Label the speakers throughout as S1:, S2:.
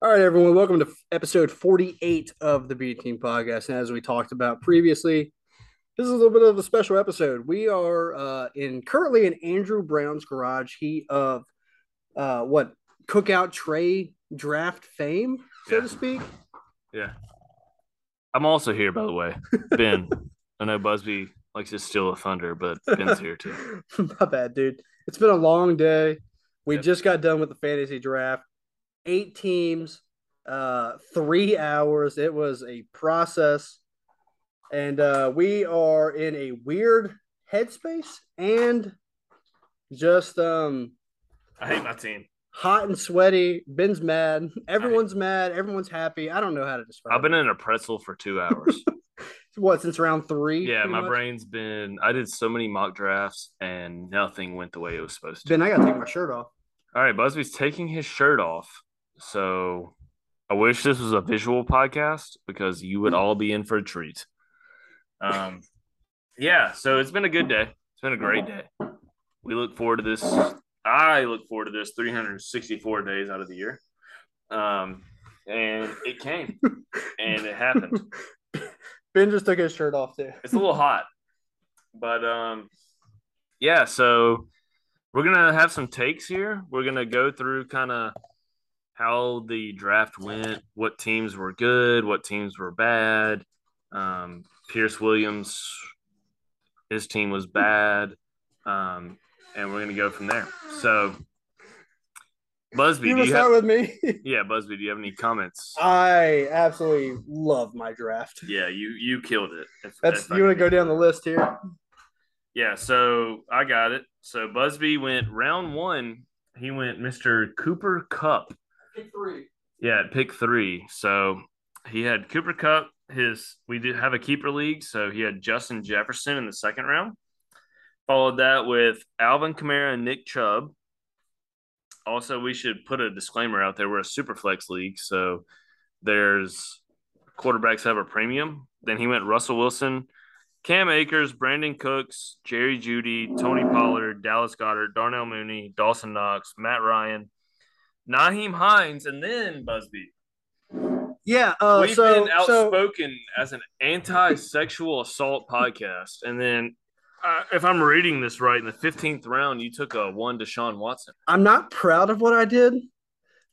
S1: All right, everyone, welcome to f- episode 48 of the B Team Podcast. And as we talked about previously, this is a little bit of a special episode. We are uh, in currently in Andrew Brown's garage. He of uh, what cookout tray draft fame, so
S2: Yeah.
S1: to speak.
S2: I'm also here, by the way. Ben. I know Busby likes to steal a thunder, but Ben's here too.
S1: My bad, dude. It's been a long day. We
S2: Yep.
S1: just got done with the fantasy draft. Eight teams, uh, three hours. It was a process. And uh, we are in a weird headspace and just um,
S2: I hate my team.
S1: hot and sweaty. Ben's mad. Everyone's mad. Everyone's happy. I don't know how to describe
S2: I've been
S1: it.
S2: in a pretzel for two hours.
S1: What, since round three?
S2: yeah,
S1: pretty
S2: my
S1: much?
S2: brain's been. I did so many mock drafts and nothing went the way it was supposed to.
S1: Ben, I got to take my shirt off.
S2: All right, Busby's taking his shirt off. So I wish this was a visual podcast because you would all be in for a treat. Um, yeah, so it's been a good day. It's been a great day. We look forward to this. I look forward to this 364 days out of the year. Um, and it came and it happened.
S1: Ben just took his shirt off, too.
S2: It's a little hot, but um, yeah. So we're gonna have some takes here. We're gonna go through kind of how the draft went, what teams were good, what teams were bad. Um, Pierce Williams, his team was bad, um, and we're gonna go from there. So, Busby,
S1: You Uh,
S2: do
S1: want
S2: you
S1: to
S2: have?
S1: start with me?
S2: Yeah, Busby, do you have any comments?
S1: I absolutely love my draft.
S2: yeah, you you killed it. If-
S1: That's
S2: if I
S1: you want to
S2: can-
S1: go down the list here.
S2: Yeah, so I got it. So Busby went round one. He went Mr. Cooper Cup.
S1: Three.
S2: Yeah, at pick three. So he had Cooper Cup. His we do have a keeper league, so he had Justin Jefferson in the second round. Followed that with Alvin Kamara and Nick Chubb. Also, we should put a disclaimer out there: we're a super flex league, so there's quarterbacks have a premium. Then he went Russell Wilson, Cam Akers, Brandon Cooks, Jerry Judy, Tony Pollard, Dallas Goddard, Darnell Mooney, Dawson Knox, Matt Ryan, Naheem Hines, and then Busby.
S1: Yeah. Uh,
S2: We've
S1: so
S2: been
S1: so
S2: outspoken as an anti-sexual assault podcast, and then. Uh, if I'm reading this right, in the 15th round, you took a one to Sean Watson.
S1: I'm not proud of what I did,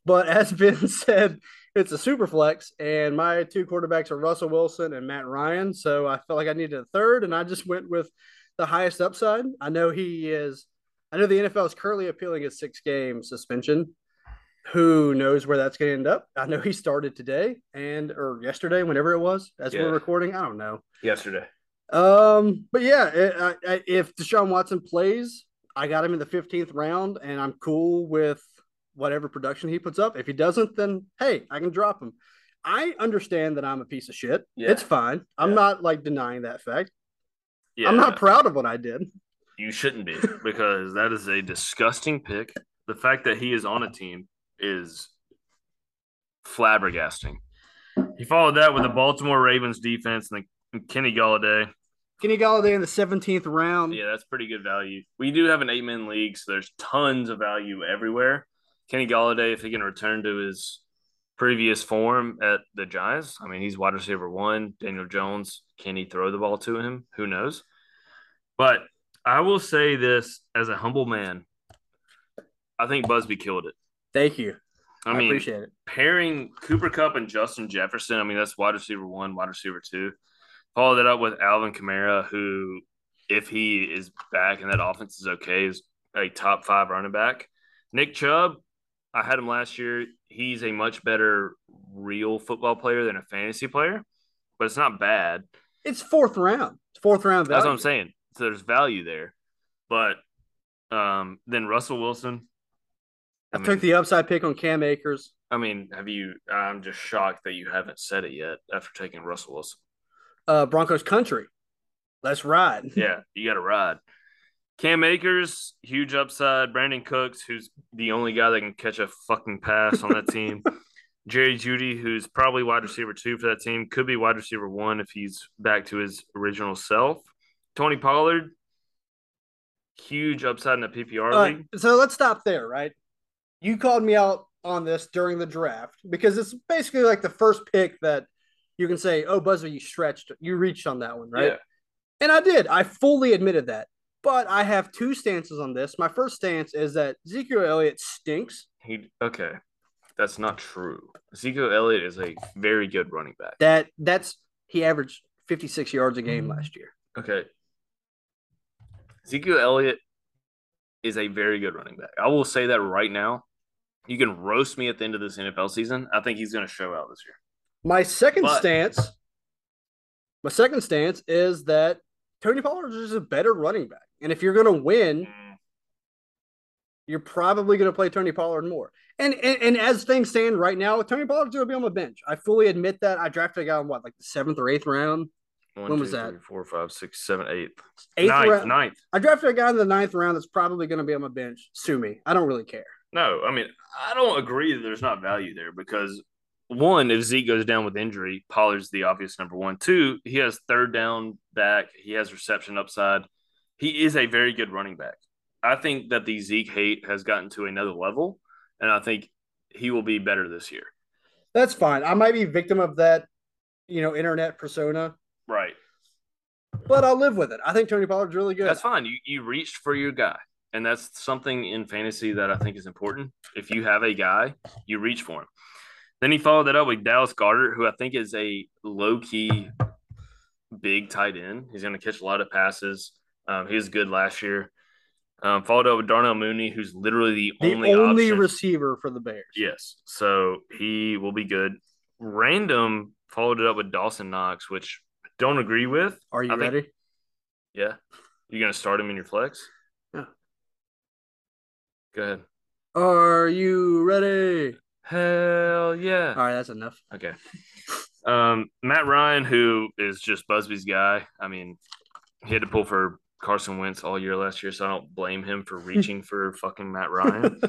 S1: but as Ben said, it's a super flex, and my two quarterbacks are Russell Wilson and Matt Ryan. So I felt like I needed a third, and I just went with the highest upside. I know he is. I know the NFL is currently appealing his six game suspension. Who knows where that's going to end up? I know he started today and or yesterday, whenever it was, as
S2: Yeah.
S1: we're recording. I don't know.
S2: Yesterday.
S1: Um, but yeah, it, I, I, if Deshaun Watson plays, I got him in the 15th round and I'm cool with whatever production he puts up. If he doesn't, then hey, I can drop him. I understand that I'm a piece of shit.
S2: Yeah.
S1: It's fine. I'm
S2: Yeah.
S1: not like denying that fact.
S2: Yeah.
S1: I'm not proud of what I did.
S2: You shouldn't be because that is a disgusting pick. The fact that he is on a team is flabbergasting. He followed that with the Baltimore Ravens defense and the Kenny Galladay.
S1: Kenny Galladay in the 17th round.
S2: Yeah, that's pretty good value. We do have an eight man league, so there's tons of value everywhere. Kenny Galladay, if he can return to his previous form at the Giants, I mean, he's wide receiver one. Daniel Jones, can he throw the ball to him? Who knows? But I will say this as a humble man I think Busby killed it.
S1: Thank you. I,
S2: I mean,
S1: appreciate it.
S2: pairing Cooper Cup and Justin Jefferson, I mean, that's wide receiver one, wide receiver two. Follow that up with Alvin Kamara, who, if he is back and that offense is okay, is a top five running back. Nick Chubb, I had him last year. He's a much better real football player than a fantasy player, but it's not bad.
S1: It's fourth round. It's fourth round.
S2: That's what
S1: value.
S2: I'm saying. So there's value there. But um, then Russell Wilson.
S1: I took the upside pick on Cam Akers.
S2: I mean, have you? I'm just shocked that you haven't said it yet after taking Russell Wilson.
S1: Uh, Broncos country. Let's ride.
S2: Yeah, you got to ride. Cam Akers, huge upside. Brandon Cooks, who's the only guy that can catch a fucking pass on that team. Jerry Judy, who's probably wide receiver two for that team, could be wide receiver one if he's back to his original self. Tony Pollard, huge upside in the PPR
S1: All right,
S2: league.
S1: Uh, so let's stop there, right? You called me out on this during the draft because it's basically like the first pick that you can say, "Oh, buzzer, you stretched, you reached on that one, right?"
S2: Yeah.
S1: And I did. I fully admitted that. But I have two stances on this. My first stance is that Ezekiel Elliott stinks.
S2: He okay. That's not true. Ezekiel Elliott is a very good running back.
S1: That that's he averaged 56 yards a game
S2: Mm-hmm.
S1: last year.
S2: Okay. Ezekiel Elliott is a very good running back. I will say that right now. You can roast me at the end of this NFL season. I think he's going to show out this year.
S1: My second
S2: But-
S1: stance, my second stance is that Tony Pollard is just a better running back. And if you're going to win, you're probably going to play Tony Pollard more. And, and and as things stand right now, Tony Pollard's going to be on the bench. I fully admit that. I drafted a guy in what, like the seventh or eighth round.
S2: One,
S1: When was
S2: two,
S1: that?
S2: three, four, five, six, seven, eighth.
S1: Eighth
S2: ninth,
S1: round.
S2: ninth.
S1: I drafted a guy in the ninth round that's probably going to be on my bench. Sue me. I don't really care.
S2: No, I mean, I don't agree that there's not value there because one, if Zeke goes down with injury, Pollard's the obvious number one. Two, he has third down back, he has reception upside. He is a very good running back. I think that the Zeke hate has gotten to another level, and I think he will be better this year.
S1: That's fine. I might be victim of that, you know, internet persona,
S2: Right.
S1: but I'll live with it. I think Tony Pollard's really good.
S2: That's fine. You you reached for your guy. And that's something in fantasy that I think is important. If you have a guy, you reach for him. Then he followed that up with Dallas Goddard, who I think is a low key big tight end. He's going to catch a lot of passes. Um, he was good last year. Um, followed up with Darnell Mooney, who's literally the,
S1: the
S2: only,
S1: only,
S2: option.
S1: receiver for the Bears.
S2: Yes. So he will be good. Random followed it up with Dawson Knox, which I don't agree with.
S1: Are you
S2: I think-
S1: ready?
S2: Yeah. You're going to start him in your flex?
S1: Yeah.
S2: Go ahead.
S1: Are you ready?
S2: Hell yeah.
S1: All right, that's enough.
S2: Okay. Um, Matt Ryan, who is just Busby's guy. I mean, he had to pull for Carson Wentz all year last year, so I don't blame him for reaching for fucking Matt Ryan.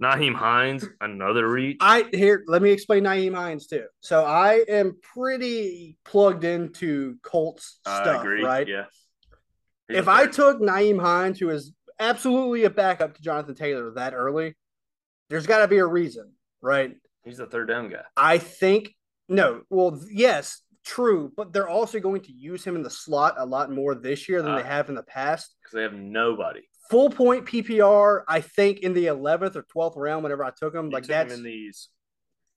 S2: Naheem Hines, another reach.
S1: I here. Let me explain Naeem Hines too. So I am pretty plugged into Colts
S2: I
S1: stuff, right?
S2: Yeah. He's
S1: if
S2: a
S1: I
S2: third.
S1: took Naeem Hines, who is absolutely a backup to Jonathan Taylor, that early, there's got to be a reason, right?
S2: he's the third down guy.
S1: I think no. Well, th- yes, true, but they're also going to use him in the slot a lot more this year than
S2: Ah.
S1: they have in the past.
S2: because they have nobody.
S1: Full point PPR, I think in the 11th or 12th round, whenever I took him,
S2: You
S1: like
S2: took him
S1: that's
S2: in these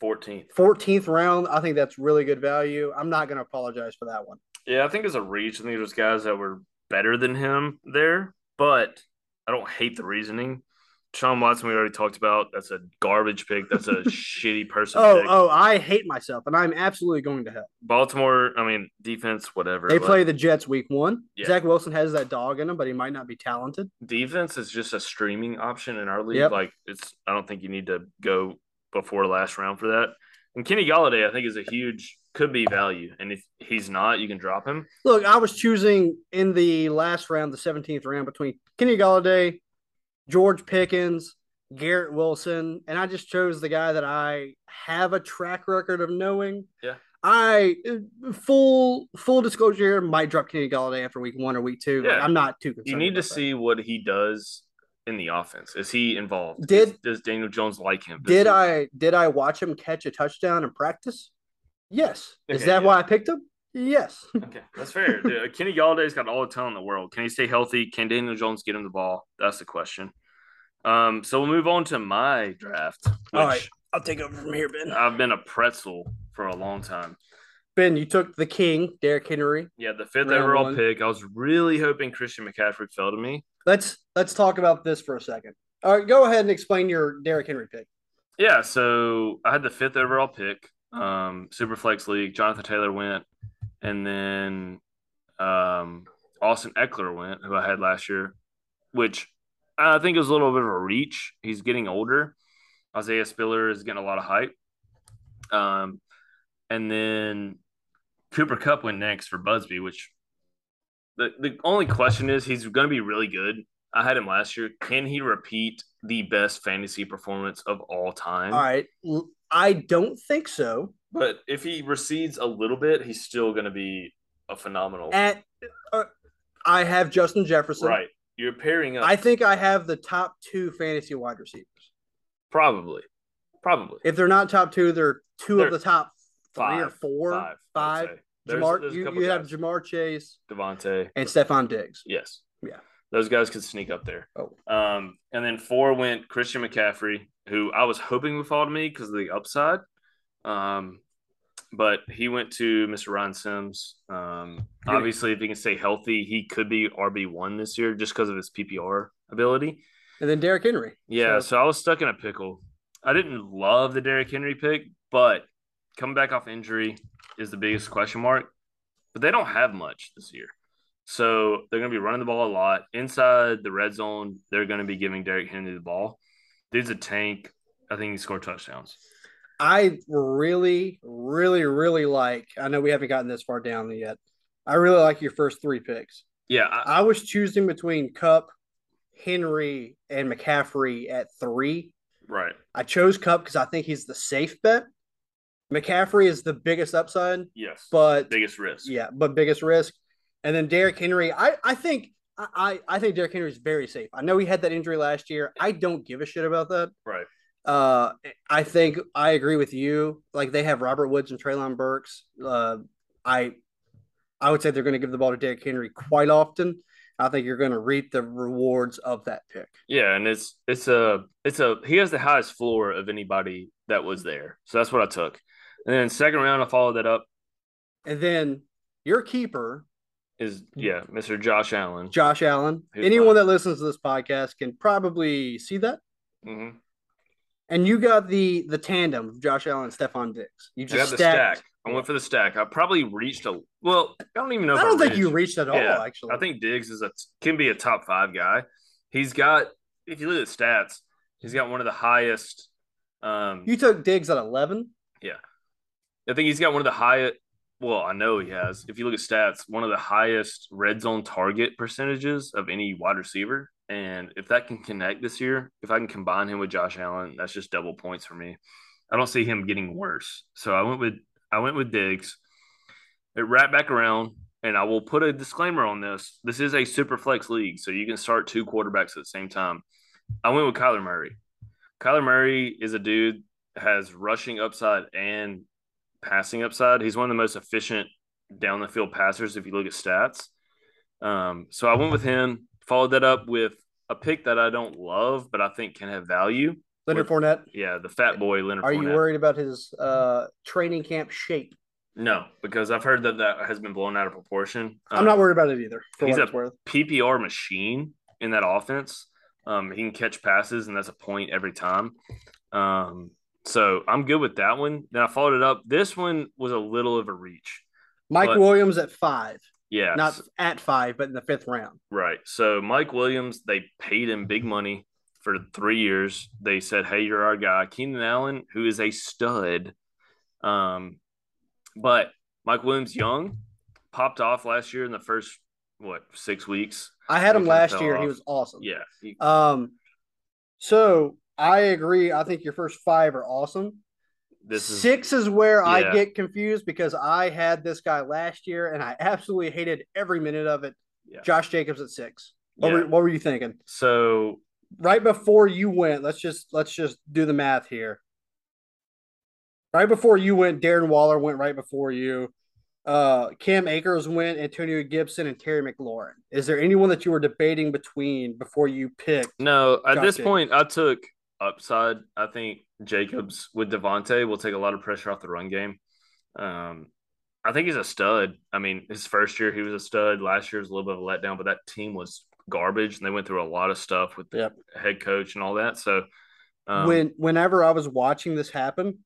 S2: 14th.
S1: 14th round. I think that's really good value. I'm not going to apologize for that one.
S2: Yeah, I think it's a reach. I think there's guys that were better than him there, but I don't hate the reasoning. Sean Watson, we already talked about. That's a garbage pick. That's a shitty person.
S1: Oh,
S2: pick.
S1: oh, I hate myself, and I'm absolutely going to hell.
S2: Baltimore. I mean, defense, whatever.
S1: They
S2: but
S1: play the Jets week one.
S2: Yeah.
S1: Zach Wilson has that dog in him, but he might not be talented.
S2: defense is just a streaming option in our league.
S1: Yep.
S2: Like it's, I don't think you need to go before last round for that. And Kenny Galladay, I think, is a huge could be value. And if he's not, you can drop him.
S1: Look, I was choosing in the last round, the 17th round, between Kenny Galladay, George Pickens, Garrett Wilson, and I just chose the guy that I have a track record of knowing.
S2: Yeah.
S1: I full full disclosure here might drop Kenny Galladay after week one or week two. Like,
S2: Yeah.
S1: I'm not too concerned.
S2: You need to
S1: about that.
S2: see what he does in the offense. Is he involved?
S1: Did-
S2: Is- does Daniel Jones like him? Does
S1: Did
S2: he-
S1: I did I watch him catch a touchdown in practice? Yes. Is
S2: Okay,
S1: that
S2: yeah.
S1: why I picked him? Yes.
S2: Okay, that's fair. Dude, Kenny Galladay's got all the talent in the world. Can he stay healthy? Can Daniel Jones get him the ball? That's the question. Um, so we'll move on to my draft, which
S1: All right. I'll take over from here, Ben.
S2: I've been a pretzel for a long time.
S1: Ben, you took the king, Derrick Henry.
S2: Yeah, the fifth
S1: Round
S2: overall
S1: one.
S2: pick. I was really hoping Christian McCaffrey fell to me.
S1: Let's let's talk about this for a second. All right, go ahead and explain your Derrick Henry pick.
S2: Yeah, so I had the fifth overall pick, um, Superflex League. Jonathan Taylor went, and then um, Austin Eckler went, who I had last year, which I think is a little bit of a reach. He's getting older. Isaiah Spiller is getting a lot of hype. Um, and then Cooper Cup went next for Busby, which the, the only question is he's going to be really good. I had him last year. Can he repeat the best fantasy performance of all time?
S1: All right. L- I don't think so.
S2: But if he recedes a little bit, he's still going to be a phenomenal.
S1: At uh, I have Justin Jefferson.
S2: right. You're pairing up.
S1: I think I have the top two fantasy wide receivers.
S2: Probably. Probably
S1: If they're not top two, they're 2
S2: They're
S1: of the top three or
S2: five,
S1: four,
S2: five,
S1: five. Jamar, you, you have Jamar Chase
S2: Devonte.
S1: and Stephon Diggs.
S2: Yes.
S1: Yeah.
S2: Those guys could sneak up there.
S1: Oh.
S2: Um, and then four went Christian McCaffrey, who I was hoping would fall to me because of the upside. Um, but he went to Mr. Ron Sims. Um,
S1: Really?
S2: obviously, if he can stay healthy, he could be RB1 this year just because of his PPR ability.
S1: And then Derrick Henry.
S2: Yeah,
S1: So,
S2: so I was stuck in a pickle. I didn't love the Derrick Henry pick, but coming back off injury is the biggest question mark. But they don't have much this year. So they're going to be running the ball a lot. Inside the red zone, they're going to be giving Derrick Henry the ball. Dude's a tank. I think he scored touchdowns.
S1: I really, really, really like. I know we haven't gotten this far down yet. I really like your first three picks.
S2: Yeah, I,
S1: I was choosing between Cup, Henry, and McCaffrey at three.
S2: right.
S1: I chose Cup because I think he's the safe bet. McCaffrey is the biggest upside,
S2: Yes.
S1: but
S2: biggest risk.
S1: yeah, but biggest risk. And then Derrick Henry, I, I think I, I I think Derrick Henry is very safe. I know he had that injury last year. I don't give a shit about that.
S2: Right.
S1: Uh, I think I agree with you. Like they have Robert Woods and Traylon Burks. Uh, I I would say they're going to give the ball to Derrick Henry quite often. I think you're going to reap the rewards of that pick.
S2: Yeah, and it's it's a it's a he has the highest floor of anybody that was there. So that's what I took. And then second round, I followed that up
S1: And then your keeper,
S2: is yeah, Mr. Josh Allen.
S1: Hmm. Josh Allen.
S2: Who's
S1: Anyone
S2: mine?
S1: that listens to this podcast can probably see that.
S2: hmm
S1: And you got the the tandem of Josh Allen and Stephon Diggs. You
S2: I got
S1: just
S2: the
S1: stacked.
S2: stack. I went for the stack. I probably reached a well. I don't even know.
S1: I
S2: if
S1: don't think you reached
S2: reached.
S1: at all.
S2: Yeah,
S1: actually,
S2: I think Diggs is a can be a top five guy. He's got if you look at stats, he's got one of the highest. Um,
S1: you took Diggs at eleven.
S2: I think he's got one of the highest. Well, I know he has. If you look at stats, one of the highest red zone target percentages of any wide receiver. And if that can connect this year, if I can combine him with Josh Allen, that's just double points for me. I don't see him getting worse. So I went with I went with Diggs. It wrapped back around, and I will put a disclaimer on this. This is a super flex league, so you can start two quarterbacks at the same time. I went with Kyler Murray. Kyler Murray is a dude has rushing upside and passing upside. He's one of the most efficient down the field passers if you look at stats. Um, so I went with him, followed that up with a pick that I don't love, but I think can have value.
S1: Leonard
S2: What-
S1: Fournette.
S2: Yeah, the fat boy Leonard.
S1: Are you
S2: Fournette.
S1: worried about his uh, training camp shape?
S2: No, because I've heard that that has been blown out of proportion. Um,
S1: I'm not worried about it either. For
S2: Uh, he's
S1: what
S2: a-
S1: it's worth,
S2: PPR machine in that offense. Um, he can catch passes, and that's a point every time. Um, so I'm good with that one. Then I followed it up. This one was a little of a reach.
S1: Mike
S2: but-
S1: Williams at five,
S2: Yeah,
S1: not at five, but in the fifth round.
S2: Right. So Mike Williams, they paid him big money for three years. They said, "Hey, you're our guy." Keenan Allen, who is a stud, um, but Mike Williams, young, popped off last year in the first what six weeks.
S1: I had him
S2: Everything
S1: last
S2: fell
S1: year. He
S2: off.
S1: was awesome.
S2: Yeah, he-
S1: Um, so I agree. I think your first five are awesome.
S2: this is
S1: Six is where I
S2: Yeah.
S1: get confused because I had this guy last year and I absolutely hated every minute of it.
S2: Yeah.
S1: Josh Jacobs at six. What,
S2: yeah.
S1: were, what were you thinking?
S2: so
S1: Right before you went, let's just let's just do the math here. Right before you went, Darren Waller went right before you. Uh, Cam Akers went, Antonio Gibson, and Terry McLaurin. Is there anyone that you were debating between before you picked?
S2: No, at
S1: Josh
S2: this
S1: Jacobs.
S2: point, I took upside. I think Jacobs with Devontae will take a lot of pressure off the run game. Um, I think he's a stud. I mean, his first year, he was a stud. Last year was a little bit of a letdown, but that team was garbage and they went through a lot of stuff with the
S1: Yep.
S2: head coach and all that. So, um,
S1: when whenever I was watching this happen,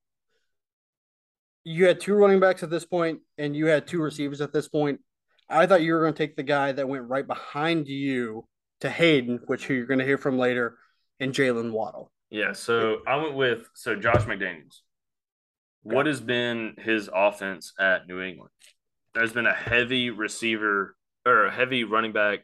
S1: you had two running backs at this point, and you had two receivers at this point. I thought you were going to take the guy that went right behind you to Hayden, which who you're going to hear from later, and Jalen Waddle.
S2: Yeah, so I went with so Josh McDaniels. What has been his offense at New England? There's been a heavy receiver or a heavy running back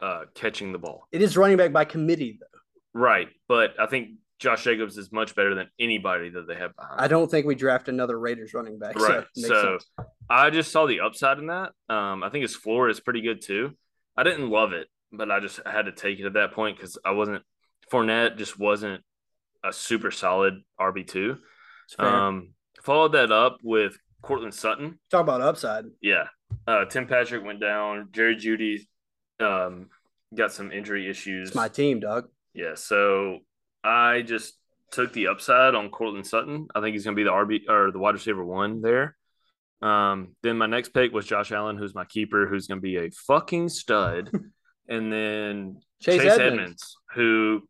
S2: uh, catching the ball.
S1: It is running back by committee, though.
S2: Right, but I think Josh Jacobs is much better than anybody that they have behind.
S1: I don't think we draft another Raiders running back. so
S2: Right.
S1: it makes
S2: So,
S1: sense.
S2: I just saw the upside in that. Um, I think his floor is pretty good too. I didn't love it, but I just had to take it at that point because I wasn't Fournette just wasn't a super solid RB two.
S1: It's fair.
S2: Um, followed that up with Cortland Sutton.
S1: Talk about upside.
S2: Yeah, uh, Tim Patrick went down. Jerry Judy um, got some injury issues.
S1: It's my team, Doug.
S2: Yeah, so I just took the upside on Cortland Sutton. I think he's going to be the RB or the wide receiver one there. Um, then my next pick was Josh Allen, who's my keeper, who's going to be a fucking stud. and then
S1: Chase, Edmonds.
S2: who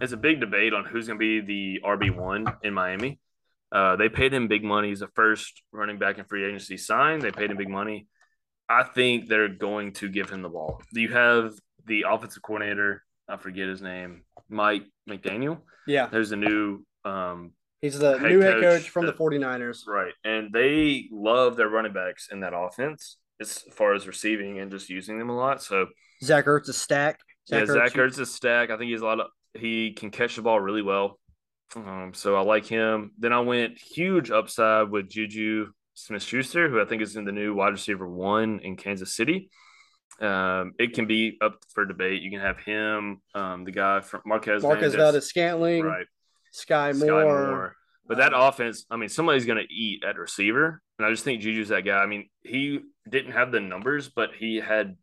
S2: it's a big debate on who's going to be the RB one in Miami. Uh, they paid him big money. He's the first running back in free agency signed. They paid him big money. I think they're going to give him the ball. You have the offensive coordinator. I forget his name, Mike McDaniel.
S1: Yeah.
S2: There's a new um,
S1: He's the
S2: Head
S1: new head
S2: coach
S1: coach from the
S2: that-
S1: 49ers.
S2: Right. And they love their running backs in that offense as far as receiving and just using them a lot. So
S1: Zach Ertz is stack.
S2: yeah, Zach Ertz is stack. I think he's a lot of he can catch the ball really well. Um, so I like him. Then I went huge upside with Juju Smith Schuster, who I think is in the new wide receiver one in Kansas City. Um, it can be up for debate. You can have him, um, the guy from Marquez,
S1: Marquez
S2: Valdes-
S1: Valdez Scantling,
S2: right?
S1: Sky,
S2: Sky
S1: Moore. Um,
S2: Moore. But that offense, I mean, somebody's going to eat at receiver. And I just think Juju's that guy. I mean, he didn't have the numbers, but he had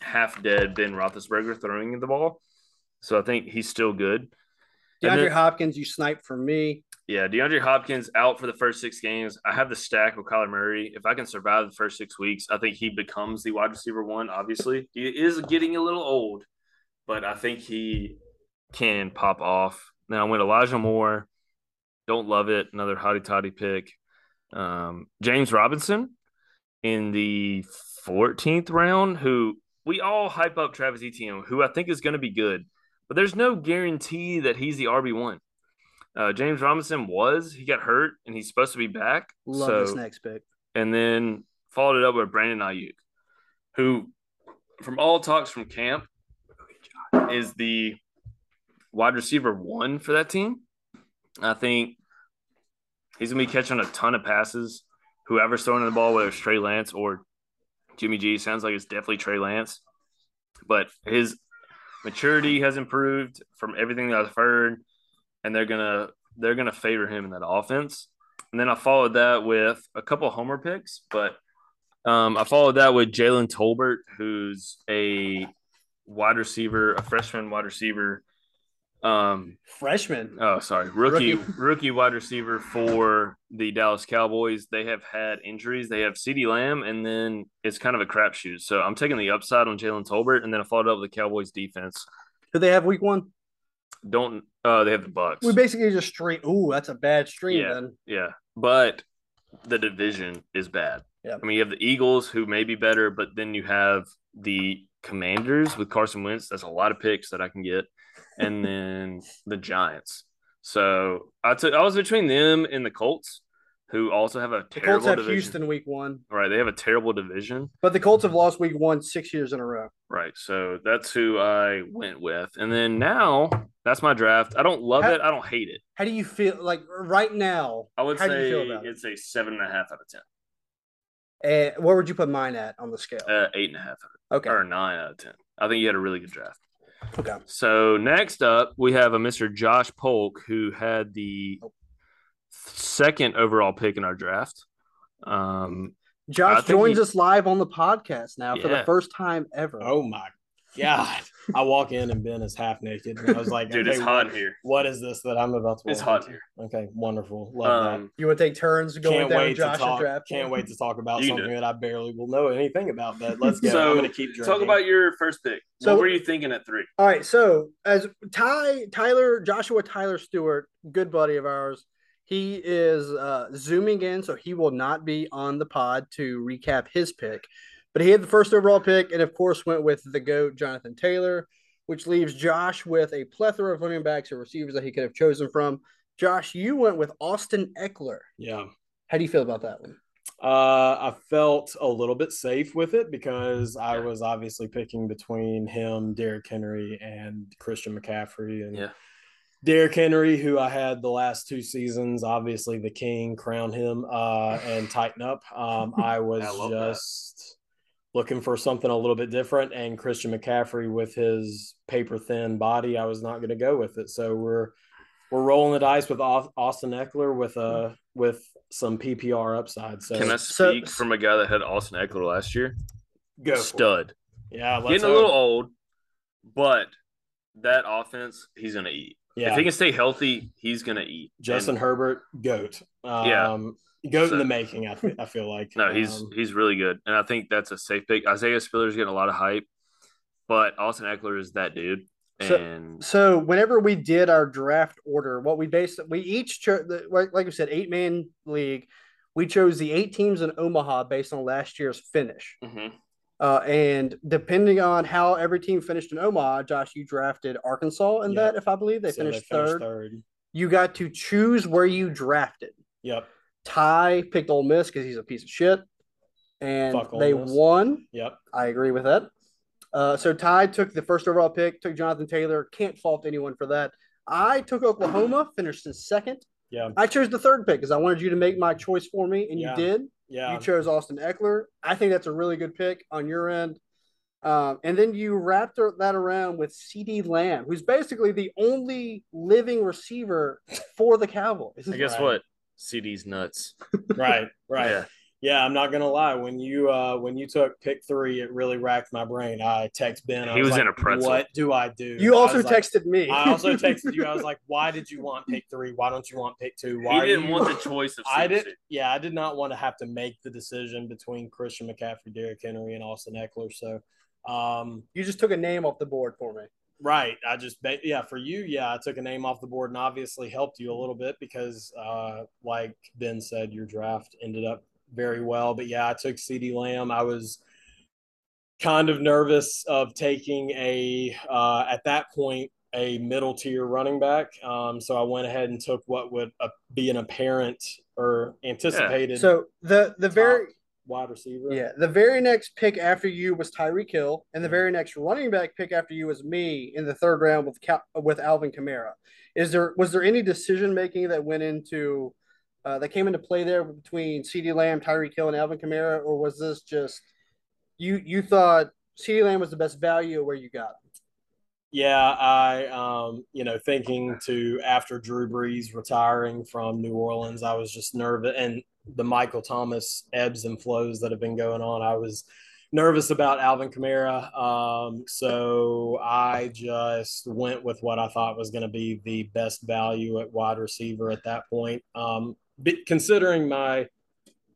S2: half dead Ben Roethlisberger throwing the ball. So I think he's still good. And
S1: DeAndre
S2: then-
S1: Hopkins, you sniped for me.
S2: yeah, DeAndre Hopkins out for the first six games. I have the stack with Kyler Murray. If I can survive the first six weeks, I think he becomes the wide receiver one. Obviously, he is getting a little old, but I think he can pop off. Now I went Elijah Moore. Don't love it. Another hottie toddy pick. Um, James Robinson in the 14th round, who we all hype up Travis Etienne, who I think is going to be good, but there's no guarantee that he's the RB one. Uh, James Robinson was. He got hurt, and he's supposed to be back.
S1: Love
S2: so,
S1: this next pick.
S2: and then followed it up with Brandon Ayuk, who, from all talks from camp, is the wide receiver one for that team. I think he's gonna be catching a ton of passes. Whoever's throwing the ball, whether it's Trey Lance or Jimmy G, sounds like it's definitely Trey Lance. But his maturity has improved from everything that I've heard, and they're gonna they're gonna favor him in that offense. And then I followed that with a couple homer picks, but um, I followed that with Jalen Tolbert, who's a wide receiver, a freshman wide receiver. Um,
S1: Freshman.
S2: oh, sorry, rookie
S1: Rookie.
S2: rookie, wide receiver for the Dallas Cowboys. They have had injuries. They have Ceedee Lamb, and then it's kind of a crapshoot. So I'm taking the upside on Jalen Tolbert, and then I followed up with the Cowboys defense.
S1: Who they have week one?
S2: Don't uh, they have the Bucks?
S1: We basically just stream. Ooh, that's a bad stream
S2: Yeah.
S1: then.
S2: Yeah, but the division is bad.
S1: Yeah.
S2: I mean, you have the Eagles who may be better, but then you have the Commanders with Carson Wentz. That's a lot of picks that I can get, and then the Giants. So I took I was between them and the Colts, who also have a
S1: The Colts
S2: terrible
S1: have
S2: division.
S1: Houston week one,
S2: Right, they have a terrible division.
S1: but the Colts have lost week one six years in a row.
S2: Right, so that's who I went with, and then now that's my draft. I don't love
S1: How-
S2: it. I don't hate it.
S1: How do you feel like right now?
S2: I would
S1: how do
S2: say
S1: you feel about
S2: it's a seven and a half out of ten,
S1: it? And eh, where would you put mine at on the scale?
S2: uh, eight and a half out of
S1: okay.
S2: or nine out of ten. I think you had a really good draft.
S1: Okay.
S2: So next up, we have a Mr. Josh Polk who had the second overall pick in our draft. Um, I
S1: Josh
S2: think
S1: joins
S2: he-
S1: us live on the podcast now for the
S2: Yeah.
S1: first time ever.
S3: Oh my god! I walk in and Ben is half naked, and I was like,
S2: dude, it's
S3: okay,
S2: hot here.
S3: What is this that I'm about to?
S2: It's
S3: walk
S2: hot
S3: into?
S2: here.
S3: Okay, wonderful. Love
S2: Um,
S1: You want to take turns
S3: that.
S1: going
S3: Can't
S1: down
S3: wait to
S1: Josh's
S3: talk.
S1: draft?
S3: Can't wait to talk about
S2: You do
S3: something
S2: it.
S3: that I barely will know anything about. But let's go.
S2: So,
S3: I'm gonna keep drinking.
S2: Talk about your first pick.
S1: So-
S2: what were you thinking at three?
S1: All right, so as Ty Tyler Joshua Tyler Stewart, good buddy of ours, he is uh, zooming in, so he will not be on the pod to recap his pick. But he had the first overall pick, and of course went with the goat Jonathan Taylor, which leaves Josh with a plethora of running backs and receivers that he could have chosen from. Josh, you went with Austin Eckler.
S3: yeah.
S1: How do you feel about that one?
S3: Uh, I felt a little bit safe with it because I
S2: Yeah.
S3: was obviously picking between him, Derrick Henry, and Christian McCaffrey, and
S2: Yeah.
S3: Derrick Henry, who I had the last two seasons, obviously the king, crown him uh, and tighten up. Um, I was
S2: I love that.
S3: just looking for something a little bit different, and Christian McCaffrey with his paper thin body, I was not going to go with it. So we're we're rolling the dice with Au- Austin Eckler with uh with some PPR upside. So
S2: Can I
S1: So-
S2: speak from a guy that had Austin Eckler last year?
S3: go. for it.
S2: Stud.
S3: Yeah, let's
S2: Getting a
S3: hope.
S2: little old, but that offense, he's gonna eat.
S3: yeah.
S2: If he can stay healthy, he's gonna eat.
S3: Justin
S2: And-
S3: Herbert, goat. Um,
S2: Yeah.
S3: goat
S2: So-
S3: in the making. I, fe- I feel like
S2: no, he's
S3: Um,
S2: he's really good, and I think that's a safe pick. Isaiah Spiller's getting a lot of hype, but Austin Eckler is that dude.
S1: So-
S2: And
S1: So whenever we did our draft order, what we based we each chose like like we said eight man league, we chose the eight teams in Omaha based on last year's finish.
S2: Mhm.
S1: Uh, and depending on how every team finished in Omaha, Josh, you drafted Arkansas in
S3: Yeah.
S1: that if I believe they,
S3: so
S1: finished, third.
S3: third.
S1: You got to choose where you drafted.
S3: Yep.
S1: Ty picked Ole Miss because he's a piece of shit, and
S3: Fuck Ole
S1: they
S3: Miss.
S1: won.
S3: Yep.
S1: I agree with that. Uh, so Ty took the first overall pick, took Jonathan Taylor. Can't fault anyone for that. I took Oklahoma, finished in second.
S3: Yeah.
S1: I chose the third pick because I wanted you to make my choice for me, and
S3: Yeah.
S1: you did.
S3: Yeah.
S1: You chose Austin Eckler. I think that's a really good pick on your end. Um, and then you wrapped ar- that around with CD Lamb, who's basically the only living receiver for the Cowboys.
S2: I guess
S3: Right.
S2: what? CD's nuts.
S3: right. Right.
S2: Yeah.
S3: Yeah, I'm not gonna lie. When you uh when you took pick three, it really racked my brain. I text Ben. I
S2: He was
S3: like,
S2: in a pretzel.
S3: What do I do?
S1: You
S3: I
S1: also
S3: was like-
S1: texted me.
S3: I also texted you. I was like, Why did you want pick three? Why don't you want pick two? Why
S2: he
S3: are
S2: didn't
S3: you-
S2: want the choice of.
S3: I did.
S2: CMC.
S3: Yeah, I did not want to have to make the decision between Christian McCaffrey, Derrick Henry, and Austin Eckler. So, um,
S1: you just took a name off the board for me.
S3: right. I just ba- yeah for you. Yeah, I took a name off the board and obviously helped you a little bit because, uh, like Ben said, your draft ended up very well. But yeah, I took C.D. Lamb. I was kind of nervous of taking a uh, at that point a middle tier running back. Um, so I went ahead and took what would uh, be an apparent or anticipated
S1: So the the very
S3: wide receiver.
S1: yeah the very next pick after you was Tyreek Hill, and the very next running back pick after you was me in the third round with Cal- with Alvin Kamara. Is there was there any decision making that went into uh, that came into play there between Ceedee Lamb, Tyreek Hill, and Alvin Kamara, or was this just you you thought Ceedee Lamb was the best value of where you got? Him?
S3: Yeah, I um, you know, thinking to after Drew Brees retiring from New Orleans, I was just nervous and the Michael Thomas ebbs and flows that have been going on. I was nervous about Alvin Kamara. Um, so I just went with what I thought was going to be the best value at wide receiver at that point. Um, but considering my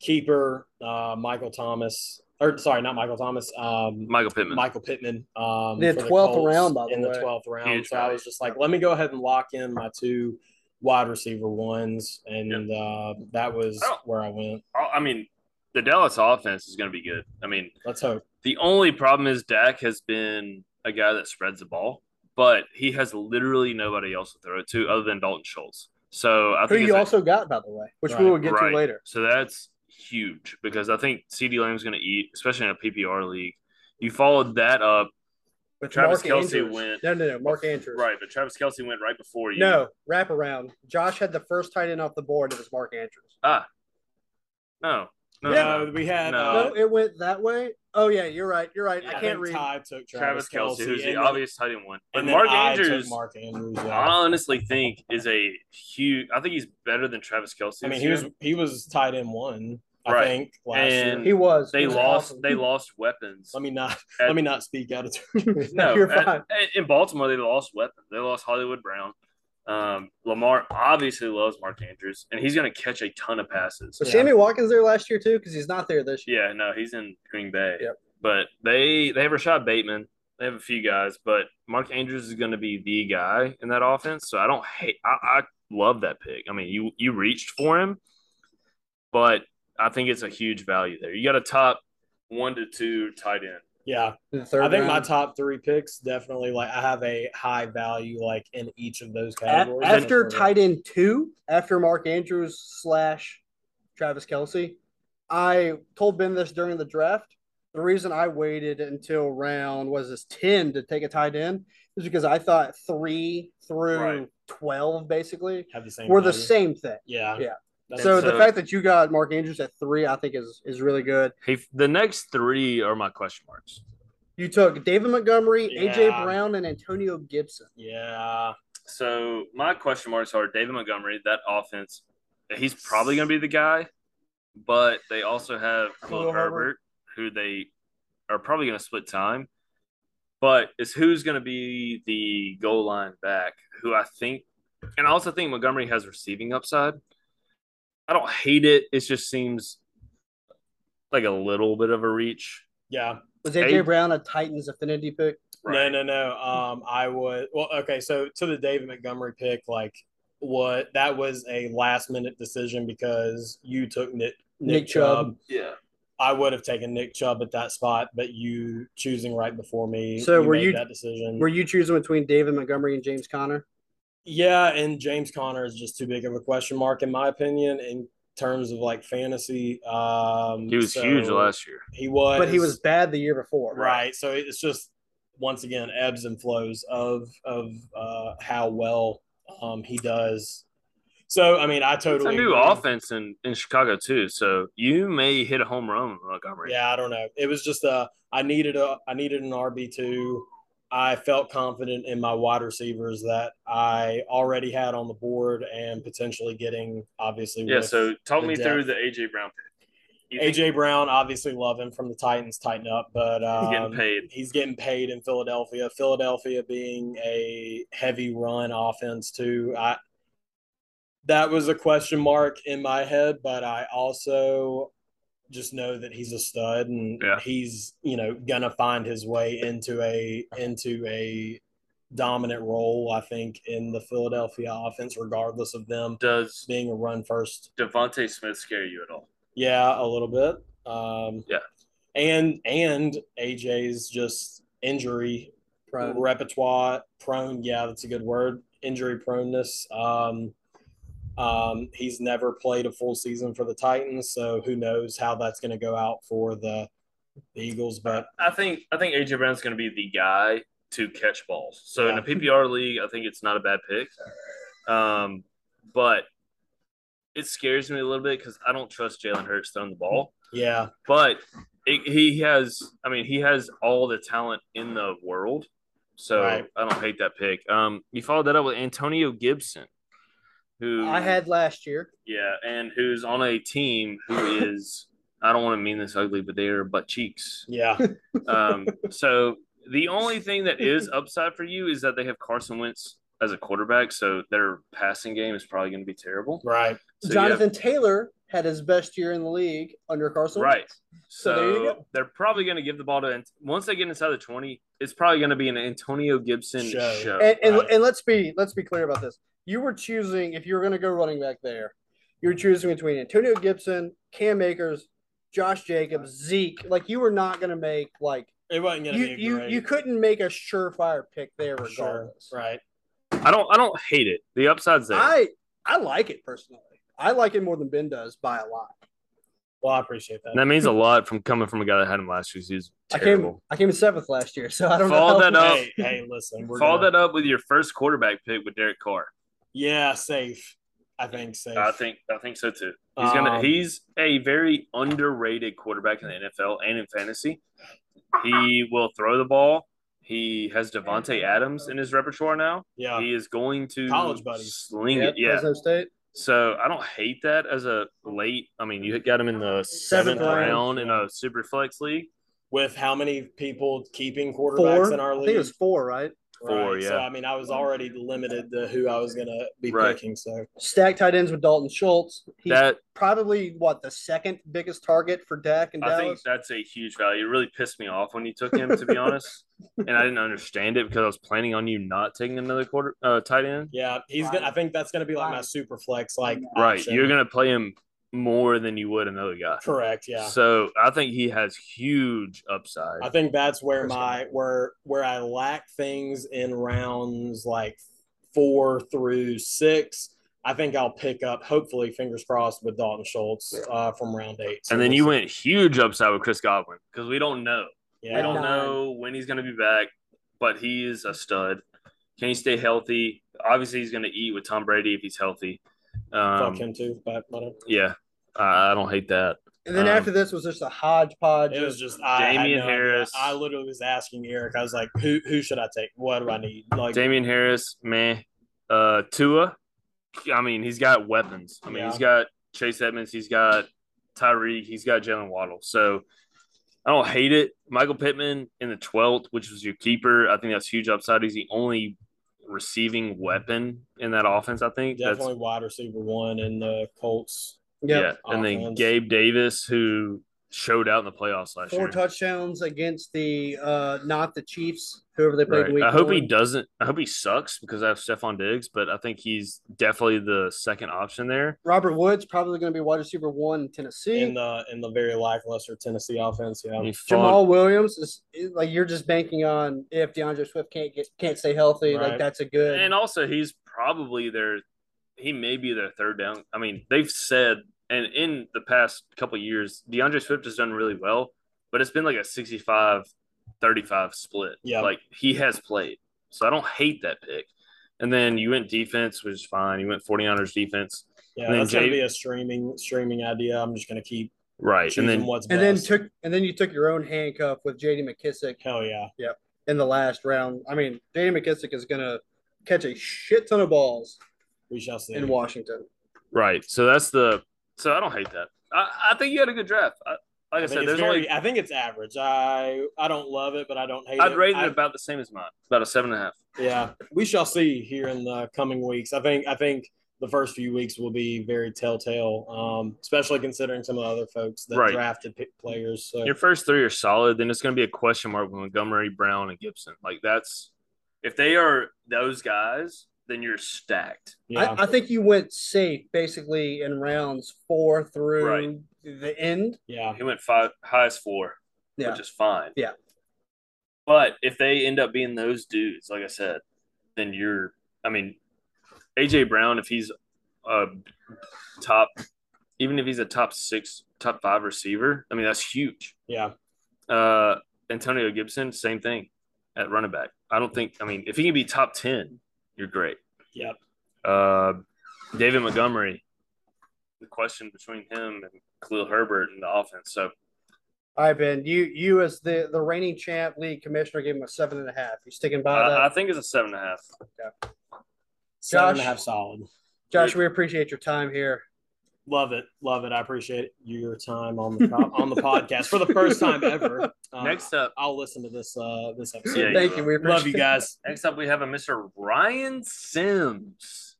S3: keeper, uh, Michael Thomas, or sorry, not Michael Thomas, um,
S2: Michael Pittman.
S3: Michael Pittman. Um,
S1: The
S3: for
S1: 12th
S3: Colts
S1: round, by the
S3: in
S1: way.
S3: the twelfth round.
S2: Huge
S3: so I was just like, let me go ahead and lock in my two wide receiver ones, and uh, that was
S2: Oh.
S3: where I went.
S2: I I mean, the Dallas offense is going to be good. I mean,
S3: Let's hope.
S2: the only problem is Dak has been a guy that spreads the ball, but he has literally nobody else to throw it to other than Dalton Schultz. So I
S1: Who
S2: think it's
S1: you
S2: a-
S1: also got by the way, which
S3: Right.
S1: we will get
S2: Right.
S1: to later.
S2: So that's huge because I think CD Lamb's going to eat, especially in a PPR league. You followed that up,
S1: But
S2: Travis Kelce went-
S1: No, no, no. Mark Andrews.
S2: right? But Travis Kelsey went right before you.
S1: No, wraparound. Josh had the first tight end off the board. It was Mark Andrews.
S2: no, no,
S3: No,
S2: no.
S3: we had
S2: No.
S3: uh,
S1: no, it went that way. Oh yeah, you're right. You're right.
S3: I,
S1: I
S3: think
S1: can't read.
S3: Ty took
S2: Travis Kelsey, who's the
S3: and then-
S2: obvious tight end one, but
S3: and then
S2: Mark
S3: I took
S2: Andrews.
S3: Mark Andrews.
S2: I
S3: yeah.
S2: honestly think is a huge. I think he's better than Travis Kelsey.
S3: I mean,
S2: this
S3: he was
S2: year.
S3: he was tight end one. I
S2: Right.
S3: think last
S2: And-
S3: year.
S1: He was.
S2: They
S1: He was
S2: lost.
S1: awesome.
S2: They lost weapons.
S3: Let me not
S2: At-
S3: let me not speak out of turn.
S2: No,
S1: you're
S2: at-
S1: fine.
S2: at- in Baltimore, they lost weapons. They lost Hollywood Brown. Um, Lamar obviously loves Mark Andrews, and he's going to catch a ton of passes.
S1: Was Sammy Watkins there last year too? Because he's not there this year.
S2: Yeah, no, he's in Green Bay.
S1: Yep.
S2: But they they have Rashad Bateman. They have a few guys, but Mark Andrews is going to be the guy in that offense. So I don't hate. I, I love that pick. I mean, you you reached for him, but I think it's a huge value there. You got a top one to two tight end.
S3: yeah.
S1: In the third
S3: I think my
S1: round.
S3: top three picks definitely like I have a high value like in each of those
S1: A-
S3: categories.
S1: after tight end two, after Mark Andrews slash Travis Kelsey, I told Ben this during the draft. The reason I waited until round was this ten to take a tight end is because I thought three through
S2: Right.
S1: twelve basically
S3: have the same.
S1: were the
S3: value.
S1: same thing.
S3: Yeah.
S1: Yeah.
S3: That's
S1: So
S2: And
S1: the
S2: so-
S1: fact that you got Mark Andrews at three, I think is is really good.
S2: He, the next three are my question marks.
S1: You took David Montgomery, AJ
S3: Yeah.
S1: Brown, and Antonio Gibson.
S3: yeah.
S2: So my question marks are David Montgomery, that offense, he's probably going to be the guy, but they also have Khalil
S1: Khalil
S2: Herbert,
S1: Herbert.
S2: who they are probably going to split time. But it's who's going to be the goal line back, who I think, and I also think Montgomery has receiving upside. I don't hate it. It just seems like a little bit of a reach.
S3: Yeah.
S1: Was AJ
S2: Hey.
S1: Brown a Titans affinity pick?
S2: Right.
S3: No, no, no. Um, I would. Well, okay. So to the David Montgomery pick, like what that was a last minute decision because you took Nick Nick,
S1: Nick
S3: Chubb.
S1: Chubb.
S2: Yeah.
S3: I would have taken Nick Chubb at that spot, but you choosing right before me.
S1: So were
S3: made
S1: you-
S3: that decision?
S1: Were you choosing between David Montgomery and James Conner?
S3: Yeah, and James Conner is just too big of a question mark in my opinion in terms of like fantasy. Um,
S2: He was
S3: so
S2: huge last year.
S3: He was,
S1: But he was bad the year before.
S3: right. So it's just once again ebbs and flows of of uh, how well um, he does. So I mean, I totally
S2: It's a new
S3: agree.
S2: offense in, in Chicago too, so you may hit a home run with Montgomery.
S3: Yeah, I don't know. It was just uh, I needed a I needed an RB two. I felt confident in my wide receivers that I already had on the board and potentially getting obviously.
S2: Yeah.
S3: with-
S2: So talk
S3: the
S2: me through
S3: depth.
S2: the AJ Brown pick. You think
S3: AJ Brown, obviously love him from the Titans, tighten up, but
S2: he's
S3: um,
S2: getting paid.
S3: he's getting paid in Philadelphia. Philadelphia being a heavy run offense too. I that was a question mark in my head, but I also just know that he's a stud and
S2: Yeah.
S3: he's you know gonna find his way into a into a dominant role. I think in the Philadelphia offense, regardless of them
S2: Does
S3: being a run first
S2: Devonte Smith scare you at all?
S3: yeah, a little bit. Um,
S2: Yeah.
S3: and and AJ's just injury
S1: Right.
S3: repertoire prone. Yeah, that's a good word. Injury proneness. Um, um, he's never played a full season for the Titans, so who knows how that's going to go out for the, the Eagles. But
S2: I think I think AJ Brown's going to be the guy to catch balls. So in
S3: Yeah.
S2: a PPR league, I think it's not a bad pick. Um, but it scares me a little bit because I don't trust Jalen Hurts throwing the ball.
S3: yeah,
S2: but it, he has i mean he has all the talent in the world so
S3: Right.
S2: i don't hate that pick um you followed that up with antonio gibson who
S1: I had last year.
S2: yeah and who's on a team who is i don't want to mean this ugly but they are butt cheeks
S3: yeah,
S2: um so the only thing that is upside for you is that they have carson wentz as a quarterback so their passing game is probably going to be terrible
S3: right.
S2: so you have-
S1: Jonathan Taylor had his best year in the league under Carson.
S2: Right.
S1: Wentz.
S2: So,
S1: So there you go.
S2: they're probably going to give the ball to once they get inside the twenty. It's probably going to be an Antonio Gibson show.
S3: Show.
S1: And, and,
S3: Right.
S1: and let's be let's be clear about this. You were choosing if you were going to go running back there. You were choosing between Antonio Gibson, Cam Akers, Josh Jacobs, Zeke. Like you were not going to make like
S3: It wasn't going to
S1: you
S3: be a
S1: you
S3: great,
S1: you couldn't make a surefire pick there
S3: for sure,
S1: regardless.
S3: right?
S2: I don't. I don't hate it. The upside's there.
S1: I I like it personally. I like it more than Ben does by a lot.
S3: Well, I appreciate that.
S2: And that means a lot from coming from a guy that had him last year. 'cause He was terrible.
S1: I came I came in seventh last year, so I don't
S2: Follow
S1: know.
S2: that up.
S3: Hey, hey, listen, we're
S2: Follow
S3: gonna-
S2: that up with your first quarterback pick with Derek Carr.
S3: Yeah, safe. I think safe.
S2: I think. I think so too. He's gonna.
S3: Um,
S2: he's a very underrated quarterback in the NFL and in fantasy. He will throw the ball. He has Devonte Adams in his repertoire now.
S3: Yeah.
S2: He is going to
S3: Uh, College buddies.
S2: sling
S1: Yep,
S2: it. Yeah,
S1: Fresno State.
S2: So I don't hate that as a late. I mean, you got him in the seventh,
S1: Seventh round.
S2: round, in a super flex league.
S3: with how many people keeping quarterbacks
S1: Four.
S3: in our
S1: I
S3: league.
S1: think it was four, right?
S2: four,
S3: Right.
S2: yeah.
S3: So I mean, I was already limited to who I was gonna be
S2: Right.
S3: picking. So
S1: Stack tight ends with Dalton Schultz. He's
S2: that
S1: probably what the second biggest target for Dak and
S2: I think
S1: Dallas.
S2: that's a huge value. It really pissed me off when you took him, to be honest, and I didn't understand it because I was planning on you not taking another quarter uh, tight end.
S3: yeah, he's
S1: Right.
S3: gonna. I think that's gonna be like my
S1: Right.
S3: super flex. Like
S2: Right,
S3: option.
S2: you're gonna play him more than you would another guy.
S3: correct. Yeah.
S2: So I think he has huge upside.
S3: I think that's where
S1: Chris
S3: my where where I lack things in rounds like four through six. I think I'll pick up, hopefully, fingers crossed, with Dalton Schultz uh, from round eight. So
S2: and then
S3: we'll
S2: you
S3: see.
S2: went huge upside with Chris Godwin because we don't know.
S3: Yeah.
S2: We don't
S1: Done.
S2: know when he's going to be back, but he is a stud. Can he stay healthy? Obviously, he's going to eat with Tom Brady if he's healthy.
S3: fuck
S2: Um,
S3: him too, but uh, whatever.
S2: yeah, I, I don't hate that.
S1: and then
S2: um,
S1: after this was just a hodgepodge.
S3: It
S1: of-
S3: was just I had
S2: Damian
S3: no idea.
S2: Harris.
S3: I literally was asking Eric. I was like, "Who who should I take? What do I need?" Like,
S2: Damian Harris, meh. Uh, Tua, I mean, he's got weapons. I mean,
S3: Yeah.
S2: he's got Chase Edmonds, he's got Tyreek, he's got Jalen Waddle. So I don't hate it. Michael Pittman in the 12th, which was your keeper, I think that's huge upside. He's the only receiving weapon in that offense, I think. That's
S3: Definitely wide receiver one in the Colts.
S2: yeah. And then
S3: offense.
S2: Gabe Davis, who showed out in the playoffs last
S1: Four
S2: year.
S1: touchdowns against the uh not the Chiefs, whoever they played
S2: Right.
S1: week.
S2: I hope he
S1: one.
S2: doesn't. I hope he sucks because I have Stephon Diggs, but I think he's definitely the second option there.
S1: Robert Woods probably going to be wide receiver one in Tennessee.
S3: in the in the very lackluster Tennessee offense. Yeah,
S2: He
S1: Jamal Williams is like you're just banking on if DeAndre Swift can't get can't stay healthy, like
S3: Right.
S1: that's a good.
S2: And also, he's probably their. He may be their third down. I mean, they've said, and in the past couple of years, DeAndre Swift has done really well, but it's been like a 65 35 split.
S3: Yeah.
S2: Like he has played. So I don't hate that pick. And then you went defense, which is fine. You went 49ers defense.
S3: yeah,
S2: and then
S3: that's gonna
S2: Gabe-
S3: be a streaming streaming idea. I'm just gonna keep
S2: Right.
S3: choosing
S2: and then
S3: what's
S1: and then
S3: best.
S1: took and then you took your own handcuff with J.D. McKissick
S3: hell yeah,
S1: in the last round. I mean, J.D. McKissick is going to catch a shit ton of balls
S3: we shall see.
S1: in Washington.
S2: Right. So that's the. So I don't hate that. I, I think you had a good draft. I, like I,
S3: I think,
S2: said,
S3: it's
S2: there's
S3: very,
S2: only.
S3: I think it's average. I I don't love it, but I don't hate it.
S2: I'd rate it
S3: I-
S2: about the same as mine, about a seven and a half.
S3: Yeah, we shall see here in the coming weeks. I think I think the first few weeks will be very telltale, um, especially considering some of the other folks that
S2: Right.
S3: drafted p- players. So
S2: Your first three are solid. Then it's going to be a question mark with Montgomery, Brown, and Gibson. Like that's if they are those guys, then you're stacked.
S3: yeah,
S1: I, I think you went safe basically in rounds four through
S2: Right.
S1: the end.
S3: yeah,
S2: He went five highest four,
S1: Yeah.
S2: which is fine.
S1: Yeah.
S2: But if they end up being those dudes, like I said, then you're. I mean, AJ Brown, if he's a top, even if he's a top six, top five receiver, I mean that's huge.
S3: yeah.
S2: uh, Antonio Gibson, same thing at running back. I don't think. I mean, if he can be top ten, you're great.
S3: Yep.
S2: Uh, David Montgomery, the question between him and Khalil Herbert in the offense. So
S1: All right, Ben, you you as the the reigning champ league commissioner gave him a seven and a half. You sticking by that?
S2: Uh, I, I think it's a seven and a half.
S3: Seven and a
S1: Josh?
S3: half solid.
S1: Josh, we appreciate your time here.
S3: Love it, love it. I appreciate your time on the po- on the podcast for the first time ever. Um,
S2: next up,
S3: I'll listen to this uh this
S2: Yeah,
S3: episode.
S1: Thank you.
S2: you're
S1: We appreciate
S3: Love you guys.
S2: next up, we have a Mister Ryan Sims.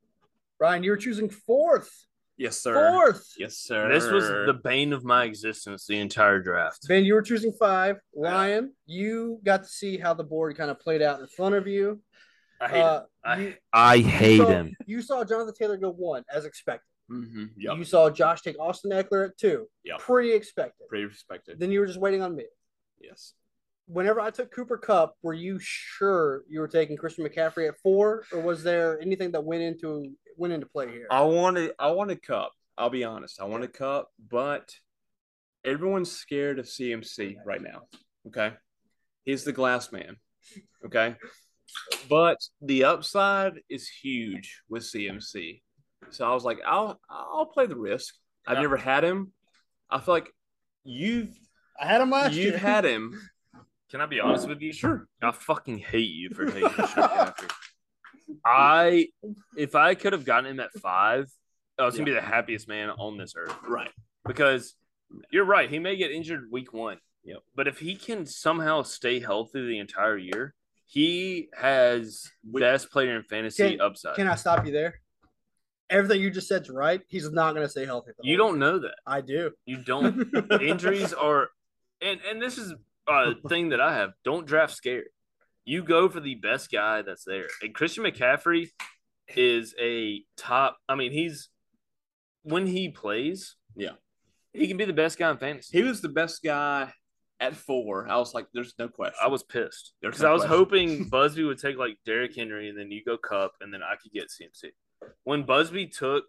S1: Ryan, you were choosing fourth.
S3: Yes, sir.
S1: Fourth.
S3: Yes, sir.
S2: This was the bane of my existence the entire draft.
S1: Ben, you were choosing five. Ryan, you got to see how the board kind of played out in front of you. Uh,
S2: I hate him. I-
S1: you-
S4: I
S1: you
S4: hate
S1: saw-
S4: him.
S1: You saw Jonathan Taylor go one, as expected.
S5: Mm-hmm. Yep.
S1: You saw Josh take Austin Eckler at two.
S5: Yep.
S1: Pretty expected.
S5: Pretty respected.
S1: Then you were just waiting on me.
S5: Yes.
S1: Whenever I took Cooper Cup, were you sure you were taking Christian McCaffrey at four, or was there anything that went into went into play here?
S5: I wanted I want a cup. I'll be honest. I want a cup, but everyone's scared of CMC right now. Okay. He's the glass man. Okay. But the upside is huge with CMC. So I was like, I'll I'll play the risk. I've
S2: Yeah.
S5: never had him. I feel like you've
S1: I had him last
S5: you've
S1: year.
S5: had him.
S2: Can I be honest with you?
S5: Sure.
S2: I fucking hate you for taking the shot after. I, if I could have gotten him at five, I was gonna be the happiest man on this earth
S5: Right.
S2: because you're right. He may get injured week one.
S5: Yep.
S2: But if he can somehow stay healthy the entire year, he has
S5: We-
S2: best player in fantasy
S1: Can-
S2: upside.
S1: Can I stop you there? Everything you just said's right. He's not going to stay healthy. the
S2: you
S1: whole-
S2: don't know that.
S1: I do.
S2: You don't. Injuries are, and and this is a thing that I have. Don't draft scared. You go for the best guy that's there. And Christian McCaffrey is a top. I mean, he's when he plays,
S5: Yeah.
S2: he can be the best guy in fantasy.
S5: He was the best guy at four. I was like, there's no question.
S2: I was pissed
S5: There's
S2: because
S5: no
S2: I was
S5: question.
S2: hoping Busby would take like Derrick Henry, and then you go Cup, and then I could get CMC. When Busby took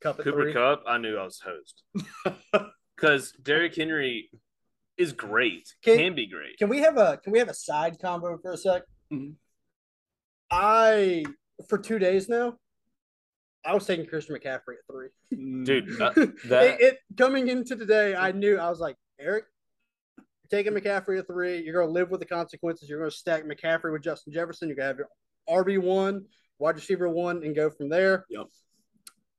S1: Cup at
S2: Cooper
S1: three.
S2: Cup, I knew I was hosed because Derrick Henry is great,
S1: Can-
S2: can be great.
S1: Can we have a can we have a side combo for a sec?
S5: Mhm.
S1: I for two days now, I was taking Christian McCaffrey at three.
S2: dude. uh,
S1: Mm. it, it- coming into today, I knew I was like Eric. you're Taking
S2: Mm-hmm.
S1: McCaffrey at three, you're going to live with the consequences. You're going to stack McCaffrey with Justin Jefferson. You're going to have your RB one, wide receiver one, and go from there.
S5: Yep.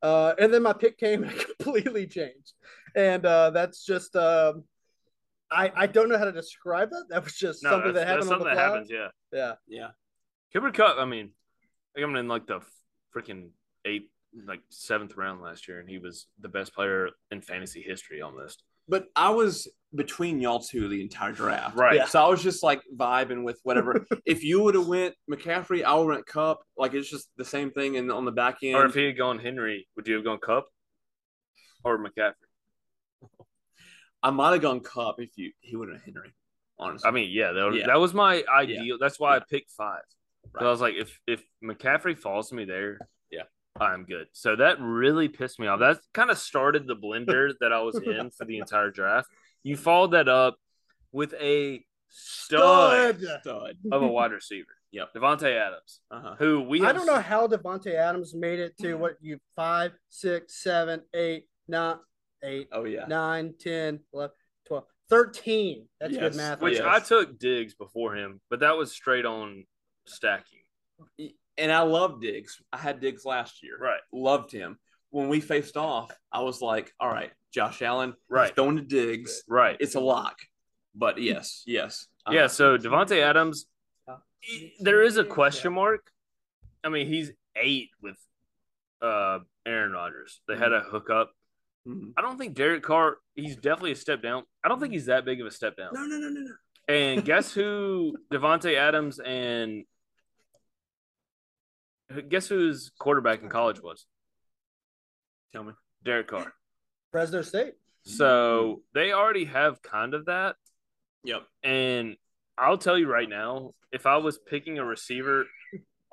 S1: Uh, and then my pick came and it completely changed, and uh, that's just um, I I don't know how to describe that. That was just
S2: No,
S1: something
S2: that's,
S1: that happened
S2: that's something
S1: on the
S2: that
S1: fly.
S2: happens. Yeah,
S1: Yeah,
S5: Yeah.
S2: Cooper Cup. I mean, I think I'm in like the freaking eighth, like seventh round last year, and he was the best player in fantasy history almost.
S5: But I was between y'all two the entire draft.
S2: Right.
S1: Yeah.
S5: So I was just like vibing with whatever. if you would have went McCaffrey, I would went Cup. Like it's just the same thing. And on the back end,
S2: Or if he had gone Henry, would you have gone Cup or McCaffrey?
S5: I might have gone Cup if you he would have Henry. Honestly,
S2: I mean, yeah, that,
S5: Yeah.
S2: that was my ideal. That's why I
S5: Yeah.
S2: picked five. 'Cause
S5: Right.
S2: I was like, if if McCaffrey falls to me there,
S5: Yeah.
S2: I'm good. So that really pissed me off. That kind of started the blender that I was in for the entire draft. You followed that up with a stud,
S1: Stud.
S5: stud.
S2: of a wide receiver.
S5: Yep.
S2: Devontae Adams,
S5: Uh-huh.
S2: who we
S1: I
S2: have-
S1: don't know how Devonte Adams made it to what you five, six, seven, eight, nine, eight,
S5: Oh yeah.
S1: nine, 10, 11, 12, 13. That's
S5: Yes.
S1: good math.
S2: which
S5: Yes.
S2: I took Diggs before him, but that was straight on stacking.
S5: And I love Diggs. I had Diggs last year.
S2: Right.
S5: Loved him. When we faced off, I was like, all right, Josh Allen, he's
S2: Right.
S5: throwing to Diggs.
S2: Right.
S5: It's a lock. But yes, yes.
S2: Yeah, so Devonte Adams, he- there is a question mark. I mean, he's eight with uh, Aaron Rodgers. They had a
S5: Mm-hmm.
S2: hookup.
S5: Mhm.
S2: I don't think Derek Carr. He's definitely a step down. I don't think he's that big of a step down.
S5: No, no, no, no, no.
S2: And guess who? Devonte Adams and guess whose quarterback in college was?
S5: Tell me. Mm-hmm.
S2: Derek Carr.
S1: Fresno State.
S2: So they already have kind of that.
S5: Yep.
S2: And I'll tell you right now, if I was picking a receiver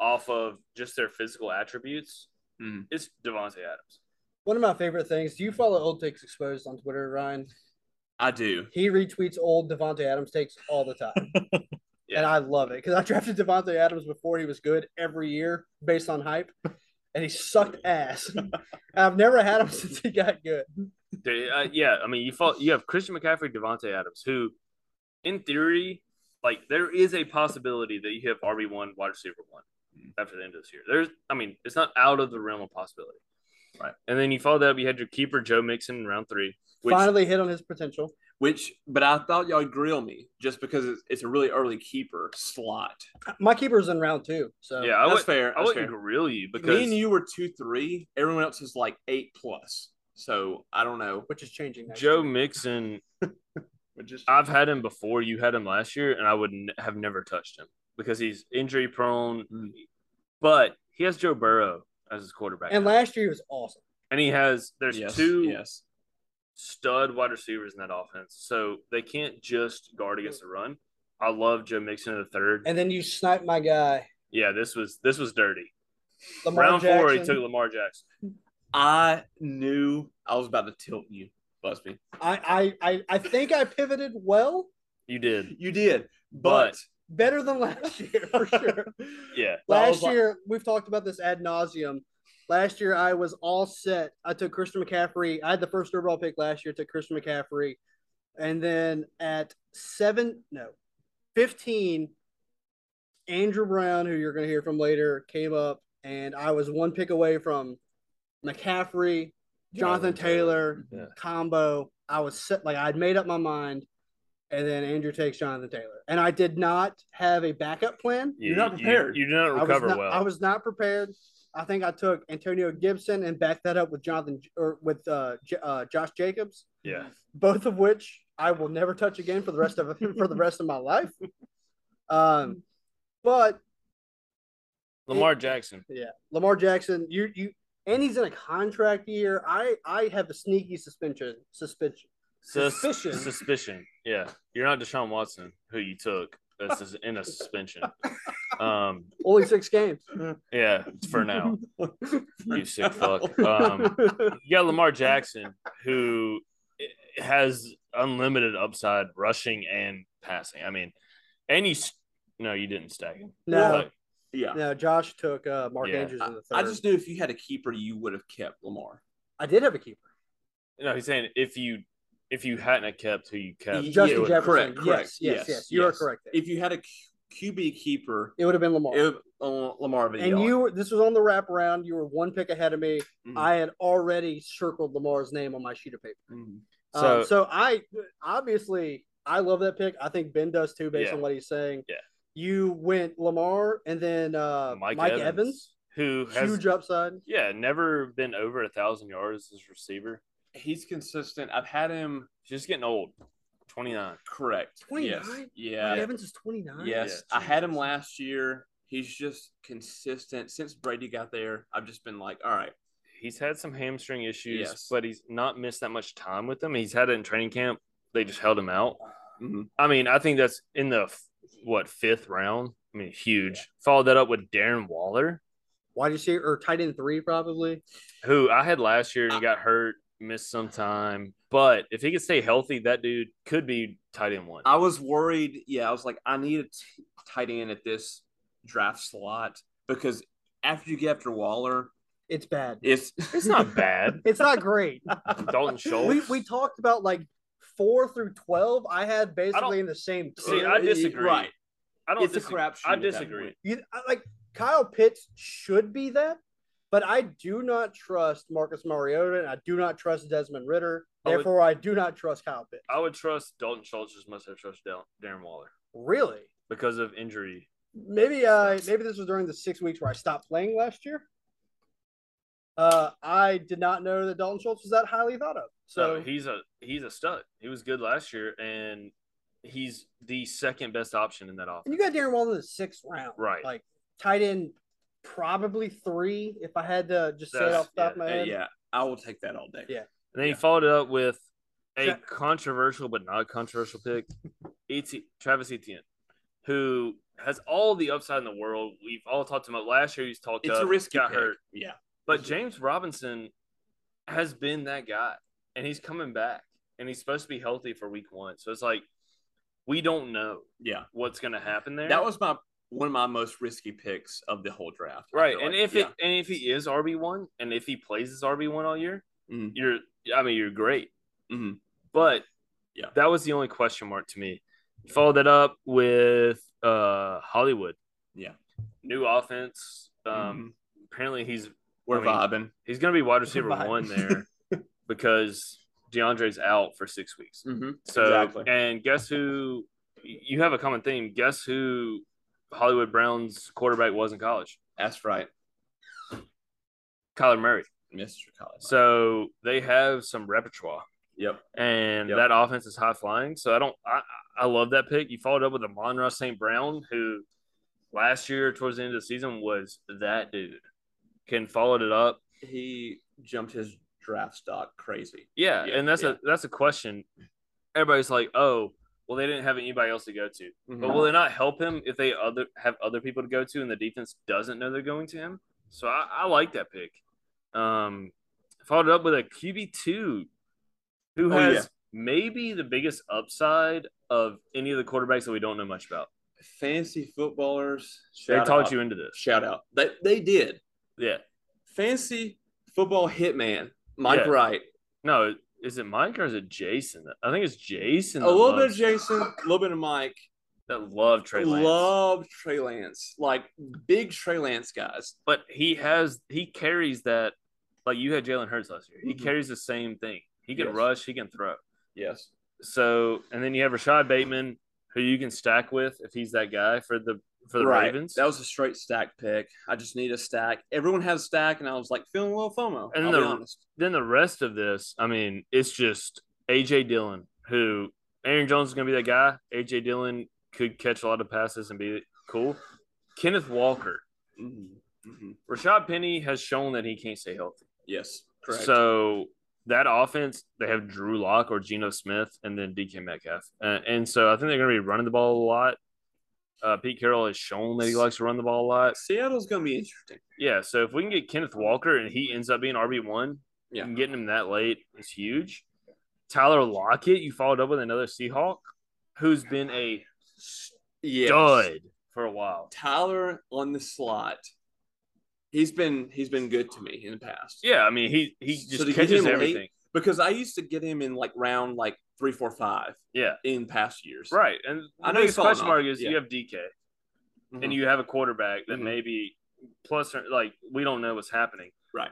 S2: off of just their physical attributes,
S5: Mhm.
S2: it's Devonte Adams.
S1: One of my favorite things. Do you follow Old Takes Exposed on Twitter, Ryan?
S5: I do.
S1: He retweets old Devonte Adams takes all the time. And
S2: Yeah.
S1: I love it because I drafted Devonte Adams before he was good every year based on hype. And he sucked ass. And I've never had him since he got good.
S2: They- uh, yeah, I mean, you fall, you have Christian McCaffrey, Devonte Adams, who, in theory, like there is a possibility that you have RB one wide receiver one
S5: Mm-hmm.
S2: after the end of this year. There's, I mean, it's not out of the realm of possibility.
S5: Right.
S2: And then you follow that up, you had your keeper Joe Mixon in round three, which
S1: Finally hit on his potential.
S5: Which, but I thought y'all would grill me just because it's, it's a really early keeper slot.
S1: My keeper's in round two. So
S2: yeah, I
S5: that's
S2: would.
S5: fair.
S2: I
S5: That's
S2: wouldn't
S5: fair.
S2: grill you because
S5: Me and you were two three. Everyone else is like eight plus. So I don't know.
S1: which is changing. next
S2: Joe
S1: year.
S2: Mixon
S5: But just
S2: I've had him before. You had him last year, and I would n- have never touched him because he's injury prone.
S5: Mm.
S2: But he has Joe Burrow as his quarterback,
S1: And
S2: now.
S1: last year he was awesome.
S2: and he has there's
S5: yes,
S2: two
S5: Yes.
S2: stud wide receivers in that offense, so they can't just guard against the run. I love Joe Mixon in the third.
S1: And then you snipe my guy.
S2: yeah, this was this was dirty.
S1: Lamar
S2: Round
S1: Jackson.
S2: four, he took Lamar Jackson.
S5: I knew I was about to tilt you, Busby.
S1: I, I, I, I think I pivoted well,
S2: You did,
S5: You did,
S2: But-
S5: but,
S1: better than last year for sure.
S2: yeah.
S5: I
S1: last
S5: was like-
S1: year, we've talked about this ad nauseum. Last year, I was all set. I took Christian McCaffrey. I had the first overall pick last year, took Christian McCaffrey. And then at seven, no, 15, Andrew Brown, who you're going to hear from later, came up. And I was one pick away from McCaffrey, Jonathan
S2: Jonathan
S1: Taylor,
S2: Taylor. Yeah.
S1: combo. I was set, like, I'd made up my mind. And then Andrew takes Jonathan Taylor. And I did not have a backup plan.
S2: You,
S5: You're not prepared.
S2: You, you did not
S1: I was
S2: recover
S1: not,
S2: well.
S1: I was not prepared. I think I took Antonio Gibson and backed that up with Jonathan or with uh, J- uh, Josh Jacobs,
S2: yeah,
S1: both of which I will never touch again for the rest of for the rest of my life. Um, but
S2: Lamar Jackson.
S1: yeah, Lamar Jackson, you you and he's in a contract year. I I have a sneaky suspension suspension.
S2: Sus-
S1: Suspicion.
S2: Suspicion. Yeah, you're not Deshaun Watson, who you took. That's just in a suspension. Um,
S1: Only six games.
S2: yeah, for now. You sick fuck. Um, you got Lamar Jackson, who has unlimited upside rushing and passing. I mean, and you. s- No, you didn't stack him.
S1: No,
S2: Like,
S5: Yeah.
S1: no. Josh took uh, Mark
S2: Yeah.
S1: Andrews in the third.
S5: I, I just knew if you had a keeper, you would have kept Lamar.
S1: I did have a keeper.
S2: no, he's saying if you if you hadn't have kept who you kept,
S5: Yeah,
S1: Justin
S2: it would-
S1: Jefferson.
S5: correct, correct.
S1: Yes, yes, yes.
S5: Yes,
S1: You are
S5: yes.
S1: correct. there.
S5: If you had a QB keeper,
S1: It would have been Lamar.
S5: it, uh, Lamar would be
S1: and
S5: yelling.
S1: you, were- this was on the wraparound. You were one pick ahead of me.
S2: Mm-hmm.
S5: Mhm.
S1: I had already circled Lamar's name on my sheet of paper.
S2: Mm-hmm.
S5: Mhm.
S1: So,
S2: um, So-
S1: so I obviously I love that pick. I think Ben does too, based
S2: Yeah.
S1: on what he's saying.
S2: Yeah.
S1: You went Lamar and then uh, Mike,
S2: Mike
S1: Evans,
S2: Evans. who has
S1: huge upside.
S2: yeah never been over a thousand yards as receiver.
S5: He's consistent. I've had him
S2: He's just getting old, twenty nine.
S5: correct.
S1: 29?
S5: Yes.
S1: Mike
S5: Yeah.
S1: Evans is twenty nine.
S5: Yes. I had him last year. He's just consistent. Since Brady got there, I've just been like, all right,
S2: He's had some hamstring issues,
S5: Yes.
S2: but he's not missed that much time with them. He's had it in training camp. They just held him out.
S5: Mhm.
S2: I mean, I think that's in the f- what fifth round. I mean, huge. Followed that up with Darren Waller,
S1: Wide receiver or tight end three probably.
S2: who I had last
S5: Uh.
S2: year and he got hurt, missed some time. But if he could stay healthy, that dude could be tight end one.
S5: I was worried. Yeah, I was like, I need a t- tight end at this draft slot because after you get after Waller,
S1: It's bad.
S5: it's
S2: It's not bad.
S1: It's not great.
S2: Dalton
S1: we
S2: Schultz.
S1: we talked about like four through twelve. I had
S2: don't-
S1: basically in the same.
S2: See,
S1: tier.
S2: I disagree.
S5: Right.
S2: I don't
S5: it's a
S2: disagree.
S5: crapshoot
S2: I
S5: at that
S2: disagree.
S5: point.
S1: You I- like Kyle Pitts should be that, but I do not trust Marcus Mariota and I do not trust Desmond Ritter.
S2: I would-
S1: Therefore, I do not trust Kyle Pitts.
S2: I would trust Dalton Schultz as much as I trust Dal- Darren Waller
S1: Really?
S2: because of injury.
S1: Maybe I maybe this was during the six weeks where I stopped playing last year. Uh, I did not know that Dalton Schultz was that highly thought
S5: Uh,
S1: of.
S2: So
S1: So
S2: he's a he's a stud. He was good last year, and he's the second best option in that
S1: and
S2: offense.
S1: you got Darren Waller in the sixth round,
S2: Right.
S1: Like tight end, probably three. If I had to just say it
S2: That's-
S1: off the top of my
S5: Uh,
S1: head,
S5: yeah, I will take that all day.
S1: Yeah.
S2: and then he
S5: yeah.
S2: followed it up with a
S1: Tra-
S2: controversial but not controversial pick, Et- Travis Etienne, who has all the upside in the world. We've all talked him up last year. He's talked
S5: It's
S2: up.
S5: a risky
S2: got
S5: pick.
S2: hurt.
S5: Yeah.
S2: But James Robinson has been that guy, and he's coming back, and he's supposed to be healthy for week one. So it's like we don't know
S5: Yeah.
S2: what's going to happen there.
S5: That was my one of my most risky picks of the whole draft. I
S2: right,
S5: feel
S2: and
S5: like.
S2: if
S5: Yeah.
S2: it and if he is RB one, and if he plays as RB one all year,
S5: Mhm.
S2: you're I mean you're great,
S5: Mhm.
S2: but
S5: Yeah.
S2: that was the only question mark to me. Followed that up with uh Hollywood,
S5: Yeah.
S2: new offense. Um,
S5: Mhm.
S2: apparently he's
S5: we're
S2: I mean,
S5: vibing.
S2: He's going to be wide receiver
S1: Right.
S2: one there because DeAndre's out for six weeks.
S5: Mm-hmm.
S2: So,
S5: Exactly.
S2: and guess who? You have a common theme. Guess who Hollywood Brown's quarterback was in college?
S5: That's right,
S2: Kyler Murray.
S5: Mr. Collins.
S2: So they have some repertoire,
S5: yep.
S2: and
S5: Yep.
S2: that offense is high flying. So I don't, I, I love that pick. You followed up with Amonra St. Brown, who last year towards the end of the season was that dude. Can followed it up
S5: He jumped his draft stock crazy.
S2: Yeah,
S5: Yeah,
S2: and that's
S5: yeah.
S2: a that's a question. Everybody's like, oh, well, they didn't have anybody else to go to, but will they not help him if they other have other people to go to, and the defense doesn't know they're going to him? So I, I like that pick. Um, followed up with a QB two, who
S5: Oh,
S2: has
S5: yeah.
S2: maybe the biggest upside of any of the quarterbacks that we don't know much about.
S5: Fantasy footballers.
S2: they
S5: shout
S2: taught
S5: out.
S2: you into this,
S5: Shout out. They they did.
S2: yeah.
S5: Fantasy football hitman Mike
S2: Yeah.
S5: Wright.
S2: No, is it Mike or is it Jason? I think it's Jason.
S5: A
S2: that
S5: little bit of
S2: loves-
S5: Jason, a little bit of Mike.
S2: that love Trey Lance.
S5: Love Trey Lance, like big Trey Lance guys.
S2: but he has he carries that like you had Jalen Hurts last year. He
S5: Mhm.
S2: carries the same thing. He can
S5: Yes.
S2: rush, he can throw.
S5: Yes.
S2: So and then you have Rashad Bateman, who you can stack with if he's that guy for the for the Ravens.
S5: That was a straight stack pick. I just need a stack. Everyone has a stack, and I was like feeling a little FOMO.
S2: And
S5: I'll
S2: the-
S5: be honest.
S2: then the rest of this, I mean, it's just AJ Dillon, who Aaron Jones is gonna be that guy. AJ Dillon could catch a lot of passes and be cool. Kenneth Walker.
S5: Mhm. Mhm.
S2: Rashad Penny has shown that he can't stay healthy.
S5: Yes, correct.
S2: So that offense, they have Drew Lock or Geno Smith, and then DK Metcalf, uh, and so I think they're going to be running the ball a lot. Uh, Pete Carroll has shown that he likes to run the ball a lot.
S5: Seattle's gonna be interesting.
S2: Yeah, so if we can get Kenneth Walker and he ends up being RB one,
S5: Yeah.
S2: and getting him that late is huge. Tyler Lockett, you followed up with another Seahawk, who's been a
S5: Yeah.
S2: dud for a while.
S5: Tyler on the slot. He's been he's been good to me in the past.
S2: Yeah, I mean he he
S5: So
S2: just
S5: to get him
S2: catches
S5: late-
S2: everything.
S5: Because I used to get him in like round like three, four, five
S2: Yeah,
S5: in past years.
S2: right. And the
S5: I know he's
S2: biggest
S5: fallen
S2: question mark
S5: off.
S2: is
S5: Yeah. Mm-hmm.
S2: you have DK. and you have a quarterback that
S5: Mhm.
S2: maybe plus or- like we don't know what's happening.
S5: Right.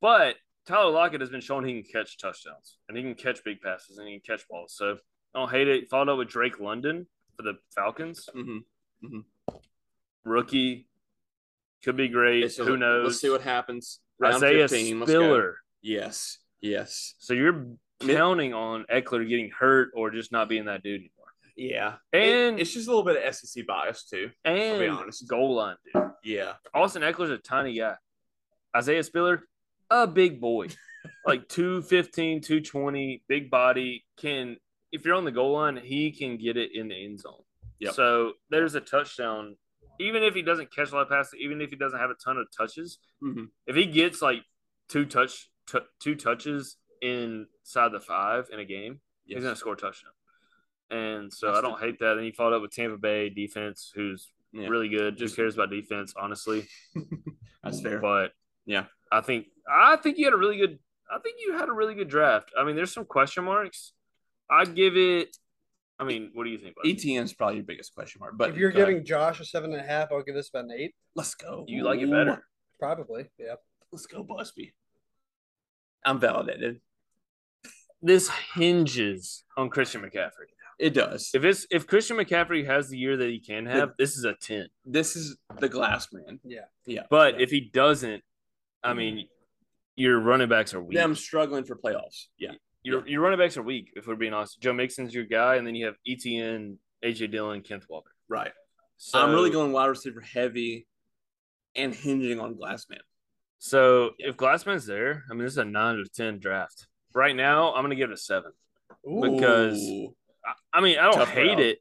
S2: But Tyler Lockett has been shown he can catch touchdowns and he can catch big passes and he can catch balls. So I don't hate it. Followed up with Drake London for the Falcons.
S5: Mhm.
S2: Rookie. Could be
S5: Okay,
S2: great.
S5: so
S2: Who
S5: let-
S2: knows?
S5: Let's see what happens. Round
S2: Isaiah
S5: 15, let's go.
S2: Spiller.
S5: Yes. Yes.
S2: So you're counting on Eckler getting hurt or just not being that dude anymore.
S5: Yeah.
S2: And-
S5: It- it's just a little bit of SEC bias too.
S2: And
S5: honest.
S2: goal line dude.
S5: Yeah.
S2: Austin Eckler's a tiny guy. Isaiah Spiller, a big boy. like 215, 220, big body. Can if you're on the goal line, he can get it in the end zone.
S5: Yep.
S2: So there's a touchdown. Even if he doesn't catch a lot of passes, even if he doesn't have a ton of touches,
S5: Mhm.
S2: if he gets like two touch t- two touches inside the five in a game,
S5: Yes.
S2: he's gonna score a touchdown. And so
S5: That's
S2: I don't hate that. And he followed up with Tampa Bay defense, who's
S5: Yeah.
S2: really good. Just
S5: Just-
S2: cares about defense, honestly.
S5: That's fair.
S2: Mm, But
S5: Yeah.
S2: I think I think you had a really good. I think you had a really good draft. I mean, there's some question marks. I give it. I mean, what do you think? Bud?
S5: ETN's probably your biggest question mark. But
S1: if you're
S5: go ahead.
S1: giving Josh a seven and a half, I'll give this about an eight,
S5: let's go.
S2: You like it better.
S1: probably. Yeah.
S5: Let's go, Busby. I'm validated.
S2: This hinges on Christian McCaffrey.
S5: It does.
S2: If it's if Christian McCaffrey has the year that he can have, this is a ten.
S5: this is the glass man.
S2: But if he doesn't, I mean, your running backs are weak.
S5: Them struggling for playoffs. Yeah.
S2: your your running backs are weak. If we're being honest, Joe Mixon's your guy, and then you have E ETN, AJ Dillon, Kenneth Walker.
S5: Right.
S2: So
S5: I'm really going wide receiver heavy and hinging on glass man.
S2: So if Glassman's there, I mean, this is a nine to ten draft. Right now, I'm going to give it a seven. Because-
S5: Ooh.
S2: I, I mean, I don't
S5: Tough
S2: hate
S5: route.
S2: it,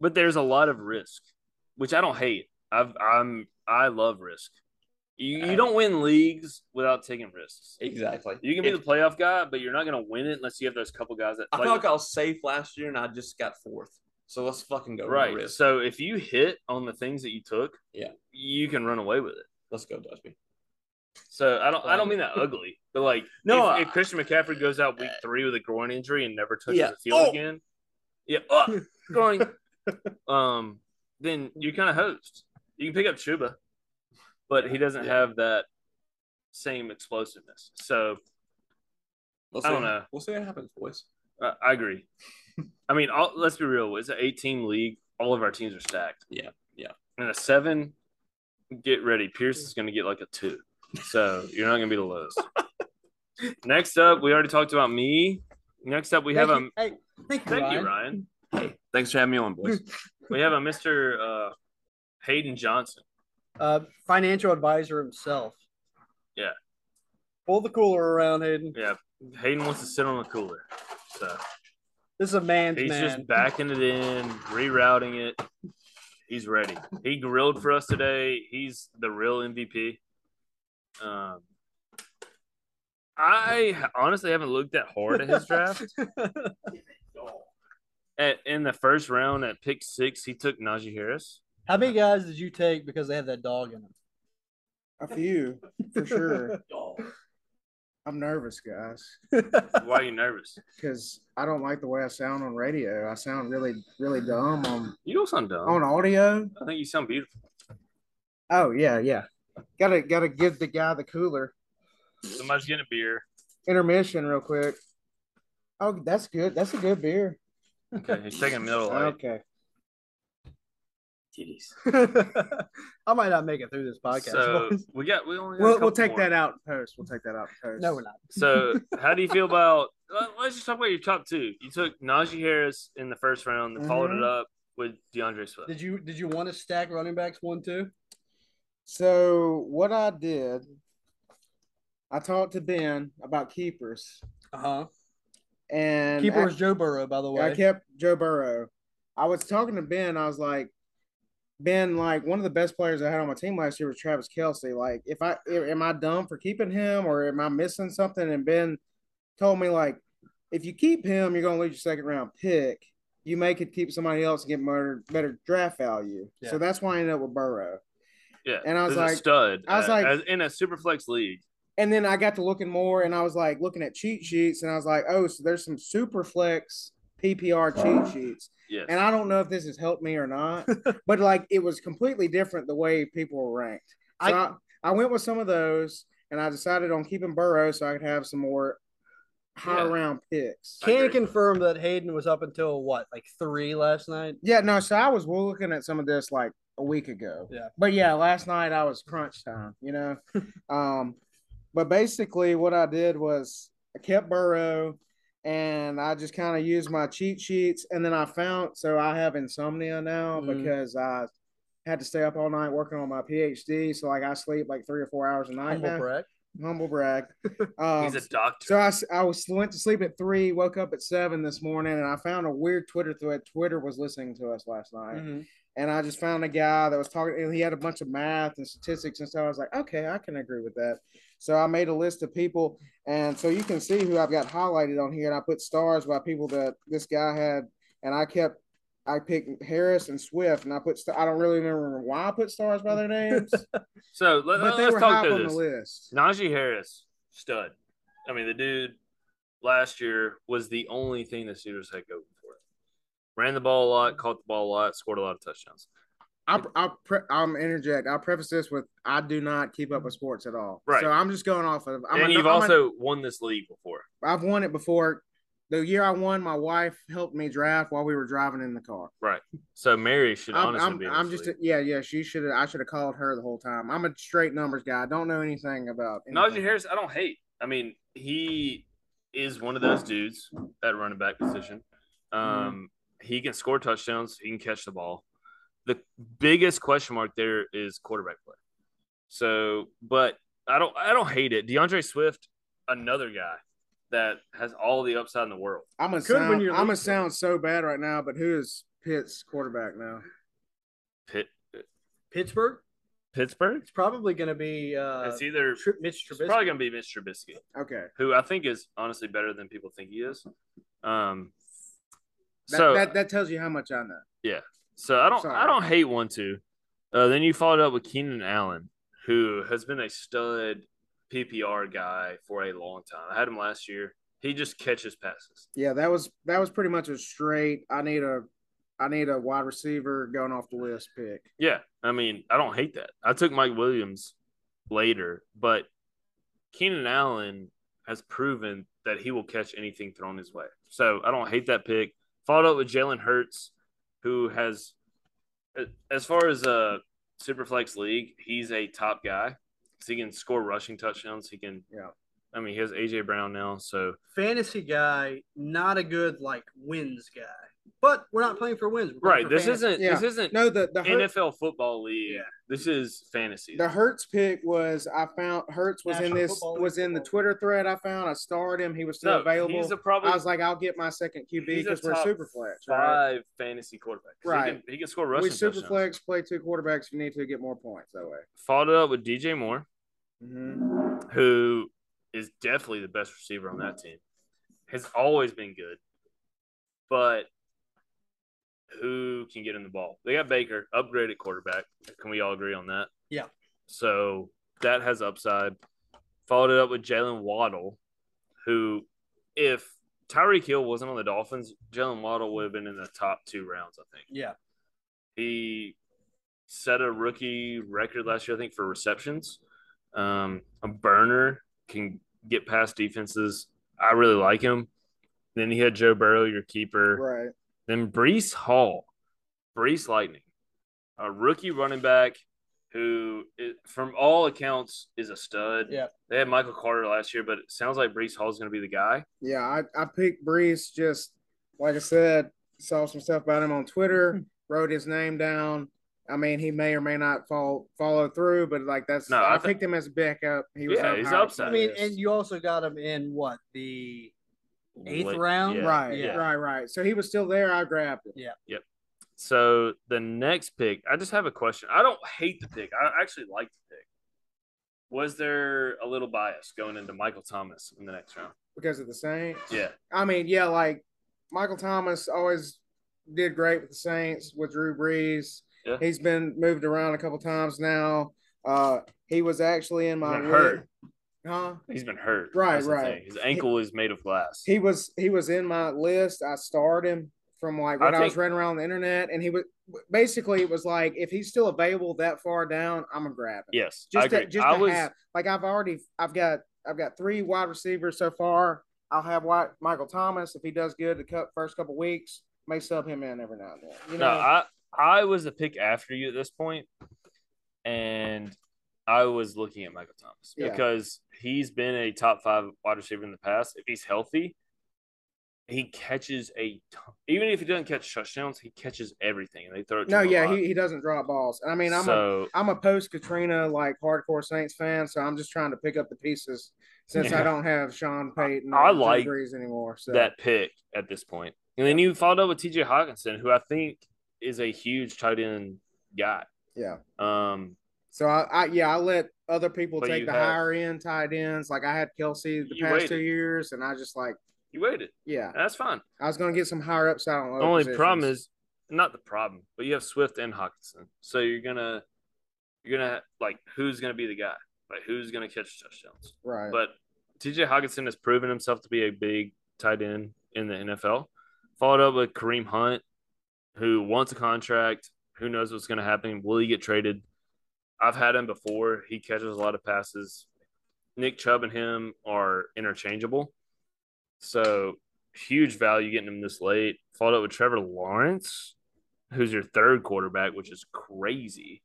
S2: but there's a lot of risk, which I don't hate. I've, I'm I love risk. You, you don't win leagues without taking risks.
S5: exactly.
S2: You can be the playoff guy, but you're not going to win it unless you have those couple guys that.
S5: I
S2: like-
S5: felt like I was safe last year and I just got fourth. So let's fucking go.
S2: right.
S5: Risk.
S2: So if you hit on the things that you took,
S5: Yeah.
S2: you can run away with it.
S5: Let's go, Busby.
S2: So I don't I don't mean that ugly, but like
S5: Um, No,
S2: if,
S5: I- Uh,
S2: if Christian McCaffrey goes out week three with a groin injury and never touches
S5: Yeah.
S2: the field
S5: Oh.
S2: again, yeah, oh, groin, um, then you're kind of hosed. You can pick up Chuba, but he doesn't
S5: Yeah.
S2: have that same explosiveness. So
S5: We'll
S2: I
S5: see.
S2: don't know.
S5: We'll see what happens, boys.
S2: I I agree. I mean, all, let's be real. It's an eight team league. All of our teams are stacked.
S5: Yeah, yeah.
S2: And a seven, get ready. Pierce is going to get like a two. So you're not going to be the lowest. Next up, we already talked about me. Next up, we have a.
S1: hey, thank you,
S2: Thank
S1: Ryan.
S2: you, Ryan.
S5: Thanks for having me on, boys.
S2: We have a Mr. Uh, Hayden Johnson.
S1: Uh, financial advisor himself.
S2: Yeah.
S1: Pull the cooler around, Hayden.
S2: Yeah. Hayden wants to sit on the cooler. So
S1: This is a man's
S2: he's
S1: man.
S2: just backing it in, rerouting it. He's ready. He grilled for us today. He's the real MVP. Um, I honestly haven't looked that hard at his draft. at, in the first round at pick six, he took Najee Harris.
S1: How many guys did you take because they have that dog in them?
S4: A few, for sure. I'm nervous, guys,
S2: Why are you nervous?
S4: because I don't like the way I sound on radio. I sound really, really dumb on
S2: You don't sound dumb.
S4: on audio.
S2: I think you sound beautiful.
S4: Oh yeah, yeah. Gotta gotta give the guy the cooler.
S2: Somebody's getting a beer.
S4: Intermission real quick. Oh, that's good. That's a good beer.
S2: Okay, he's taking a middle light.
S4: Okay.
S1: I might not make it through this podcast.
S2: so
S1: boys.
S2: we got we only got a
S4: We'll, we'll
S2: couple
S4: take
S2: more.
S4: that out in post. We'll take that out in post.
S1: No, we're not.
S2: So, how do you feel about? let- Let's just talk about your top two. You took Najee Harris in the first round, then followed it
S4: Mm-hmm.
S2: up with DeAndre Swift.
S1: Did you did you want to stack running backs one two?
S4: So what I did, I talked to Ben about keepers,
S1: Uh huh.
S4: and
S1: Keeper was Joe Burrow, by the
S4: I
S1: way.
S4: kept Joe Burrow. I was talking to Ben. I was like, Ben, like one of the best players I had on my team last year was Travis Kelsey. Like, if I am I dumb for keeping him, or am I missing something? And Ben told me like, if you keep him, you're gonna lose your second round pick. You may could keep somebody else and get better better draft value.
S1: Yeah.
S4: So that's why I ended up with Burrow.
S2: Yeah,
S4: and I
S2: this is
S4: was
S2: a
S4: like-
S2: stud.
S4: I was
S2: uh,
S4: like-
S2: as, in a super flex league.
S4: and then I got to looking more and I was like looking at cheat sheets and I was like, oh, so there's some super flex PPR cheat sheets.
S2: Yes.
S4: And I don't know if this has helped me or not, but like it was completely different the way people were ranked. So I, I, went with some of those and I decided on keeping Burrow so I could have some more high
S2: Yeah.
S4: round picks.
S2: I
S1: Can
S2: agree.
S1: confirm that Hayden was up until what, like three last night?
S4: Yeah, no, so I was looking at some of this like a week ago.
S1: Yeah.
S4: But yeah, last night I was crunch time, you know. um, but basically what I did was I kept Burrow and I just kind of used my cheat sheets and then I found so I have insomnia now
S1: Mm.
S4: because I had to stay up all night working on my PhD. So like I sleep like three or four hours a night.
S1: Humble
S4: now.
S1: brag.
S4: Humble brag. Um,
S2: He's a doctor.
S4: so I, s- I was went to sleep at three, woke up at seven this morning, and I found a weird Twitter thread. Twitter was listening to us last night,
S2: Mm-hmm.
S4: and I just found a guy that was talking, and he had a bunch of math and statistics and stuff. I was like, okay, I can agree with that. So I made a list of people, and so you can see who I've got highlighted on here, and I put stars by people that this guy had, and I kept. I picked Harris and Swift, and I put. St- I don't really remember why I put stars by their names,
S2: So let,
S4: but they
S2: us
S4: were high
S2: talk
S4: up on
S2: through
S4: the
S2: this.
S4: list.
S2: Najee Harris, stud. I mean, the dude last year was the only thing the Steelers had going for it. Ran the ball a lot, caught the ball a lot, scored a lot of touchdowns.
S4: I'll, I'll pre- I'm interject. I'll preface this with I do not keep up with sports at all.
S2: Mm-hmm. Right.
S4: So I'm just going off of. I'm
S2: and
S4: a-
S2: you've
S4: I'm a-
S2: also won this league before.
S4: I've won it before. The year I won, my wife helped me draft while we were driving in the car.
S2: So Mary should
S4: I'm,
S2: honestly
S4: I'm,
S2: be. in
S4: I'm
S2: this
S4: just
S2: league.
S4: a, yeah yeah. She should have. I should have called her the whole time. I'm a straight numbers guy. I don't know anything about.
S2: Najee
S4: anything.
S2: Harris, I don't hate. I mean, he is one of those dudes at running back position. Um, He can score touchdowns. He can catch the ball. The biggest question mark there is quarterback play. So, but I don't, I don't hate it. DeAndre Swift, another guy that has all the upside in the world.
S4: I'm a
S1: Could win
S4: sound.
S1: your
S4: I'm a
S1: league.
S4: sound so bad right now. But who is Pitt's quarterback now?
S2: Pitt,
S1: Pittsburgh?
S2: Pittsburgh.
S1: It's probably going to be uh,
S2: it's either
S1: Tri- Mitch
S2: it's
S1: Trubisky.
S2: probably gonna be Mr. Trubisky.
S4: Okay.
S2: who I think is honestly better than people think he is. Um,
S4: That,
S2: so
S4: that that tells you how much I know.
S2: so I don't
S4: sorry.
S2: I don't hate one two. Uh, then you followed up with Keenan Allen, who has been a stud PPR guy for a long time. I had him last year. He just catches passes.
S4: Yeah, that was that was pretty much a straight. I need a, I need a wide receiver going off the list pick.
S2: Yeah, I mean I don't hate that. I took Mike Williams later, but Keenan Allen has proven that he will catch anything thrown his way. So I don't hate that pick. Followed up with Jalen Hurts, who has, as far as a superflex league, he's a top guy. 'Cause he can score rushing touchdowns. He can.
S4: Yeah.
S2: I mean, he has AJ Brown now, so
S1: Fantasy guy, not a good like wins guy. But we're not playing for wins. We're playing
S2: right.
S1: for
S2: This
S1: fantasy.
S2: isn't. This isn't
S4: No, the the Hurts,
S2: NFL football league.
S1: Yeah.
S2: This is fantasy.
S4: the Hertz pick was I found Hertz was in
S1: National
S4: this
S1: Football League
S4: was in the
S1: football.
S4: Twitter thread I found. I starred him. He was still
S2: no,
S4: available.
S2: he's
S4: I
S2: a probably
S4: was like, I'll get my second QB
S2: he's a
S4: because we're
S2: top
S4: super flex. Right?
S2: five fantasy quarterback. 'Cause
S4: Right.
S2: He can, he can score
S4: We
S2: rushing
S4: super
S2: touchdowns.
S4: flex play two quarterbacks. You need to get more points that way.
S2: Followed it up with DJ Moore,
S4: Mhm.
S2: who is definitely the best receiver on that team. Has always been good, but who can get in the ball? They got Baker, upgraded quarterback. Can we all agree on that?
S1: Yeah.
S2: So that has upside. Followed it up with Jalen Waddle, who, if Tyreek Hill wasn't on the Dolphins, Jalen Waddle would have been in the top two rounds, I think.
S1: Yeah.
S2: He set a rookie record last year, I think, for receptions. Um, a burner can get past defenses. I really like him. Then he had Joe Burrow, your keeper.
S4: Right.
S2: Then Brees Hall, Brees Lightning, a rookie running back who, i- from all accounts, is a stud.
S1: Yeah.
S2: They had Michael Carter last year, but it sounds like Brees Hall is going to be the guy.
S4: Yeah, I, I picked Brees just like I said, saw some stuff about him on Twitter, wrote his name down. I mean, he may or may not fall follow through, but like that's
S2: No,
S4: I,
S2: I thi-
S4: picked him as a backup. He was
S2: Yeah,
S4: up
S2: he's
S4: high.
S2: upside.
S1: I mean,
S4: Yes.
S1: and you also got him in what the Eighth
S2: Late-
S1: round?
S2: yeah,
S4: right,
S2: yeah.
S4: right, right. So he was still there. I grabbed it.
S2: So the next pick, I just have a question. I don't hate the pick. I actually like the pick. Was there a little bias going into Michael Thomas in the next round?
S4: because of the Saints.
S2: Yeah.
S4: I mean, yeah, like Michael Thomas always did great with the Saints with Drew Brees.
S2: Yeah.
S4: He's been moved around a couple times now. Uh, he was actually in my
S2: He's been hurt.
S4: Huh?
S2: He's been hurt.
S4: Right,
S2: That's the
S4: right.
S2: thing. His ankle is made of glass.
S4: He was he was in my list. I starred him from like when
S2: I
S4: I, was
S2: think-
S4: running around the internet, and he was basically it was like if he's still available that far down, I'm gonna grab him.
S2: yes, I
S4: just
S2: agree.
S4: to, just
S2: I
S4: to
S2: was
S4: have like I've already I've got I've got three wide receivers so far. I'll have wide, Michael Thomas if he does good the cou- first couple weeks. May sub him in every now and then. You
S2: no,
S4: know,
S2: I I was the pick after you at this point, and I was looking at Michael Thomas
S4: Yeah.
S2: because he's been a top five wide receiver in the past. If he's healthy, he catches a ton. even if he doesn't catch touchdowns, he catches everything, and they throw it. To
S4: no,
S2: him a
S4: yeah,
S2: lot.
S4: he, he doesn't drop balls. And I mean, I'm a
S2: so
S4: I'm a post Katrina like hardcore Saints fan, so I'm just trying to pick up the pieces since
S2: Yeah.
S4: I don't have Sean Payton or
S2: I
S4: Drew
S2: like
S4: Brees anymore. So
S2: that pick at this point, and then you followed up with T.J. Hawkinson, who I think is a huge tight end guy.
S4: yeah.
S2: Um,
S4: So I, I yeah, I let other people
S2: But you
S4: take the
S2: have-
S4: higher end tight ends. Like I had Kelsey the
S2: You
S4: past
S2: waited.
S4: two years, and I just like
S2: you waited.
S4: yeah.
S2: That's fine.
S4: I was gonna get some higher upside on.
S2: The
S4: other
S2: only
S4: positions.
S2: problem is not the problem, but you have Swift and Hawkinson, so you're gonna you're gonna like who's gonna be the guy, like who's gonna catch touchdowns.
S4: right.
S2: But T.J. Hawkinson has proven himself to be a big tight end in the NFL. Followed up with Kareem Hunt, who wants a contract. Who knows what's gonna happen? Will he get traded? I've had him before. He catches a lot of passes. Nick Chubb and him are interchangeable. So huge value getting him this late. Followed up with Trevor Lawrence, who's your third quarterback, which is crazy.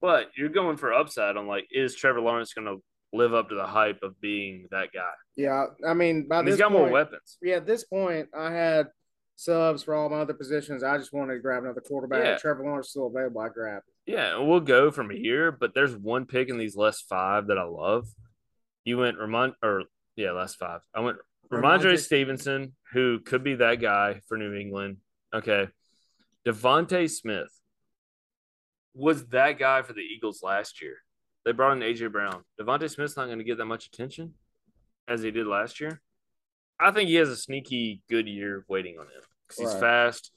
S2: But you're going for upside on like, is Trevor Lawrence going to live up to the hype of being that guy?
S4: yeah, I mean, by
S2: And he's
S4: this
S2: got
S4: point,
S2: more weapons.
S4: yeah, at this point, I had subs for all my other positions. I just wanted to grab another quarterback.
S2: Yeah.
S4: Trevor Lawrence is still available. I grabbed.
S2: Yeah, and we'll go from here. But there's one pick in these last five that I love. You went Ramon, or yeah, last five. I went Ramondre
S4: Ramondre-
S2: Stevenson, who could be that guy for New England. Okay, Devonte Smith was that guy for the Eagles last year. They brought in AJ Brown. Devonte Smith's not going to get that much attention as he did last year. I think he has a sneaky good year waiting on him because he's
S4: Right.
S2: fast.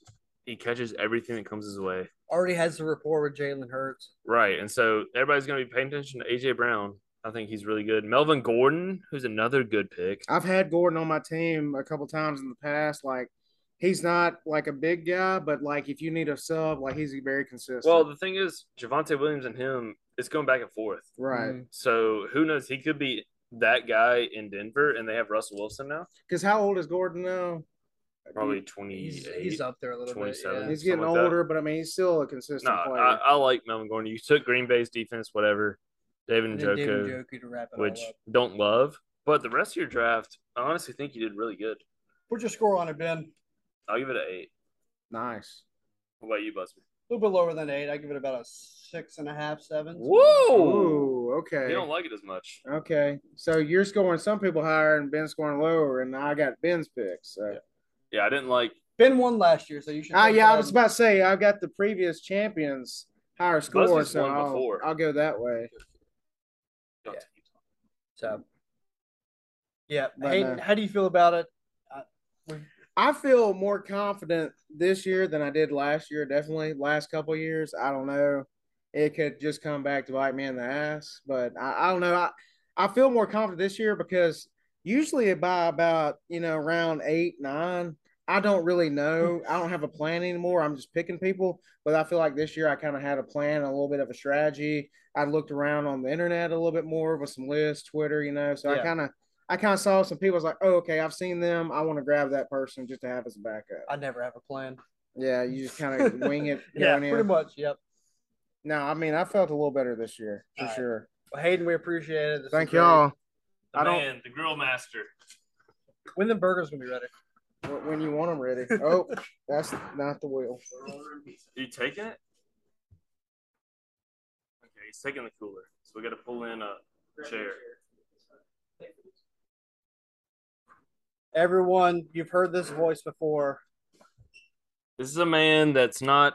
S2: He catches everything that comes his way.
S1: Already has the rapport with Jalen Hurts.
S2: Right. And so everybody's going to be paying attention to AJ Brown. I think he's really good. Melvin Gordon, who's another good pick.
S4: I've had Gordon on my team a couple times in the past. Like, he's not like a big guy, but like if you need a sub, like he's very consistent.
S2: Well, the thing is, Javante Williams and him, it's going back and forth.
S4: right?
S1: Mm,
S2: So who knows? He could be that guy in Denver, and they have Russell Wilson now,
S4: Because how old is Gordon now?
S2: probably
S1: He's
S2: 28.
S1: he's up there a little bit.
S2: 27.
S1: Yeah.
S4: He's getting
S2: something like that.
S4: older, but I mean, he's still a consistent
S2: no,
S4: player.
S2: I, I like Melvin Gordon. You took Green Bay's defense, whatever. David
S1: And
S2: and
S1: then David
S2: Joku,
S1: Njoku to wrap it
S2: which
S1: all up.
S2: don't love. But the rest of your draft, I honestly think you did really good.
S6: Put your score on it, Ben.
S2: I'll give it an eight.
S4: nice.
S2: What about you, Busby?
S6: A little bit lower than eight. I give it about a six and a half, seven.
S4: Ooh, okay.
S2: Oh. You don't like it as much.
S4: Okay, so you're scoring some people higher and Ben's scoring lower, and I got Ben's pick. So,
S2: Yeah, I didn't like
S6: Ben won last year, so you should.
S4: Ah,
S6: take
S4: yeah, I
S6: that.
S4: was about to say I got the previous champions higher score,
S2: Buzzer's
S4: so
S2: won
S4: I'll,
S2: before.
S4: I'll go that way.
S2: Yeah.
S1: So yeah.
S4: But,
S1: Hayden,
S4: uh,
S1: how do you feel about it?
S4: I feel more confident this year than I did last year. Definitely, last couple of years, I don't know. It could just come back to bite me in the ass, but I, I don't know. I, I feel more confident this year because usually by about you know round eight nine, I don't really know. I don't have a plan anymore. I'm just picking people. But I feel like this year I kind of had a plan, a little bit of a strategy. I looked around on the internet a little bit more with some lists, Twitter, you know. So I
S1: Yeah.
S4: kind of I kind of saw some people. I was like, oh, okay, I've seen them. I want to grab that person just to have as a backup.
S1: I never have a plan.
S4: Yeah, you just kind of wing it
S1: Yeah,
S4: going
S1: pretty
S4: in.
S1: much. Yep.
S4: No, I mean, I felt a little better this year for
S1: All right.
S4: sure.
S1: Well, Hayden, we appreciate it. This was
S4: Thank
S1: great.
S4: y'all.
S2: The
S4: I don't-
S2: man, the grill master.
S1: When the burger's gonna be ready?
S4: Wh- When you want them ready. Oh, that's not the wheel.
S2: Are you taking it? Okay, he's taking the cooler. So we got to pull in a chair.
S1: Everyone, you've heard this voice before.
S2: This is a man that's not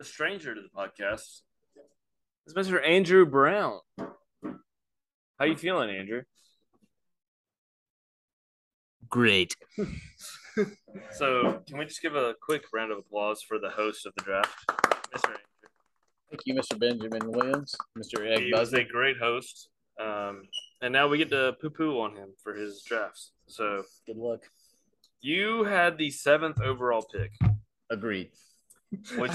S2: a stranger to the podcast. It's Mr. Andrew Brown. How you feeling, Andrew?
S7: Great.
S2: So, can we just give a quick round of applause for the host of the draft, Mr. Andrew?
S8: Thank you, Mr. Benjamin Williams, Mr. Egg
S2: He was
S8: Buzzer.
S2: a great host. Um, and now we get to poo poo on him for his drafts. So
S7: Good luck.
S2: you had the seventh overall pick,
S7: Agreed.
S2: which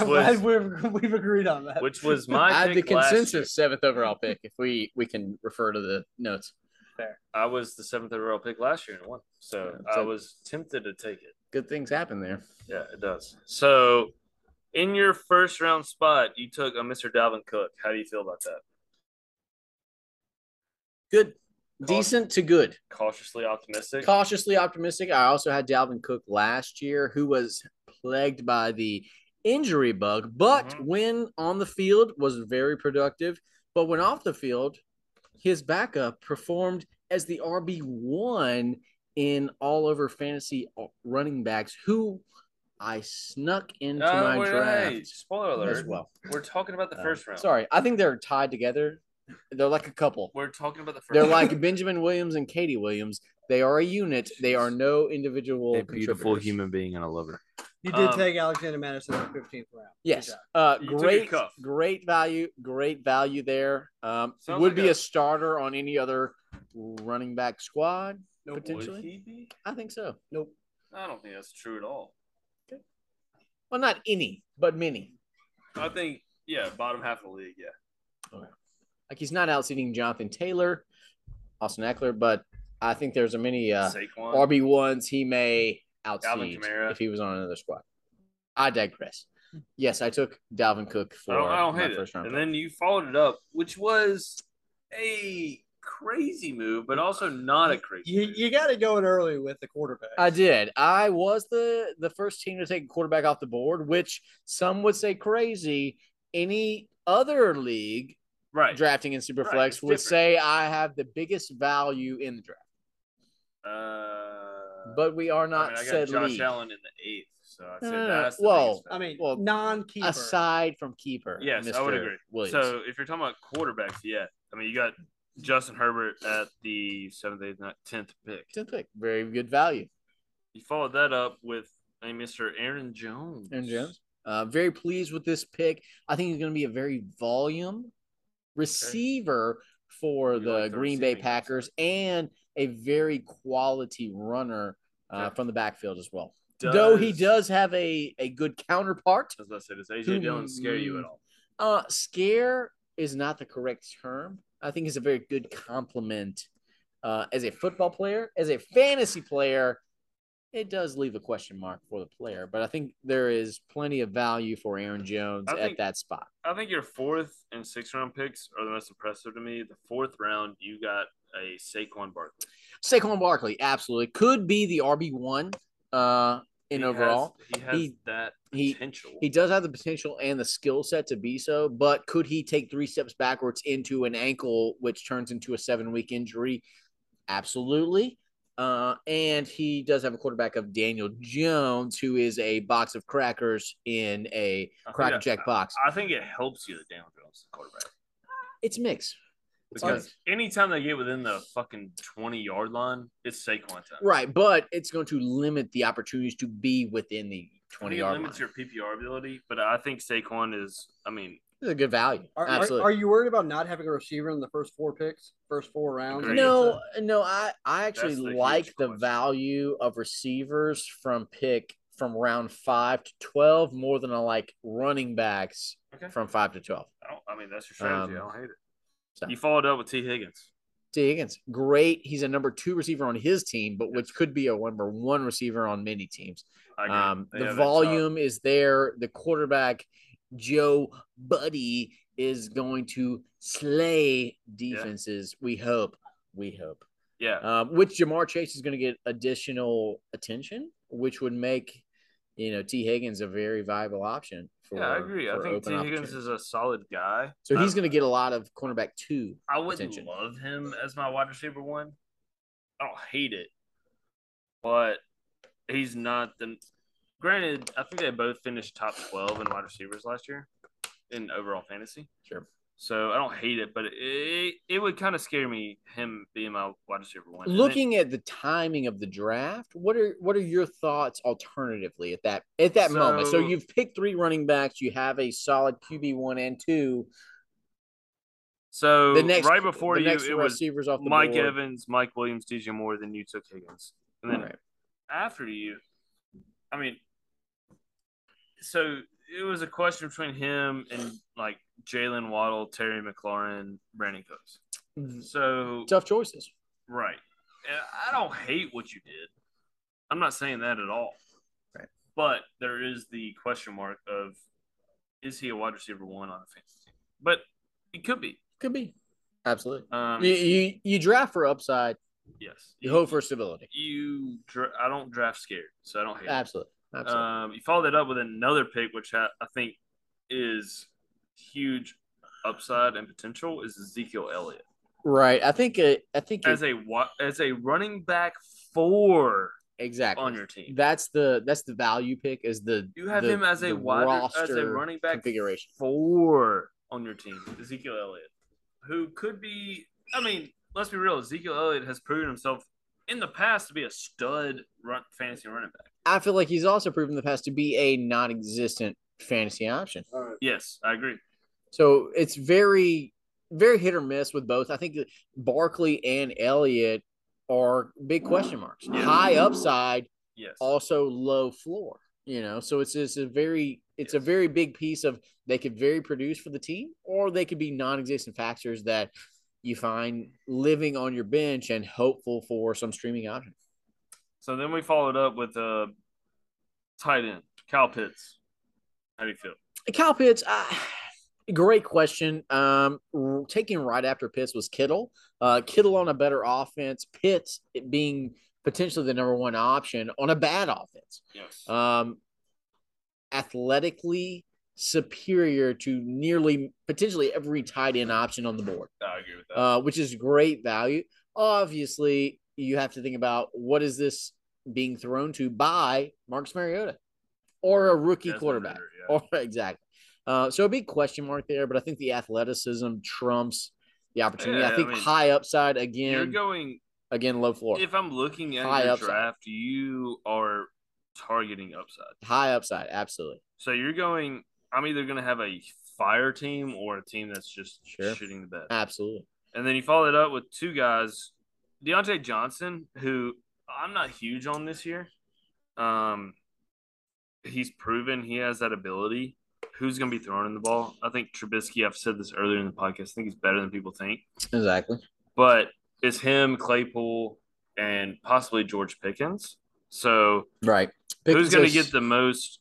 S6: I'm
S2: was
S6: glad we've, we've agreed on that.
S2: which was my
S7: I had the
S2: pick last year.
S7: consensus seventh overall pick. If we we can refer to the notes.
S2: I was the seventh overall pick last year and won. So
S7: Yeah, so-
S2: I was tempted to take it.
S7: Good things happen there.
S2: Yeah, it does. So in your first round spot, you took a Mr. Dalvin Cook. How do you feel about that?
S7: Good, decent to good.
S2: Cautiously optimistic.
S7: Cautiously optimistic. I also had Dalvin Cook last year, who was plagued by the injury bug, but
S2: Mhm.
S7: when on the field was very productive. But when off the field, his backup performed as the RB one in all over fantasy uh, running backs, who I snuck into
S2: Uh,
S7: my
S2: wait,
S7: draft
S2: hey, spoiler
S7: as
S2: alert.
S7: well.
S2: We're talking about the
S7: Uh,
S2: first round.
S7: Sorry, I think they're tied together. They're like a couple.
S2: We're talking about the first
S7: They're
S2: round.
S7: like Benjamin Williams and Katie Williams. They are a unit. They are no individual. contributors.
S5: being and I love her.
S6: You did
S2: Um,
S6: take Alexander Madison in the 15th round.
S7: Yes.
S6: Good job.
S7: Uh,
S2: You took a
S7: great,
S2: cuff.
S7: great value. Great value there. Um,
S2: Sounds
S7: would
S2: like
S7: be
S2: a-
S7: a starter on any other running back squad.
S6: Nope.
S2: Would
S7: potentially?
S2: he be?
S7: I think so.
S6: Nope.
S2: I don't think that's true at all.
S7: Well, not any, but many.
S2: I think, yeah, bottom half of the league, yeah.
S7: Like he's not outseating Jonathan Taylor, Austin Eckler, but I think there's a many uh,
S2: Saquon.
S7: RB ones he may outseed
S2: Kamara.
S7: if he was on another squad. I digress. Yes, I took Dalvin Cook for
S2: I don't, I don't
S7: my
S2: hate it.
S7: first round.
S2: And
S7: pick.
S2: then you followed it up, which was a crazy move, but also not a crazy
S6: You,
S2: move.
S6: you got it going early with the quarterback.
S7: I did. I was the the first team to take a quarterback off the board, which some would say crazy. Any other league
S2: right.
S7: drafting in Superflex
S2: Right, it's
S7: would
S2: different.
S7: say I have the biggest value in the draft,
S2: Uh,
S7: but we are not
S2: I, mean, I got
S7: said
S2: Josh
S7: league.
S2: Allen in the eighth, so I said
S7: No, no, no.
S2: that's the
S7: Whoa.
S2: biggest
S6: I
S2: factor.
S6: mean,
S7: Well,
S6: non-keeper.
S7: Aside from keeper,
S2: yes, I would
S7: Mr.
S2: agree.
S7: Williams.
S2: So if you're talking about quarterbacks, yeah, I mean you got Justin Herbert at the seventh, eighth, ninth, tenth pick.
S7: Tenth pick, very good value.
S2: You followed that up with a Mr. Aaron Jones.
S7: Aaron Jones. Uh, very pleased with this pick. I think he's going to be a very volume receiver for
S2: You
S7: the
S2: like the
S7: Green Bay
S2: receiving concept.
S7: Packers and a very quality runner uh,
S2: Okay.
S7: from the backfield as well. Though he does have a, a good counterpart.
S2: As I said, does AJ
S7: Hmm.
S2: Dillon scare you at all?
S7: Uh, scare is not the correct term. I think it's a very good compliment uh, as a football player, as a fantasy player. It does leave a question mark for the player, but I think there is plenty of value for Aaron Jones
S2: I
S7: at
S2: think-
S7: that spot.
S2: I think your fourth and sixth round picks are the most impressive to me. The fourth round, you got a Saquon Barkley.
S7: Saquon Barkley, absolutely, could be the RB one uh, in
S2: He has-
S7: overall.
S2: he has
S7: he-
S2: that
S7: he-
S2: potential.
S7: He does have the potential and the skill set to be so, but could he take three steps backwards into an ankle, which turns into a seven week injury? Absolutely. Uh, and he does have a quarterback of Daniel Jones, who is a box of crackers in a
S2: I think
S7: cracker
S2: that-
S7: jack box.
S2: I think it helps you that Daniel Jones is the quarterback
S7: It's mixed. It's
S2: because
S7: mixed.
S2: anytime they get within the fucking twenty yard line, it's Saquon time.
S7: Right, but it's going to limit the opportunities to be within the
S2: I
S7: 20
S2: think it
S7: yard line.
S2: limits your PPR ability, but I think Saquon is. I mean,
S7: It's a good value.
S6: Are, are,
S7: Absolutely.
S6: are you worried about not having a receiver in the first four picks, first four rounds?
S2: Agreed.
S7: No, no, I I actually
S2: the huge
S7: like the
S2: question.
S7: value of receivers from pick from round five to twelve more than I like running backs
S2: Okay.
S7: from five to twelve.
S2: I, don't, I mean that's your strategy.
S7: Um,
S2: I don't hate it.
S7: so.
S2: You followed up with T Higgins.
S7: T. Higgins, great. He's a number two receiver on his team, but which could be a number one receiver on many teams.
S2: I agree. uh,
S7: Um,
S2: They
S7: the
S2: have that top.
S7: volume is there. The quarterback, Joe Buddy, is going to slay defenses. We hope. We hope.
S2: Yeah,
S7: um, which Jamar Chase is going to get additional attention, which would make you know T Higgins a very viable option. For,
S2: yeah, I agree. I
S7: for
S2: think T
S7: open
S2: Higgins
S7: opportunity.
S2: is a solid guy.
S7: so
S2: I-
S7: he's going to get a lot of cornerback two.
S2: I wouldn't
S7: attention.
S2: love him as my wide receiver one. I don't hate it, but he's not the. Granted, I think they both finished top twelve in wide receivers last year in overall fantasy.
S7: Sure.
S2: So I don't hate it, but it it would kind of scare me him being my wide receiver one. And then-
S7: Looking at the timing of the draft, what are what are your thoughts alternatively at that at that moment? So
S2: So-
S7: you've picked three running backs, you have a solid QB one and two.
S2: So
S7: The next
S2: right before
S7: the
S2: you,
S7: next
S2: it was
S7: receivers off the
S2: Mike
S7: board.
S2: Evans, Mike Williams, DJ Moore. Then you took Higgins, and then
S7: Right.
S2: after you, I mean, so it was a question between him and like Jalen Waddle, Terry McLaurin, Brandon Cooks.
S7: Mm-hmm.
S2: So
S7: Tough choices.
S2: Right. And I don't hate what you did. I'm not saying that at all.
S7: Right.
S2: But there is the question mark of is he a wide receiver one on a fantasy team? But it could be.
S7: Could be. Absolutely.
S2: Um,
S7: You, you you draft for upside.
S2: yes.
S7: You hope for stability.
S2: you. Dra- I don't draft scared, so I don't hate. it.
S7: Absolutely. Absolutely.
S2: Um, you follow that up with another pick, which ha- I think is huge upside and potential is Ezekiel Elliott
S7: right. I think. Uh, I think.
S2: as
S7: it-
S2: a wa- as a running back four
S7: exactly.
S2: on your team.
S7: That's the that's the value pick is the
S2: You have
S7: the-
S2: him as a
S7: the
S2: wide as a
S7: roster
S2: running back
S7: configuration.
S2: four on your team, Ezekiel Elliott, who could be. I mean, let's be real. Ezekiel Elliott has proven himself in the past to be a stud run, fantasy running back.
S7: I feel like he's also proven in the past to be a non-existent fantasy option.
S2: Yes, I agree.
S7: So it's very very hit or miss with both. I think that Barkley and Elliott are big question marks.
S2: Yeah.
S7: High upside,
S2: Yes,
S7: also low floor. You know, so it's it's a very it's a
S2: Yes.
S7: very big piece of they could very produce for the team, or they could be non-existent factors that you find living on your bench and hopeful for some streaming option.
S2: So then we followed up with uh, tight end Cal Pitts. How do you feel?
S7: Kyle Pitts, I, great question. Um, r- taking right after Pitts was Kittle. Uh, Kittle on a better offense. Pitts it being potentially the number one option on a bad offense.
S2: Yes.
S7: um, athletically superior to nearly potentially every tight end option on the board,
S2: I agree with that.
S7: uh, which is great value. Obviously, you have to think about what is this being thrown to by Marcus Mariota or a rookie
S2: Desmond
S7: quarterback.
S2: Ritter, yeah.
S7: Or exactly. Uh, so a big question mark there, but I think the athleticism trumps the opportunity.
S2: Yeah,
S7: I
S2: I
S7: think
S2: mean,
S7: high upside
S2: You're
S7: again,
S2: going
S7: again low floor,
S2: if I'm looking at
S7: High
S2: your
S7: upside.
S2: draft, you are targeting upside.
S7: high upside, absolutely.
S2: So you're going. I'm either going to have a fire team or a team that's just
S7: Sure.
S2: shooting the bed.
S7: Absolutely.
S2: And then you follow it up with two guys, Deontay Johnson, who I'm not huge on this year. Um, he's proven he has that ability. Who's going to be throwing the ball? I think Trubisky. I've said this earlier in the podcast. I think he's better than people think.
S7: Exactly.
S2: But it's him, Claypool, and possibly George Pickens. So
S7: Right.
S2: Who's going to
S7: Pickens is-
S2: get the most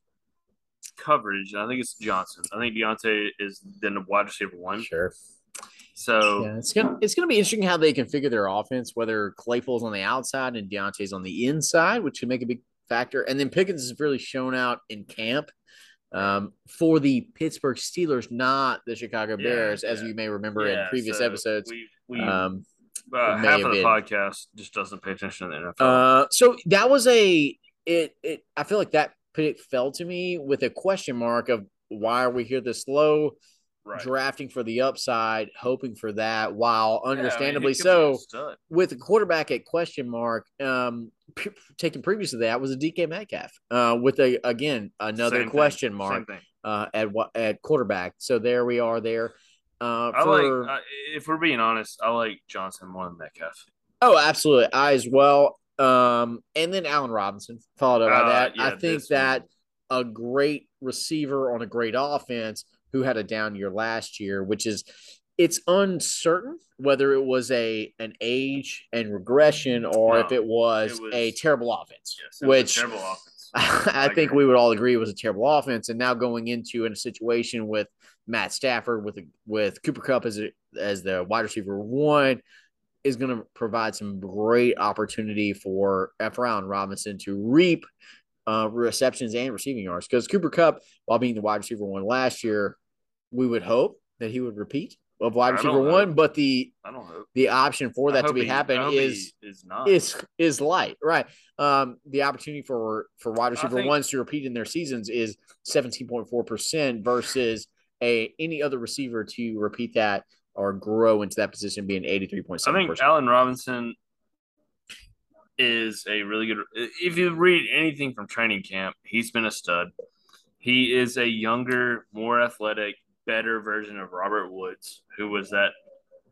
S2: coverage? And I think it's Johnson. I think Deontay is then the wide receiver one.
S7: Sure.
S2: So
S7: Yeah, it's gonna it's gonna be interesting how they configure their offense, whether Claypool's on the outside and Deontay's on the inside, which could make a big factor. And then Pickens has really shown out in camp um, for the Pittsburgh Steelers, not the Chicago
S2: Yeah,
S7: Bears, as
S2: yeah.
S7: you may remember
S2: yeah,
S7: in previous
S2: so
S7: episodes.
S2: we, we
S7: um,
S2: about
S7: may
S2: uh, half
S7: have
S2: of the
S7: been.
S2: podcast just doesn't pay attention to the NFL.
S7: uh, so that was a it it I feel like that pick fell to me with a question mark of why are we here this low
S2: right.
S7: drafting for the upside, hoping for that, while
S2: Yeah, I mean, he
S7: understandably
S2: could be
S7: so.
S2: a stud.
S7: with a quarterback at question mark, um, p- taken previous to that was a DK Metcalf, uh, with a again another
S2: Same thing,
S7: question
S2: Same
S7: mark
S2: thing.
S7: uh, at what at quarterback. So there we are there. Uh,
S2: I
S7: for,
S2: like. I, if we're being honest, I like Johnson more than Metcalf.
S7: oh, absolutely, I as well. Um, and then Allen Robinson followed up
S2: Uh,
S7: by that.
S2: yeah,
S7: I think
S2: this one.
S7: that a great receiver on a great offense who had a down year last year, which is it's uncertain whether it was a an age and regression or
S2: No,
S7: if it was,
S2: it was-
S7: a terrible offense,
S2: Yes, it was a
S7: which
S2: terrible offense.
S7: I
S2: I
S7: think
S2: agree.
S7: we would all agree it was a terrible offense. And now going into in a situation with Matt Stafford with with Cooper Cup as a, as the wide receiver one is going to provide some great opportunity for F. Round Robinson to reap uh, receptions and receiving yards because Cooper Cup, while being the wide receiver one last year, we would hope that he would repeat of
S2: I
S7: wide
S2: don't
S7: receiver
S2: know.
S7: one, but the
S2: I don't hope
S7: the option for
S2: I
S7: that to
S2: hope
S7: be
S2: he- I
S7: happening
S2: hope he
S7: is
S2: is not.
S7: is is light, right? Um, the opportunity for for wide receiver
S2: think-
S7: ones to repeat in their seasons is seventeen point four percent versus a any other receiver to repeat that or grow into that position being eighty three point
S2: I
S7: seven
S2: think
S7: percent.
S2: Allen Robinson is a really good. If you read anything from training camp, he's been a stud. He is a younger, more athletic, better version of Robert Woods, who was that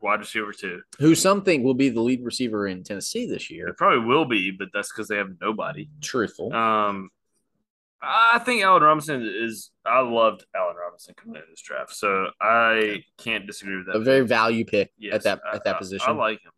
S2: wide receiver too.
S7: who some think will be the lead receiver in Tennessee this year.
S2: It probably will be, but that's because they have nobody.
S7: Truthful.
S2: Um, I think Allen Robinson is. I loved Allen Robinson coming into this draft, so I can't disagree with that.
S7: a very value pick
S2: Yes,
S7: at that
S2: I-
S7: at that
S2: I-
S7: position.
S2: I like him.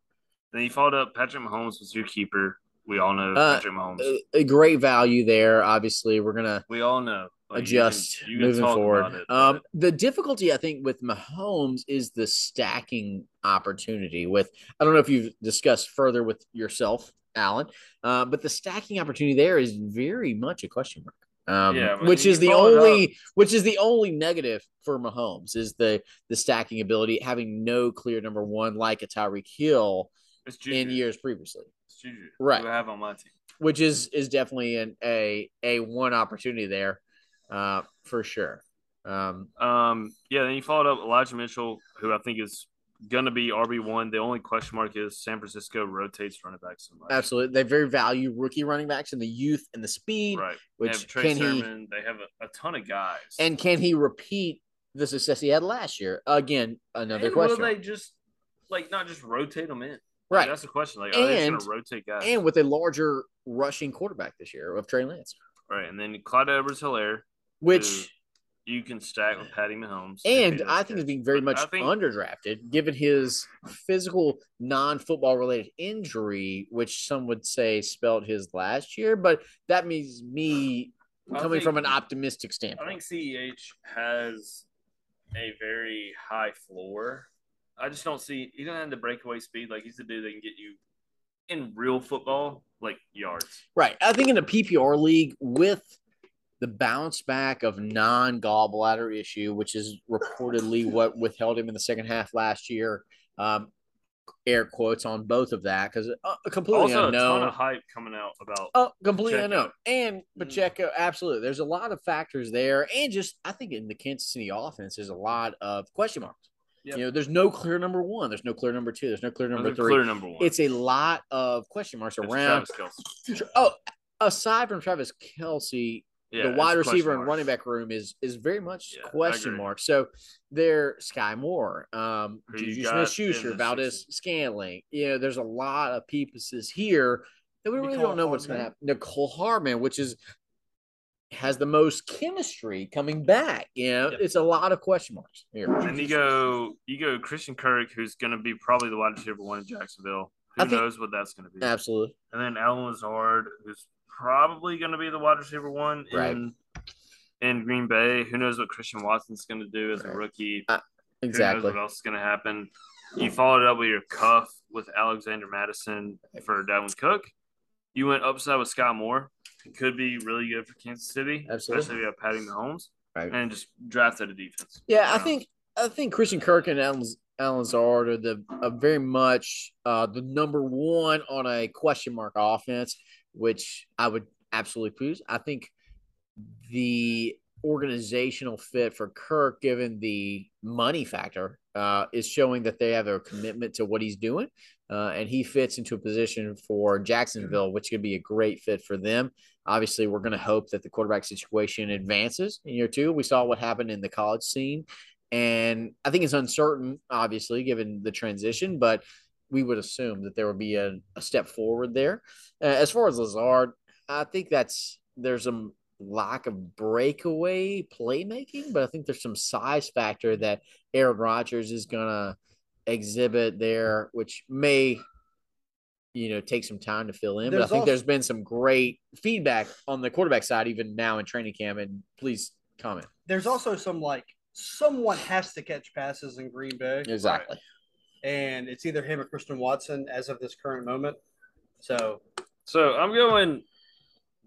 S2: Then he followed up. Patrick Mahomes was your keeper. We all know
S7: Uh,
S2: Patrick Mahomes.
S7: a, a great value there. Obviously, we're gonna
S2: we all know. Like, you can-
S7: adjust
S2: you can
S7: moving
S2: talk
S7: forward.
S2: about it,
S7: um,
S2: but
S7: the difficulty I think with Mahomes is the stacking opportunity. With I don't know if you've discussed further with yourself, Alan, uh, but the stacking opportunity there is very much a question mark. Um,
S2: Yeah, but
S7: which
S2: you
S7: is the
S2: follow it
S7: only which is the only negative for Mahomes is the the stacking ability having no clear number one like a Tyreek Hill
S2: it's Juju.
S7: in years previously.
S2: It's Juju.
S7: Right.
S2: Who I have on my team.
S7: which is is definitely an a a one opportunity there uh for sure um
S2: Um, yeah. Then he followed up Elijah Mitchell, who I think is going to be RB one. The only question mark is San Francisco rotates running back so much.
S7: absolutely they very value rookie running backs and the youth and the speed
S2: Right. they
S7: which
S2: have Trey
S7: can he
S2: Sermon. They have a, a ton of guys.
S7: and can he repeat the success he had last year again another
S2: And
S7: question
S2: Will they just like not just rotate them in? Like,
S7: right
S2: that's the question. Like, are they
S7: And-
S2: just going to rotate guys?
S7: and with a larger rushing quarterback this year of Trey Lance
S2: right. And then Clyde Edwards Hilaire,
S7: which
S2: you can stack with Patty Mahomes. if
S7: and
S2: he
S7: I
S2: does get-
S7: think is being very
S2: But
S7: much
S2: I think-
S7: underdrafted given his physical non-football related injury, which some would say spelled his last year. But that means me
S2: I
S7: coming from an
S2: think-
S7: optimistic
S2: I
S7: standpoint.
S2: think CEH has a very high floor. I just don't see he doesn't have the breakaway speed. Like he's the dude that can get you in real football, like yards.
S7: right. I think in a PPR league with the bounce back of non-gallbladder issue, which is reportedly what withheld him in the second half last year. Um, air quotes on both of that because uh, completely
S2: also, a
S7: unknown.
S2: ton of hype coming out about
S7: Oh, completely
S2: Pacheco. Mm.
S7: unknown. And Pacheco, absolutely. There's a lot of factors there. And just, I think in the Kansas City offense, there's a lot of question marks.
S2: Yep.
S7: You know, there's no clear number one. There's no clear number two. There's no clear number
S2: another
S7: three.
S2: clear number one.
S7: It's a lot of question marks
S2: It's
S7: around.
S2: Travis Kelce.
S7: Oh, aside from Travis Kelsey,
S2: Yeah,
S7: the
S2: it's
S7: wide
S2: a question
S7: receiver and
S2: mark.
S7: running back room is is very much
S2: Yeah, I
S7: question
S2: agree.
S7: mark. So they're Sky Moore, um,
S2: Who you
S7: Juju
S2: got in
S7: Smith Schuster,
S2: the
S7: Valdez
S2: season.
S7: Scanling. You know, there's a lot of pieces here that we really
S4: Nicole
S7: don't know what's going to
S4: Hardman.
S7: happen. Nicole Harmon, which is has the most chemistry coming back. You know,
S2: Yeah.
S7: it's a lot of question marks here.
S2: And you go, you go Christian Kirk, who's going to be probably the wide receiver one in Jacksonville. Who
S7: I think-
S2: knows what that's going to be?
S7: Absolutely.
S2: And then Alan Lazard, who's probably going to be the wide receiver one
S7: Right.
S2: in in Green Bay. Who knows what Christian Watson's going to do as a
S7: Right.
S2: rookie? Who
S7: Exactly.
S2: knows what else is going to happen? You followed up with your cuff with Alexander Madison for Dalvin Cook. You went upside with Scott Moore. It could be really good for Kansas City,
S7: Absolutely.
S2: especially if you have Patty Mahomes,
S7: Right.
S2: and just drafted a defense.
S7: Yeah, I
S2: Round.
S7: think I think Christian Kirk and Alan, Alan Lazard are the are very much uh, the number one on a question mark offense, which I would absolutely choose. I think the organizational fit for Kirk, given the money factor, uh, is showing that they have a commitment to what he's doing, uh, and he fits into a position for Jacksonville, which could be a great fit for them obviously we're going to hope that the quarterback situation advances in year two we saw what happened in the college scene and i think it's uncertain obviously given the transition but we would assume that there would be a, a step forward there Uh, as far as lazard i think that's there's some lack of breakaway playmaking but i think there's some size factor that aaron rodgers is going to exhibit there which may you know take some time to fill in but i
S6: There's
S7: think
S6: also-
S7: there's been some great feedback on the quarterback side even now in training camp and please comment
S6: There's also some like someone has to catch passes in Green Bay,
S7: exactly
S6: and it's either him or Christian Watson as of this current moment. So
S2: So I'm going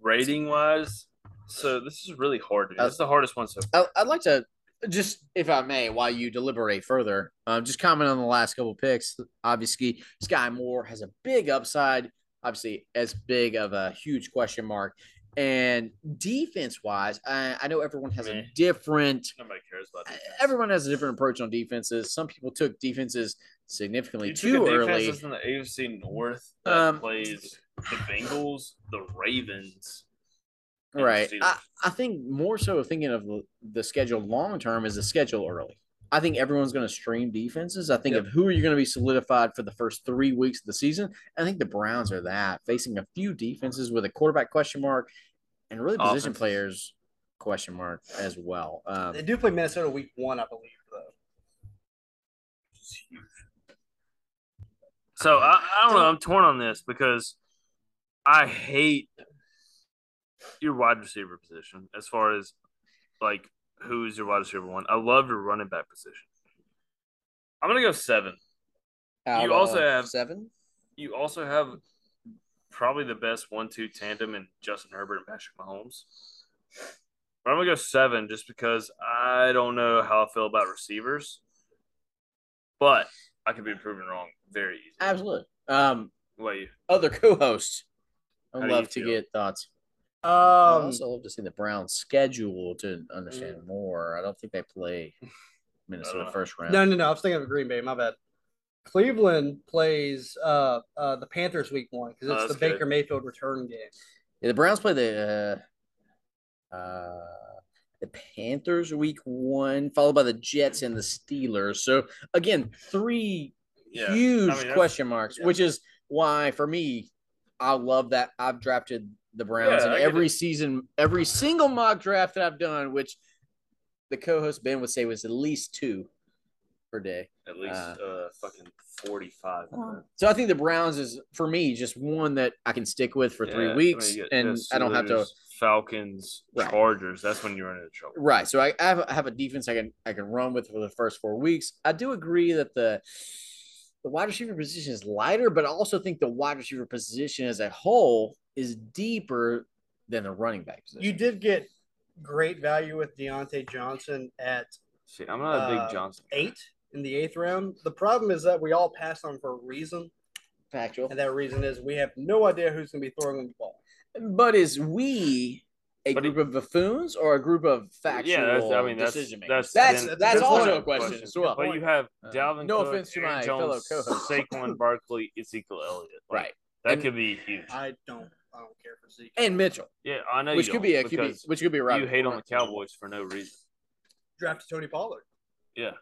S2: rating wise. So this is really hard.
S7: Uh,
S2: To do. This is the hardest one so far.
S7: I, Oh, i'd like to just if i may while you deliberate further um, just comment on the last couple picks obviously sky moore has a big upside obviously as big of a huge question mark and defense wise I, I know everyone has a
S2: Meh.
S7: different
S2: Nobody cares about defense.
S7: everyone has a different approach on defenses some people took defenses significantly
S2: You
S7: too
S2: took a
S7: early
S2: defense that's in the AFC North that
S7: Um,
S2: plays the Bengals, the Ravens. and the
S7: Right. I,
S2: Steelers.
S7: I think more so thinking of the- the schedule long term is the schedule early. I think everyone's going to stream defenses. I think of who are you going to be solidified for the first three weeks of the season. I think the Browns are that facing a few defenses with a quarterback question mark and really position
S2: Offenses.
S7: players question mark as well. Um,
S6: They do play Minnesota week one, I believe, though.
S2: So I, I don't know. I'm torn on this because I hate your wide receiver position as far as like who's your wide receiver one. I love your running back position. I'm gonna go seven.
S7: out
S2: also
S7: of
S2: have-
S7: seven.
S2: You also have probably the best one-two tandem in Justin Herbert and Patrick Mahomes. But I'm gonna go seven just because I don't know how I feel about receivers, but I could be proven wrong very easily.
S7: Absolutely. Um,
S2: Wait,
S7: other co-hosts.
S2: How
S7: I'd
S2: do you
S7: love to
S2: feel?
S7: get thoughts. I
S1: Um,
S7: also love to see the Browns schedule to understand more. I don't think they play Minnesota
S2: Uh,
S7: first round.
S1: no, no, no. I was thinking of Green Bay. My bad. Cleveland plays uh, uh, the Panthers week one because
S2: Oh,
S1: it's the
S2: that's good.
S1: Baker Mayfield return game.
S7: Yeah, the Browns play the uh, uh, the Panthers week one, followed by the Jets and the Steelers. So again, three
S2: Yeah.
S7: huge
S2: I mean, that's-
S7: question marks, which is why for me, I love that I've drafted the Browns
S2: Yeah, I
S7: in
S2: get
S7: every season, every single mock draft that I've done, which the co-host Ben would say was at least two per day.
S2: at least uh, fucking forty-five.
S7: So I think the Browns is for me just one that I can stick with for three
S2: Yeah, I
S7: weeks,
S2: mean, you get
S7: and
S2: the
S7: I don't have to.
S2: Steelers, Falcons,
S7: Right.
S2: Chargers. That's when you run into trouble.
S7: Right. So I, I have, I have a defense I can I can run with for the first four weeks. I do agree that the the wide receiver position is lighter, but I also think the wide receiver position as a whole is deeper than the running back position.
S6: You did get great value with Deontay Johnson at
S2: Shit, I'm not a
S6: Uh,
S2: big Johnson.
S6: eight in the eighth round. The problem is that we all passed on him for a reason,
S7: factual.
S6: and that reason is we have no idea who's going to be throwing him the ball.
S7: But is we a
S2: But
S7: group of buffoons or a group of factual
S2: yeah, that's, I mean that's
S7: decision
S2: that's
S7: makers? That's
S2: then-
S7: that's,
S6: that's
S7: also
S6: one
S7: a question, as well.
S2: But you have
S5: Uh,
S2: Dalvin.
S7: no
S2: Cook,
S7: offense to
S2: Aaron
S7: my
S2: Jones,
S7: fellow co-host.
S2: Saquon Barkley, Ezekiel Elliott. Like,
S7: right.
S2: That
S7: And-
S2: could be huge.
S6: I don't, I don't care for Zeke.
S7: And Mitchell,
S2: Yeah, I know.
S7: which
S2: you
S7: could
S2: don't,
S7: be a QB,
S2: because
S7: which could be a
S2: You
S7: Robert
S2: hate on the
S7: Woods.
S2: Cowboys for no reason.
S6: drafted Tony Pollard.
S2: Yeah,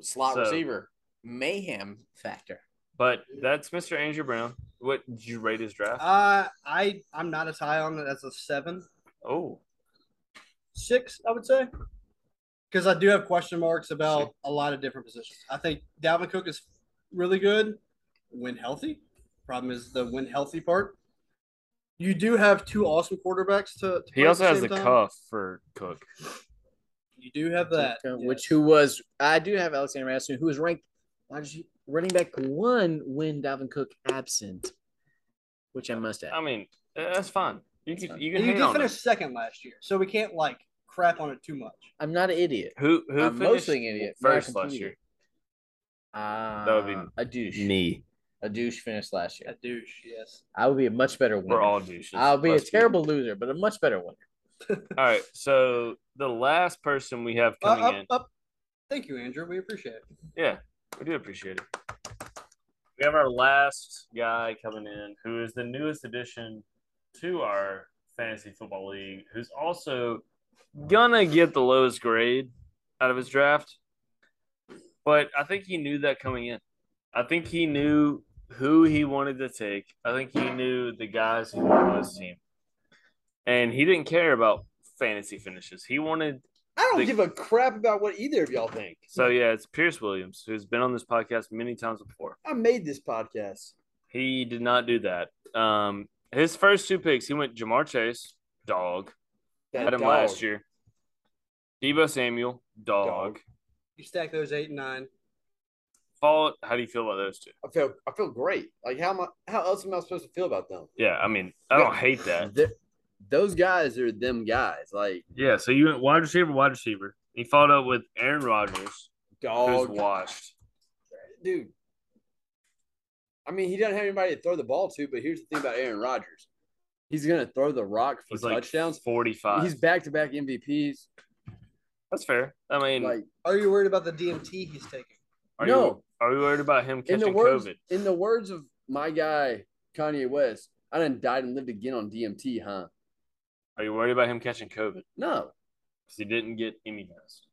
S7: slot
S2: So-
S7: receiver mayhem factor.
S2: but that's Mr. Andrew Brown. What did you rate his draft?
S6: Uh, I I'm not as high on it as a seven,
S2: oh,
S6: six, I would say, because I do have question marks about a lot of different positions. I think Dalvin Cook is really good when healthy. Problem is the when healthy part. You do have two awesome quarterbacks to. to play
S2: he
S6: at
S2: also has
S6: same
S2: the
S6: time.
S2: cuff for Cook.
S6: You do have that,
S7: Uh,
S6: yes.
S7: which who was I do have Alexander Madison, who was ranked why did you, running back one when Dalvin Cook absent, which I must
S2: I
S7: add.
S2: mean, uh, that's fine. You can you can
S6: And you
S2: hate
S6: did
S2: on him.
S6: finish second last year, so we can't like crap on it too much.
S7: I'm not an idiot.
S2: Who who
S7: I'm
S2: finished
S7: mostly an idiot. Not a
S2: first
S7: complete
S2: last year?
S7: idiot. Uh,
S2: would be
S7: a douche.
S2: Me.
S7: A douche finished last
S6: A
S7: year.
S6: douche, yes.
S7: I would be a much better
S2: We're
S7: winner.
S2: all douches.
S7: I'll be a
S2: Let's
S7: terrible loser, but a much better winner.
S2: All right. So the last person we have
S6: Uh,
S2: coming
S6: up,
S2: in.
S6: up. Thank you, Andrew. We appreciate it.
S2: Yeah, we do appreciate it. We have our last guy coming in, who is the newest addition to our fantasy football league, who's also gonna get the lowest grade out of his draft. But I think he knew that coming in. I think he knew who he wanted to take. I think he knew the guys he wanted on his team. And he didn't care about fantasy finishes. He wanted
S7: I don't
S2: The-
S7: give a crap about what either of y'all think.
S2: so yeah, it's Pierce Williams, who's been on this podcast many times before.
S7: I made this podcast.
S2: He did not do that. Um, his first two picks, he went Jamar Chase, dog. had him last year. Debo Samuel, dog.
S7: Dog.
S6: You stack those eight and nine.
S2: Fall, how do you feel about those two?
S8: I feel I feel great. Like how am I, how else am I supposed to feel about them?
S2: Yeah, I mean, I don't hate that.
S8: Th- those guys are them guys. Like
S2: Yeah, so you went wide receiver, wide receiver. He followed up with Aaron Rodgers, who's
S8: dog,
S2: washed.
S8: dude. I mean, he doesn't have anybody to throw the ball to. But here's the thing about Aaron Rodgers: he's gonna throw the rock for
S2: He's like
S8: touchdowns.
S2: forty-five.
S8: He's back to back MVPs.
S2: That's fair. I mean,
S8: Like
S6: Are you worried about the DMT he's taking?
S2: are you
S8: no,
S2: are you worried about him
S8: in the
S2: catching
S8: words
S2: COVID?
S8: in the words of my guy Kanye West, I done died and lived again on DMT, huh?
S2: Are you worried about him catching COVID?
S8: No,
S2: Because he didn't get immunized.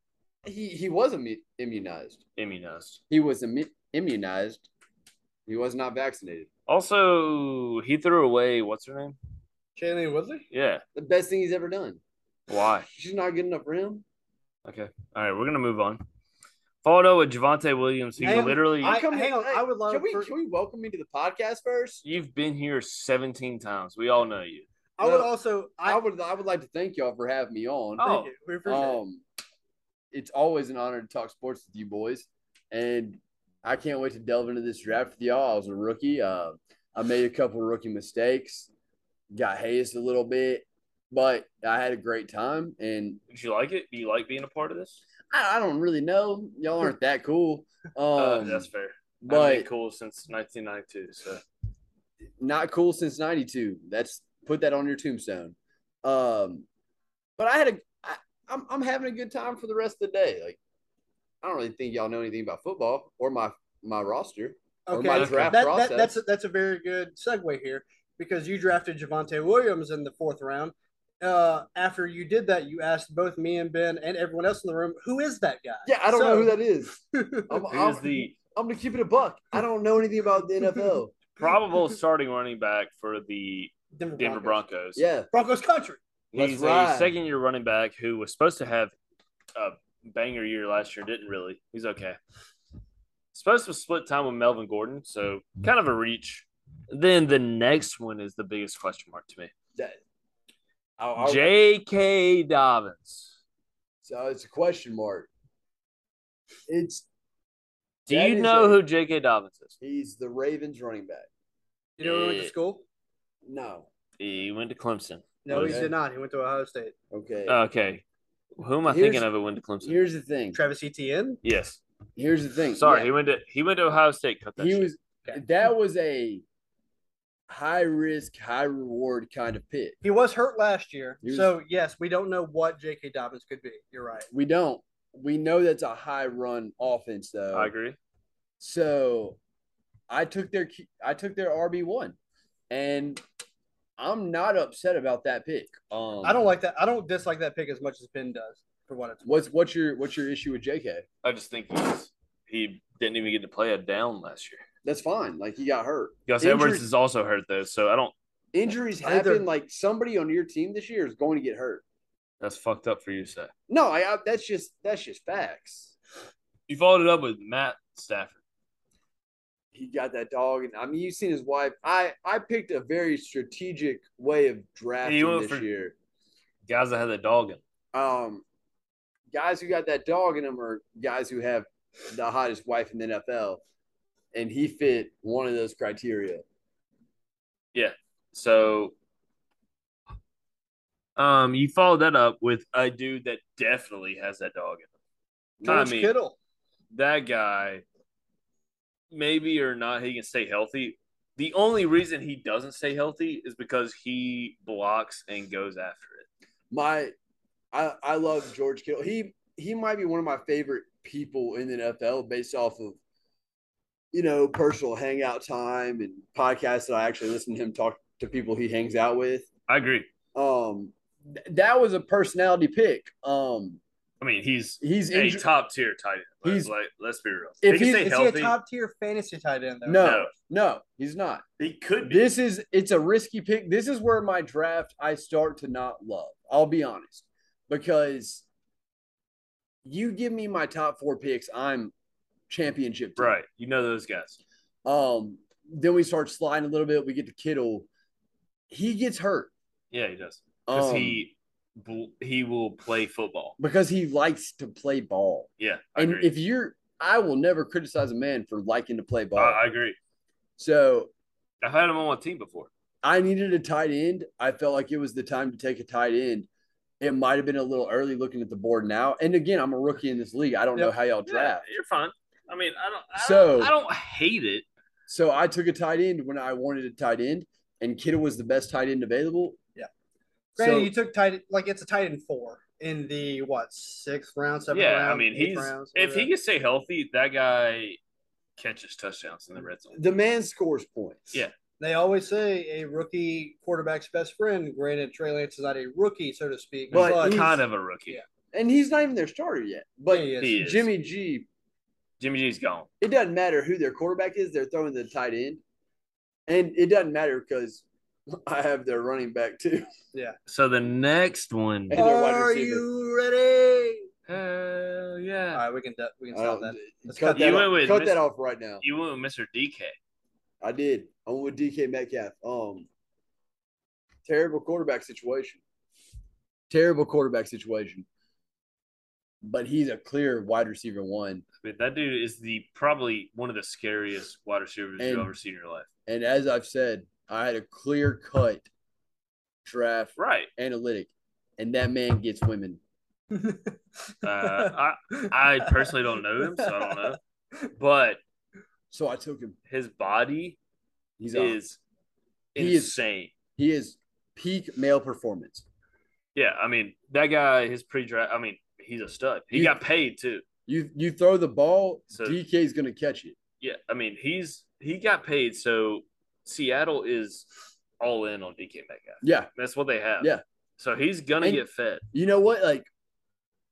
S7: he he was immu- immunized.
S2: immunized.
S7: He was immu- immunized. He was not vaccinated.
S2: Also, he threw away what's her name?
S1: Shailene Woodley?
S2: Yeah.
S7: The best thing he's ever done.
S2: Why?
S7: She's not good enough for him.
S2: Okay. All right, we're gonna move on. Followed up with Javante Williams, who
S1: Man,
S2: literally
S1: I-
S7: Come
S1: hang
S7: on,
S1: on, I would love
S7: Can we
S1: for-
S7: can we welcome me to the podcast first?
S2: you've been here 17 times. We all know you.
S1: I would
S7: No.
S1: also
S7: I,
S1: I,
S7: would I would like to thank y'all for having me on.
S2: Oh,
S1: thank you. We appreciate it.
S7: um, it's always an honor to talk sports with you boys, and I can't wait to delve into this draft with y'all. I was a rookie. Uh, I made a couple rookie mistakes, got hazed a little bit, but I had a great time. And
S2: Did you like it? Do you like being a part of this?
S7: I, I don't really know y'all aren't that cool, um,
S2: uh, that's fair. I've been
S7: but
S2: cool since 1992. So
S7: not cool since '92. That's put that on your tombstone. Um, but I had a I, I'm I'm having a good time for the rest of the day. Like I don't really think y'all know anything about football or my my roster. or
S1: Okay,
S7: my
S1: that-
S7: draft
S1: that,
S7: process.
S1: that's a, that's a very good segue here because you drafted Javante Williams in the fourth round. Uh, after you did that, you asked both me and Ben and everyone else in the room, "Who is that guy?"
S7: Yeah, I don't know who that Oh, is.
S1: that.
S7: I'm,
S2: who
S7: I'm,
S2: is the
S7: I'm gonna keep it a buck. I don't know anything about the NFL.
S2: probable starting running back for the
S1: Denver,
S2: Denver Broncos?
S7: yeah,
S1: Broncos country.
S7: let's
S2: He's
S7: ride.
S2: a second year running back who was supposed to have a banger year last year, didn't really. He's okay. Supposed to split time with Melvin Gordon, so kind of a reach. Then the next one is the biggest question mark to me.
S7: I- I-
S2: J.K. Dobbins.
S7: so it's a question mark. It's
S2: Do
S7: That
S2: you
S7: is
S2: know
S7: a-
S2: who J.K. Dobbins is?
S7: he's the Ravens running back.
S1: You know where he went to
S2: Yeah.
S1: school?
S7: No,
S2: He went to Clemson.
S1: No, he
S2: Okay.
S1: did not. He went to Ohio State.
S7: okay.
S2: Okay. Who am I
S7: Here's-
S2: thinking of? Who went to Clemson?
S7: Here's the thing.
S1: Travis Etienne.
S2: yes.
S7: Here's the thing.
S2: Sorry,
S7: Yeah,
S2: he went to he went to Ohio State. Cut that.
S7: he
S2: shit.
S7: was.
S1: Okay.
S7: That was a high risk, high reward kind of pick.
S1: He was hurt last year,
S7: He was-
S1: so yes, we don't know what J.K. Dobbins could be. You're right.
S7: We don't. We know that's a high run offense, though.
S2: I agree.
S7: So I took their I took their RB one, and I'm not upset about that pick. Um,
S1: I don't like that. I don't dislike that pick as much as Ben does. For what it's
S7: What's what's your what's your issue with JK?
S2: I just think he's, he didn't even get to play a down last year.
S7: That's fine. Like he got hurt.
S2: Gus
S7: Injury-
S2: Edwards is also hurt though, so I don't.
S7: Injuries
S1: I think they're-
S7: happen. Like somebody on your team this year is going to get hurt.
S2: That's fucked up for you, Seth.
S7: No, I, I that's just that's just facts.
S2: You followed it up with Matt Stafford.
S7: He got that dog, and I mean you've seen his wife. I I picked a very strategic way of drafting
S2: went
S7: this
S2: for-
S7: year.
S2: Guys that had the dog in. them.
S7: um, guys who got that dog in them are guys who have the hottest wife in the NFL, and he fit one of those criteria.
S2: So, um, you followed that up with a dude that definitely has that dog in. him.
S1: George
S2: I mean-
S1: Kittle.
S2: that guy, maybe or not, he can stay healthy. The only reason he doesn't stay healthy is because he blocks and goes after it.
S7: My, I I love George Kittle. He he might be one of my favorite people in the NFL based off of, you know, personal hangout time and podcasts that I actually listen to him talk to people he hangs out with.
S2: I agree.
S7: Um, th- that was a personality pick. Um,
S2: I mean, he's
S7: he's
S2: a
S7: inju-
S2: top tier tight end. Like,
S7: He's-
S2: like, let's be real.
S7: If
S2: he can
S7: he's-
S2: stay
S1: Is
S2: healthy.
S1: he a top tier fantasy tight end? Though?
S7: no,
S2: No.
S7: no, he's not.
S2: he could be.
S7: This is it's a risky pick. This is where my draft I start to not love. I'll be honest. Because you give me my top four picks, I'm championship. team.
S2: right. You know those guys.
S7: Um, then we start sliding a little bit. We get to Kittle. He gets hurt.
S2: Yeah, he does because
S7: um,
S2: he bl- he will play football.
S7: because he likes to play ball.
S2: Yeah, I
S7: And
S2: agree.
S7: if you're I will never criticize a man for liking to play ball.
S2: I, I agree.
S7: so
S2: I've had him on my team before.
S7: I needed a tight end. I felt like it was the time to take a tight end. It might have been a little early looking at the board now. And again, I'm a rookie in this league. I don't know
S1: Yep.
S7: how y'all
S2: Yeah,
S7: draft.
S2: you're fine. I mean, I don't. I
S7: So-
S2: don't, I don't hate it.
S7: So I took a tight end when I wanted a tight end, and Kittle was the best tight end available.
S1: Yeah. Granted,
S7: So
S1: you took tight like it's a tight end four in the what sixth round, seventh
S2: yeah,
S1: round,
S2: I mean,
S1: eighth
S2: he's
S1: round, something
S2: if he
S1: like
S2: can stay healthy, that guy catches touchdowns in the red zone.
S7: the man scores points.
S2: Yeah.
S1: that. they always say a rookie quarterback's best friend. Granted, Trey Lance is not a rookie, so to speak,
S7: But
S1: but,
S2: He's
S7: he's-
S2: kind of a rookie.
S1: Yeah.
S7: and he's not even their starter yet. But
S1: Yeah,
S2: He is.
S7: Jimmy G,
S2: Jimmy G's gone.
S7: it doesn't matter who their quarterback is, they're throwing the tight end. And it doesn't matter because I have their running back too.
S2: So the next one.
S7: And their wide receiver.
S1: you ready?
S2: Hell
S1: All
S2: yeah.
S1: right, we can de- we can
S7: I
S1: stop
S7: don't-
S1: that. Let's
S7: Cut,
S1: cut
S7: that
S2: You
S1: that.
S2: went
S7: off.
S2: with
S7: cut
S2: Mis-
S7: that off right now.
S2: You went with Mr. DK.
S7: I did. I went with DK Metcalf. Um, terrible quarterback situation. Terrible quarterback situation. But he's a clear wide receiver one.
S2: But that dude is the probably one of the scariest wide receivers you've
S7: And-
S2: ever seen in your life.
S7: And as I've said, I had a clear cut draft
S2: Right.
S7: analytic, and that man gets women.
S2: Uh, I I personally don't know him, so I don't know. But
S7: So I took him.
S2: his body
S7: He's on.
S2: is
S7: He is-
S2: insane.
S7: He is peak male performance.
S2: yeah, I mean that guy. His pre-draft. I mean, he's a stud. He
S7: You-
S2: got paid too.
S7: You you throw the ball,
S2: So-
S7: DK's gonna catch it.
S2: Yeah, I mean he's he got paid. So Seattle is all in on DK Metcalf.
S7: Yeah.
S2: That's what they have.
S7: Yeah.
S2: So he's gonna
S7: And-
S2: get fed.
S7: You know what? Like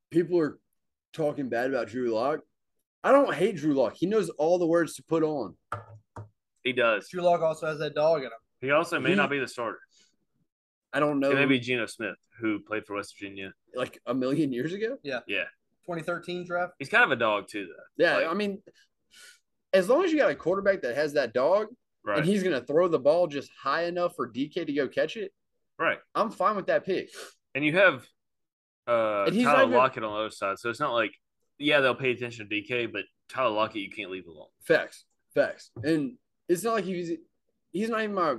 S7: people are talking bad about Drew Lock. I don't hate Drew Lock. He knows all the words to put on.
S2: He does.
S1: Drew Lock also has that dog in him.
S2: He also may
S7: He-
S2: not be the starter.
S7: I don't know
S2: It may be Geno Smith, who played for West Virginia.
S7: like a million years ago.
S1: 2013 draft.
S2: He's kind of a dog too, though.
S7: Yeah,
S2: Like-
S7: I mean, as long as you got a quarterback that has that dog
S2: Right.
S7: and he's gonna throw the ball just high enough for DK to go catch it,
S2: right.
S7: I'm fine with that pick.
S2: And you have uh
S7: And he's not
S2: Tyler
S7: even-
S2: Lockett on the other side, so it's not like yeah they'll pay attention to DK, but Tyler Lockett you can't leave alone.
S7: Facts, facts, and it's not like he's he's not even my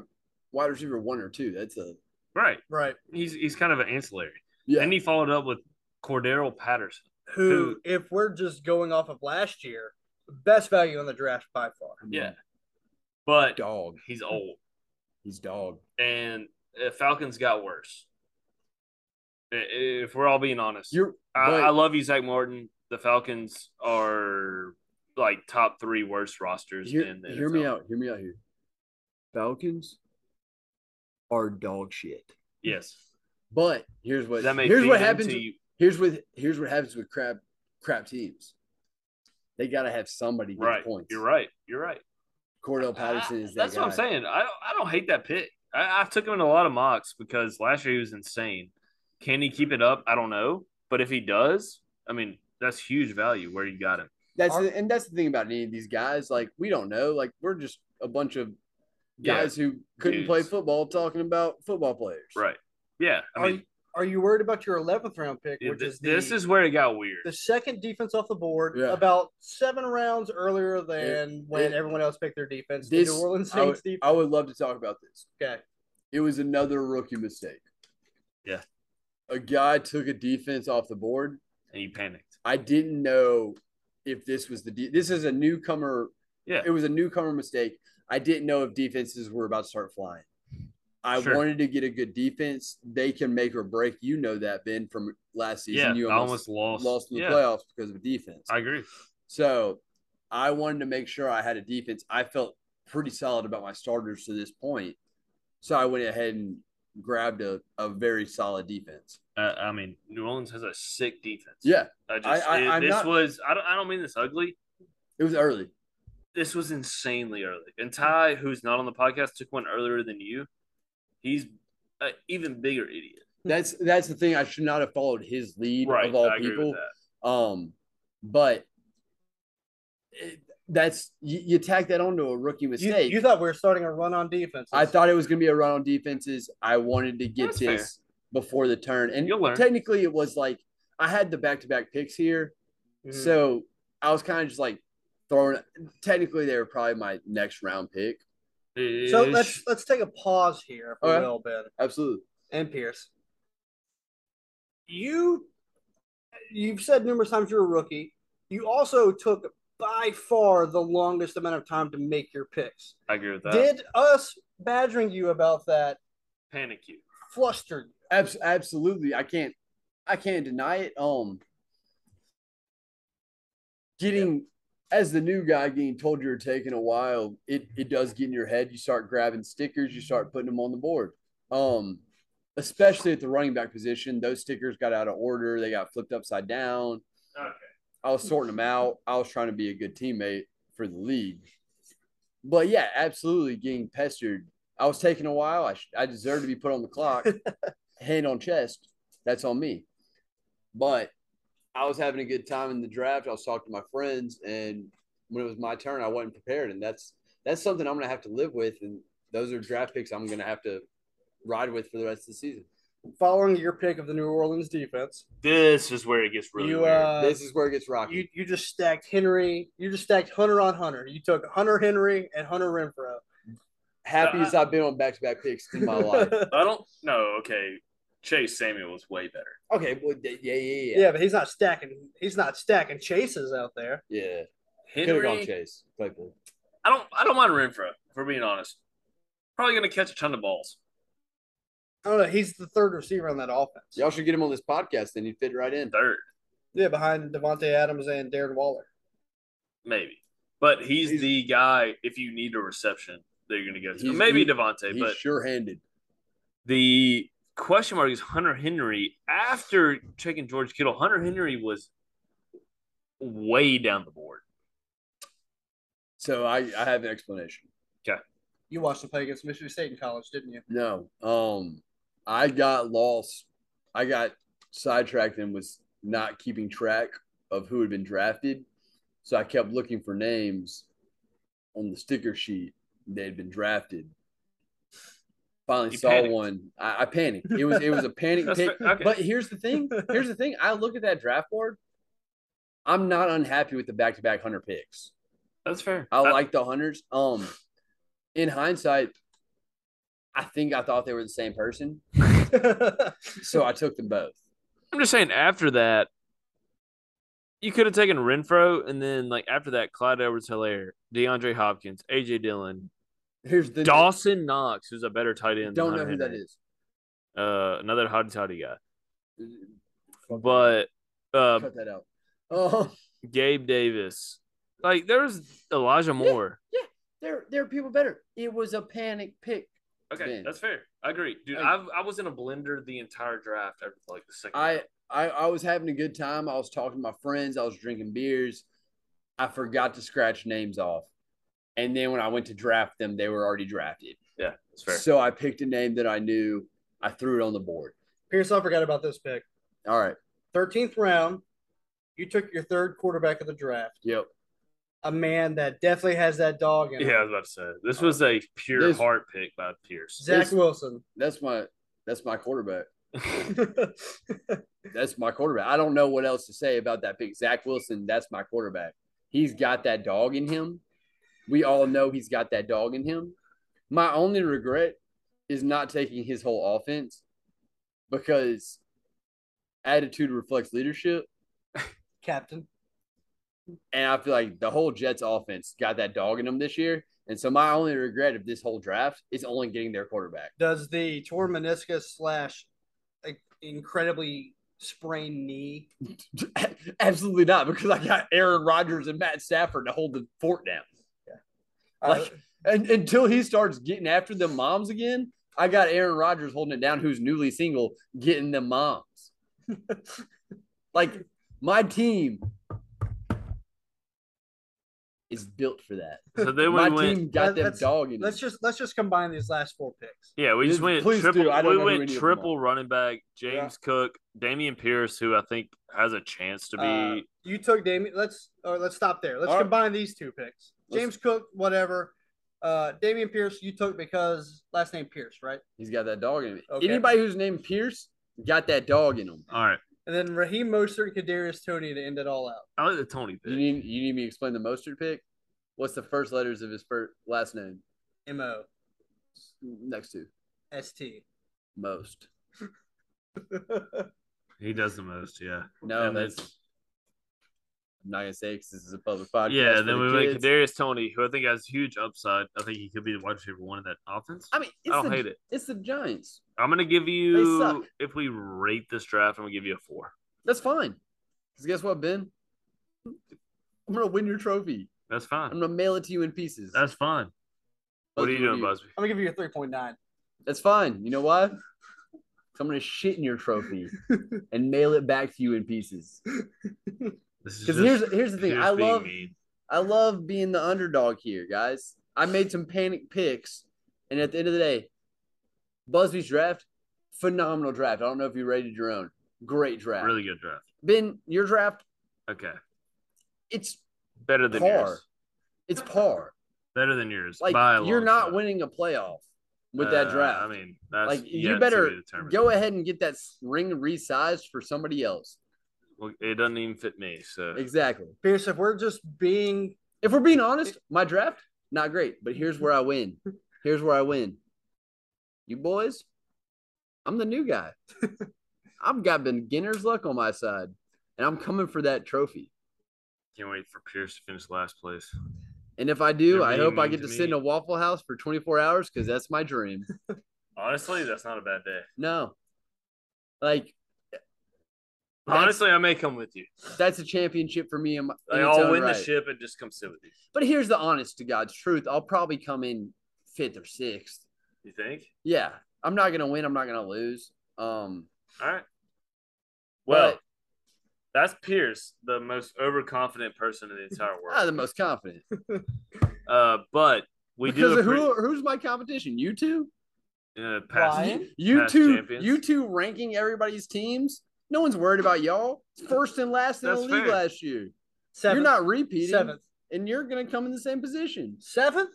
S7: wide receiver one or two. That's a
S2: Right.
S1: Right.
S2: He's he's kind of an ancillary.
S7: yeah.
S2: And he followed up with Cordero Patterson.
S1: Who, if we're just going off of last year, best value on the draft by far.
S2: Yeah. But
S7: dog.
S2: he's old.
S7: He's dog.
S2: And uh, Falcons got worse. I- If we're all being honest,
S7: You're.
S2: I,
S7: but-
S2: I love you, Zach Martin. The Falcons are like top three worst rosters
S7: Hear,
S2: in the
S7: hear me
S2: NFL.
S7: out. Hear me out here. Falcons are dog shit.
S2: Yes.
S7: But here's what
S2: That may
S7: here's
S2: feed
S7: what
S2: into
S7: happens.
S2: you.
S7: Here's what here's what happens with crap crap teams. They gotta have somebody get
S2: Right.
S7: points.
S2: You're right. You're right.
S7: Cordell Patterson
S2: I-
S7: is that
S2: that's what I'm
S7: guy.
S2: saying. I don't, I don't hate that pick. I, I took him in a lot of mocks because last year he was insane. Can he keep it up? I don't know. But if he does, I mean, that's huge value where you got him.
S7: That's
S1: Our-
S7: the, and that's the thing about any of these guys. Like we don't know. Like we're just a bunch of
S2: Yeah.
S7: guys who couldn't play
S2: dudes.
S7: football talking about football players.
S2: Right. Yeah. I
S1: are,
S2: mean,
S1: you, are you worried about your 11th round pick, which
S2: th-
S1: is the,
S2: this is where it got weird.
S1: the second defense off the board,
S7: Yeah.
S1: about seven rounds earlier than when
S7: it-
S1: everyone else picked their defense?
S7: This-
S1: the New Orleans
S7: I would,
S1: Saints defense.
S7: I would love to talk about this.
S1: Okay.
S7: It was another rookie mistake.
S2: Yeah.
S7: A guy took a defense off the board.
S2: and you panicked.
S7: I didn't know if this was the de- this is a newcomer.
S2: Yeah.
S7: It was a newcomer mistake. I didn't know if defenses were about to start flying. I
S2: Sure.
S7: wanted to get a good defense. They can make or break. You know that Ben from last season.
S2: Yeah.
S7: you
S2: I almost lost.
S7: lost, in the
S2: yeah.
S7: playoffs because of a defense.
S2: I agree.
S7: So I wanted to make sure I had a defense. I felt pretty solid about my starters to this point. So I went ahead and grabbed a, a very solid defense.
S2: Uh, I mean, New Orleans has a sick defense.
S7: Yeah,
S2: I just,
S7: I-
S2: it-
S7: I'm
S2: this
S7: not-
S2: was, I don't, I don't mean this ugly.
S7: it was early.
S2: this was insanely early. And Ty, who's not on the podcast, took one earlier than you. He's an even bigger idiot.
S7: That's that's the thing. I should not have followed his lead of all
S2: Hmm. I agree
S7: people.
S2: with that.
S7: Um, but it, that's you, you tack that onto a rookie
S1: You,
S7: mistake.
S1: you thought we were starting a run on defense.
S7: I thought it was going to be a run on defenses. I wanted to get
S2: That's fair.
S7: this before the turn, and
S2: You'll learn.
S7: technically, it was like I had the back to back picks here,
S2: Mm-hmm.
S1: Mhm.
S7: so I was kind of just like throwing. Technically, they were probably my next round pick.
S1: So
S2: Ish.
S1: let's let's take a pause here, if
S7: Okay.
S1: we will, Ben
S7: Absolutely,
S1: and Pierce. You you've said numerous times you're a rookie. You also took by far the longest amount of time to make your picks.
S2: I agree with that.
S1: Did us badgering you about that
S2: Panic you.
S1: fluster you?
S7: Abs- absolutely. I can't, I can't deny it. Um, getting as the new guy getting told you're taking a while, it it does get in your head. You start grabbing stickers. You start putting them on the board. Um, especially at the running back position. Those stickers got out of order. They got flipped upside down.
S2: Okay.
S7: I was sorting them out. I was trying to be a good teammate for the league. But yeah, absolutely getting pestered. I was taking a while. I, sh- I deserve to be put on the clock, hand on chest. That's on me. But I was having a good time in the draft. I was talking to my friends, and when it was my turn, I wasn't prepared, and that's that's something I'm going to have to live with. And those are draft picks I'm going to have to ride with for the rest of the season.
S1: Following your pick of the New Orleans defense,
S2: This is where it gets really
S1: you
S2: weird.
S1: uh,
S7: this is where it gets rocky.
S1: you you just stacked Henry. You just stacked Hunter on Hunter. You took Hunter Henry and Hunter Renfro.
S7: Happy
S2: Uh,
S7: as I've been on back to back picks in my life.
S2: I don't know. Okay, Chase Samuel was way better.
S7: Okay, well, yeah, yeah, yeah,
S1: Yeah. but he's not stacking. He's not stacking chases out there.
S7: yeah. yeah. Could have gone
S2: Henry,
S7: Chase Claypool.
S2: I don't. I don't mind Renfro. If we're being honest, probably going to catch a ton of balls.
S1: I don't know. He's the third receiver on that offense.
S7: Y'all should get him on this podcast, then he'd fit right in.
S2: Third,
S1: Yeah, behind Devontae Adams and Darren Waller.
S2: maybe, but he's,
S7: He's-
S2: the guy. If you need a reception, that you're going to go to.
S7: He's-
S2: Maybe
S7: he-
S2: Devontae,
S7: He's
S2: but
S7: sure-handed.
S2: the question mark is Hunter Henry. After checking George Kittle, Hunter Henry was way down the board.
S7: So I, I have an explanation.
S1: You watched him play against Mississippi State in college, didn't you?
S7: No, um, I got lost. I got sidetracked and was not keeping track of who had been drafted. So I kept looking for names on the sticker sheet that had been drafted. Finally
S2: You
S7: saw
S2: panicked.
S7: one. I, I panicked. It was it was a panic
S2: That's
S7: pick.
S2: fair. Okay.
S7: But here's the thing. Here's the thing. I look at that draft board. I'm not unhappy with the back-to-back hunter picks.
S2: That's fair.
S7: I like the hunters. Um, in hindsight, I think I thought they were the same person, so I took them both.
S2: I'm just saying after that, you could have taken Renfro and then like after that, Clyde Edwards Hilaire, DeAndre Hopkins, AJ Dillon,
S7: Here's the
S2: Dawson Knox, who's a better tight end.
S7: Don't
S2: than
S7: know
S2: Hunter
S7: who that
S2: Henry.
S7: is.
S2: Uh another hot toddy guy. But uh
S7: Cut that out. Oh,
S2: Gabe Davis. Like there was Elijah Moore.
S7: there, there are people better. It was a panic pick.
S2: Okay,
S7: Man.
S2: that's fair. I agree. Dude,
S7: Hey.
S2: I I was in a blender the entire draft after like the second
S7: I,
S2: round.
S7: I, I was having a good time. I was talking to my friends. I was drinking beers. I forgot to scratch names off, and then when I went to draft them, they were already drafted.
S2: Yeah, that's fair.
S7: So I picked a name that I knew. I threw it on the board.
S1: Pierce, I forgot about this pick.
S7: All right.
S1: 13th round, you took your third quarterback of the draft,
S7: Yep.
S1: a man that definitely has that dog in him.
S2: yeah, I was about to say this was a pure
S7: Uh, This-
S2: heart pick by Pierce.
S1: Zach
S7: This-
S1: Wilson.
S7: That's my that's my quarterback. That's my quarterback. I don't know what else to say about that pick. Zach Wilson, that's my quarterback. He's got that dog in him. We all know he's got that dog in him. My only regret is not taking his whole offense because attitude reflects leadership.
S1: Captain.
S7: And I feel like the whole Jets offense got that dog in them this year. And so my only regret of this whole draft is only getting their quarterback.
S1: Does the torn meniscus slash like, incredibly sprained knee?
S7: Absolutely not, because I got Aaron Rodgers and Matt Stafford to hold the fort down.
S1: uh,
S7: Like, and until he starts getting after the moms again, I got Aaron Rodgers holding it down, who's newly single, getting the moms. like my team is built for that.
S2: So then
S7: my
S2: we went
S7: team got
S1: Let-
S7: them
S1: let's-
S7: dog in
S1: let's
S7: it.
S1: just let's just combine these last four picks.
S2: Yeah, we just
S7: Please-
S2: went
S7: please do.
S2: triple.
S7: I don't
S2: We
S7: know who
S2: went
S7: any of them
S2: triple
S7: are.
S2: running back James Cook, Damian Pierce, who I think has a chance to be.
S1: Uh, you took Damien. Let's or let's stop there. Let's
S7: All right.
S1: combine these two picks.
S7: Let's-
S1: James Cook, whatever. Uh, Damian Pierce, you took because last name Pierce, right?
S7: He's got that dog in it.
S1: Okay.
S7: Anybody who's named Pierce got that dog in them.
S2: All right,
S1: And then Raheem Mostert and Kadarius Tony to end it all out.
S2: I like the Tony
S7: You
S2: pick.
S7: need you need me to explain the Mostert pick. What's the first letters of his first last name?
S1: M O
S7: Next to
S1: S T.
S7: most.
S2: He does the most. Yeah.
S7: No,
S2: And
S7: Oh, that's
S2: then-
S7: I'm not gonna say because this is a public podcast.
S2: yeah.
S7: for
S2: Then we
S7: the
S2: went
S7: kids.
S2: Kadarius Tony, who I think has huge upside. I think he could be the wide receiver one in that offense.
S7: I mean,
S2: I
S7: it's
S2: don't
S7: the,
S2: hate it.
S7: It's the Giants.
S2: I'm gonna give
S7: suck.
S2: you if we rate this draft, I'm gonna give you a four.
S7: That's fine. Because guess what, Ben? I'm gonna win your trophy.
S2: That's fine.
S7: I'm gonna mail it to you in pieces.
S2: That's fine. What are
S7: Busby,
S2: you doing, Busby?
S1: I'm gonna give you a three point nine.
S7: That's fine. You know why? So I'm gonna shit in your trophy and mail it back to you in pieces.
S2: This is
S7: 'Cause
S2: just-
S7: here's- here's the thing,
S2: here's
S7: I
S2: being
S7: love-
S2: mean.
S7: I love being the underdog here, guys. I made some panic picks, and at the end of the day, Busby's draft, phenomenal draft. I don't know if you rated your own. Great draft.
S2: Really good draft.
S7: Ben, your draft,
S2: Okay.
S7: it's
S2: Better than
S7: Par.
S2: yours.
S7: it's par.
S2: Better than yours.
S7: Like
S2: by a
S7: you're
S2: long
S7: not
S2: shot.
S7: winning a playoff with
S2: Uh,
S7: that draft.
S2: I mean, that's
S7: like
S2: yet
S7: you
S2: to
S7: better
S2: be determined.
S7: go ahead and get that s- ring resized for somebody else.
S2: Well, it doesn't even fit me. So
S7: Exactly.
S1: Pierce, if we're just being
S7: If we're being honest, my draft not great, but here's where I win. Here's where I win. You boys, I'm the new guy. I've got beginner's luck on my side, and I'm coming for that trophy.
S2: can't wait for Pierce to finish last place.
S7: And if I do,
S2: You're
S7: I
S2: being
S7: hope I
S2: mean
S7: get
S2: to
S7: to sit in
S2: me.
S7: a Waffle House for 24 hours because that's my dream.
S2: Honestly, that's not a bad day.
S7: No, like That's-
S2: Honestly, I may come with you.
S7: that's a championship for me. And my,
S2: Like,
S7: in its
S2: I'll
S7: own
S2: win
S7: right.
S2: the ship and just come sit with you.
S7: But here's the honest to God's truth. I'll probably come in fifth or sixth.
S2: You think?
S7: Yeah. I'm not gonna win. I'm not gonna lose. Um
S2: All right. Well,
S7: But-
S2: that's Pierce, the most overconfident person in the entire
S7: not
S2: world.
S7: the most confident.
S2: Uh, but we
S7: because
S2: do.
S7: who who's my competition? You two?
S2: uh, past-
S1: Ryan?
S7: You
S2: Past
S7: two
S2: champions.
S7: you two ranking everybody's teams? No one's worried about y'all. It's first and last in the
S2: That's
S7: league
S2: fair.
S7: last year. you You're
S1: seventh,
S7: not repeating
S1: seventh,
S7: and you're gonna come in the same position.
S1: seventh.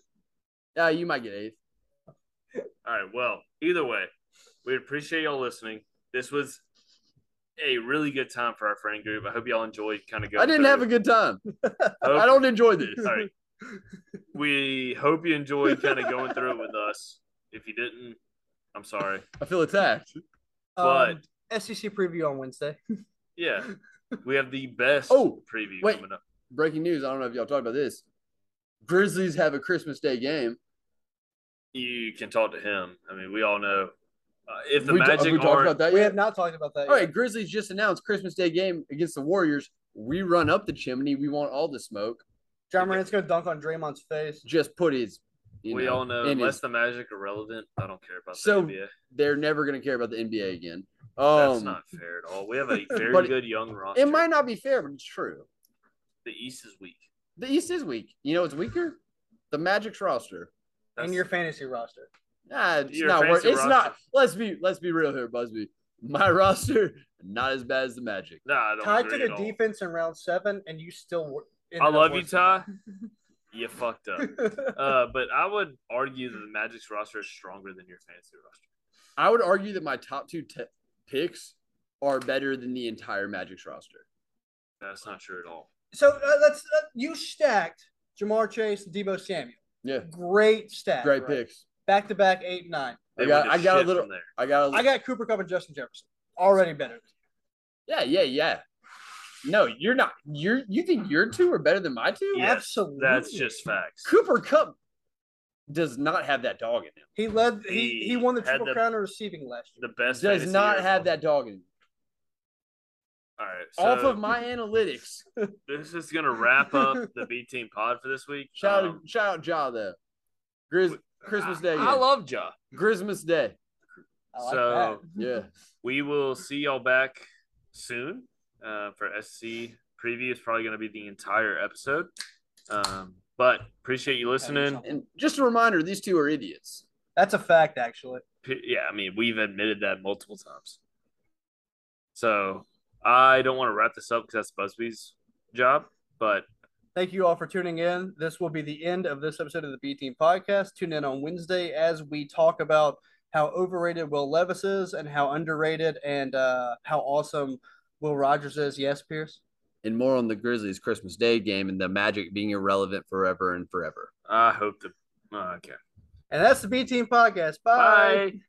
S7: Uh you might get eighth.
S2: All right. Well, either way, we appreciate y'all listening. This was a really good time for our friend group. I hope y'all enjoyed kind of going.
S7: I didn't have a good time.
S2: Hope-
S7: I don't enjoy this.
S2: All right. We hope you enjoyed kind of going through it with us. If you didn't, I'm sorry.
S7: I feel attacked.
S2: But
S1: Um, SEC preview on Wednesday.
S2: yeah, we have the best
S7: Oh,
S2: preview
S7: wait.
S2: coming up.
S7: Breaking news. I don't know if y'all talked about this. Grizzlies have a Christmas Day game.
S2: You can talk to him. I mean, we all know uh, if the
S7: We ta- have we
S2: Magic
S7: talked
S2: are
S7: about that
S1: We
S7: yet?
S1: have not talked about that.
S7: All right, Grizzlies just announced Christmas Day game against the Warriors. We run up the chimney. We want all the smoke.
S1: John Morant's gonna dunk on Draymond's face.
S7: Just put his. You
S2: we
S7: know,
S2: all know
S7: in
S2: unless
S7: his-
S2: the Magic are relevant, I don't care about the
S7: So,
S2: NBA.
S7: they're never going to care about the NBA again.
S2: That's
S7: Um,
S2: not fair at all. We have a very
S7: but
S2: good young roster.
S7: it might not be fair, but it's true.
S2: the East is weak.
S7: The East is weak. You know, it's weaker. The Magic's roster.
S1: In
S2: That's-
S1: your fantasy roster.
S7: Nah, it's
S2: Your
S7: not worth.
S2: fancy
S7: It's not.
S2: roster.
S7: Let's be. Let's be real here, Busby. My roster not as bad as the Magic.
S2: Nah, I don't
S1: Ty
S2: agree
S1: took
S2: at
S1: a
S2: all.
S1: defense in round seven, and you still. wor- ended
S2: I
S1: up
S2: love you,
S1: worse
S2: Ty.
S1: than
S2: You fucked up.
S1: that.
S2: Uh, but I would argue that the Magic's roster is stronger than your fantasy roster.
S7: I would argue that my top two te- picks are better than the entire Magic's roster.
S2: That's not true at all.
S1: so uh, let's. Uh, you stacked Jamar Chase, and Debo Samuel.
S7: Yeah,
S1: Great stack.
S7: great
S1: right?
S7: picks.
S1: Back to back, eight, nine.
S7: I
S2: They
S7: got-
S2: went to
S7: I got a
S2: shit
S7: little-
S2: from there.
S7: I got. A,
S1: I got Cooper Cup and Justin Jefferson. Already better.
S7: Yeah, yeah, yeah. No, you're not. You're. You think your two are better than my two?
S2: Yes,
S1: Absolutely.
S2: That's just facts.
S7: Cooper Cup does not have that dog in him.
S1: He led. He,
S2: He
S1: he won the
S2: had
S1: triple
S2: the-
S1: crown in receiving last year.
S2: The best
S7: Does
S2: fantasy
S7: not
S2: year
S7: have
S2: of
S7: that dog in him.
S2: all. All right,
S7: Off
S2: so
S7: of my analytics,
S2: this is gonna wrap up the B Team Pod for this week.
S7: shout out,
S2: Um,
S7: shout out Ja though. Grizz, Christmas Day.
S2: I, I
S7: game.
S2: love Ja.
S7: Christmas Day.
S1: I like
S2: so
S7: Yeah.
S2: we will see y'all back soon uh, for SC preview. It's probably gonna be the entire episode. Um, but appreciate you listening.
S7: And just a reminder, these two are idiots.
S1: That's a fact, actually.
S2: P- yeah, I mean, we've admitted that multiple times. So I don't want to wrap this up because that's Busby's job, but
S1: Thank you all for tuning in. This will be the end of this episode of the B Team Podcast. Tune in on Wednesday as we talk about how overrated Will Levis is and how underrated and uh, how awesome Will Rogers is. Yes, Pierce.
S7: And more on the Grizzlies Christmas Day game and the Magic being irrelevant forever and forever.
S2: I hope that. oh, okay.
S1: And that's the B Team Podcast. Bye.
S2: Bye.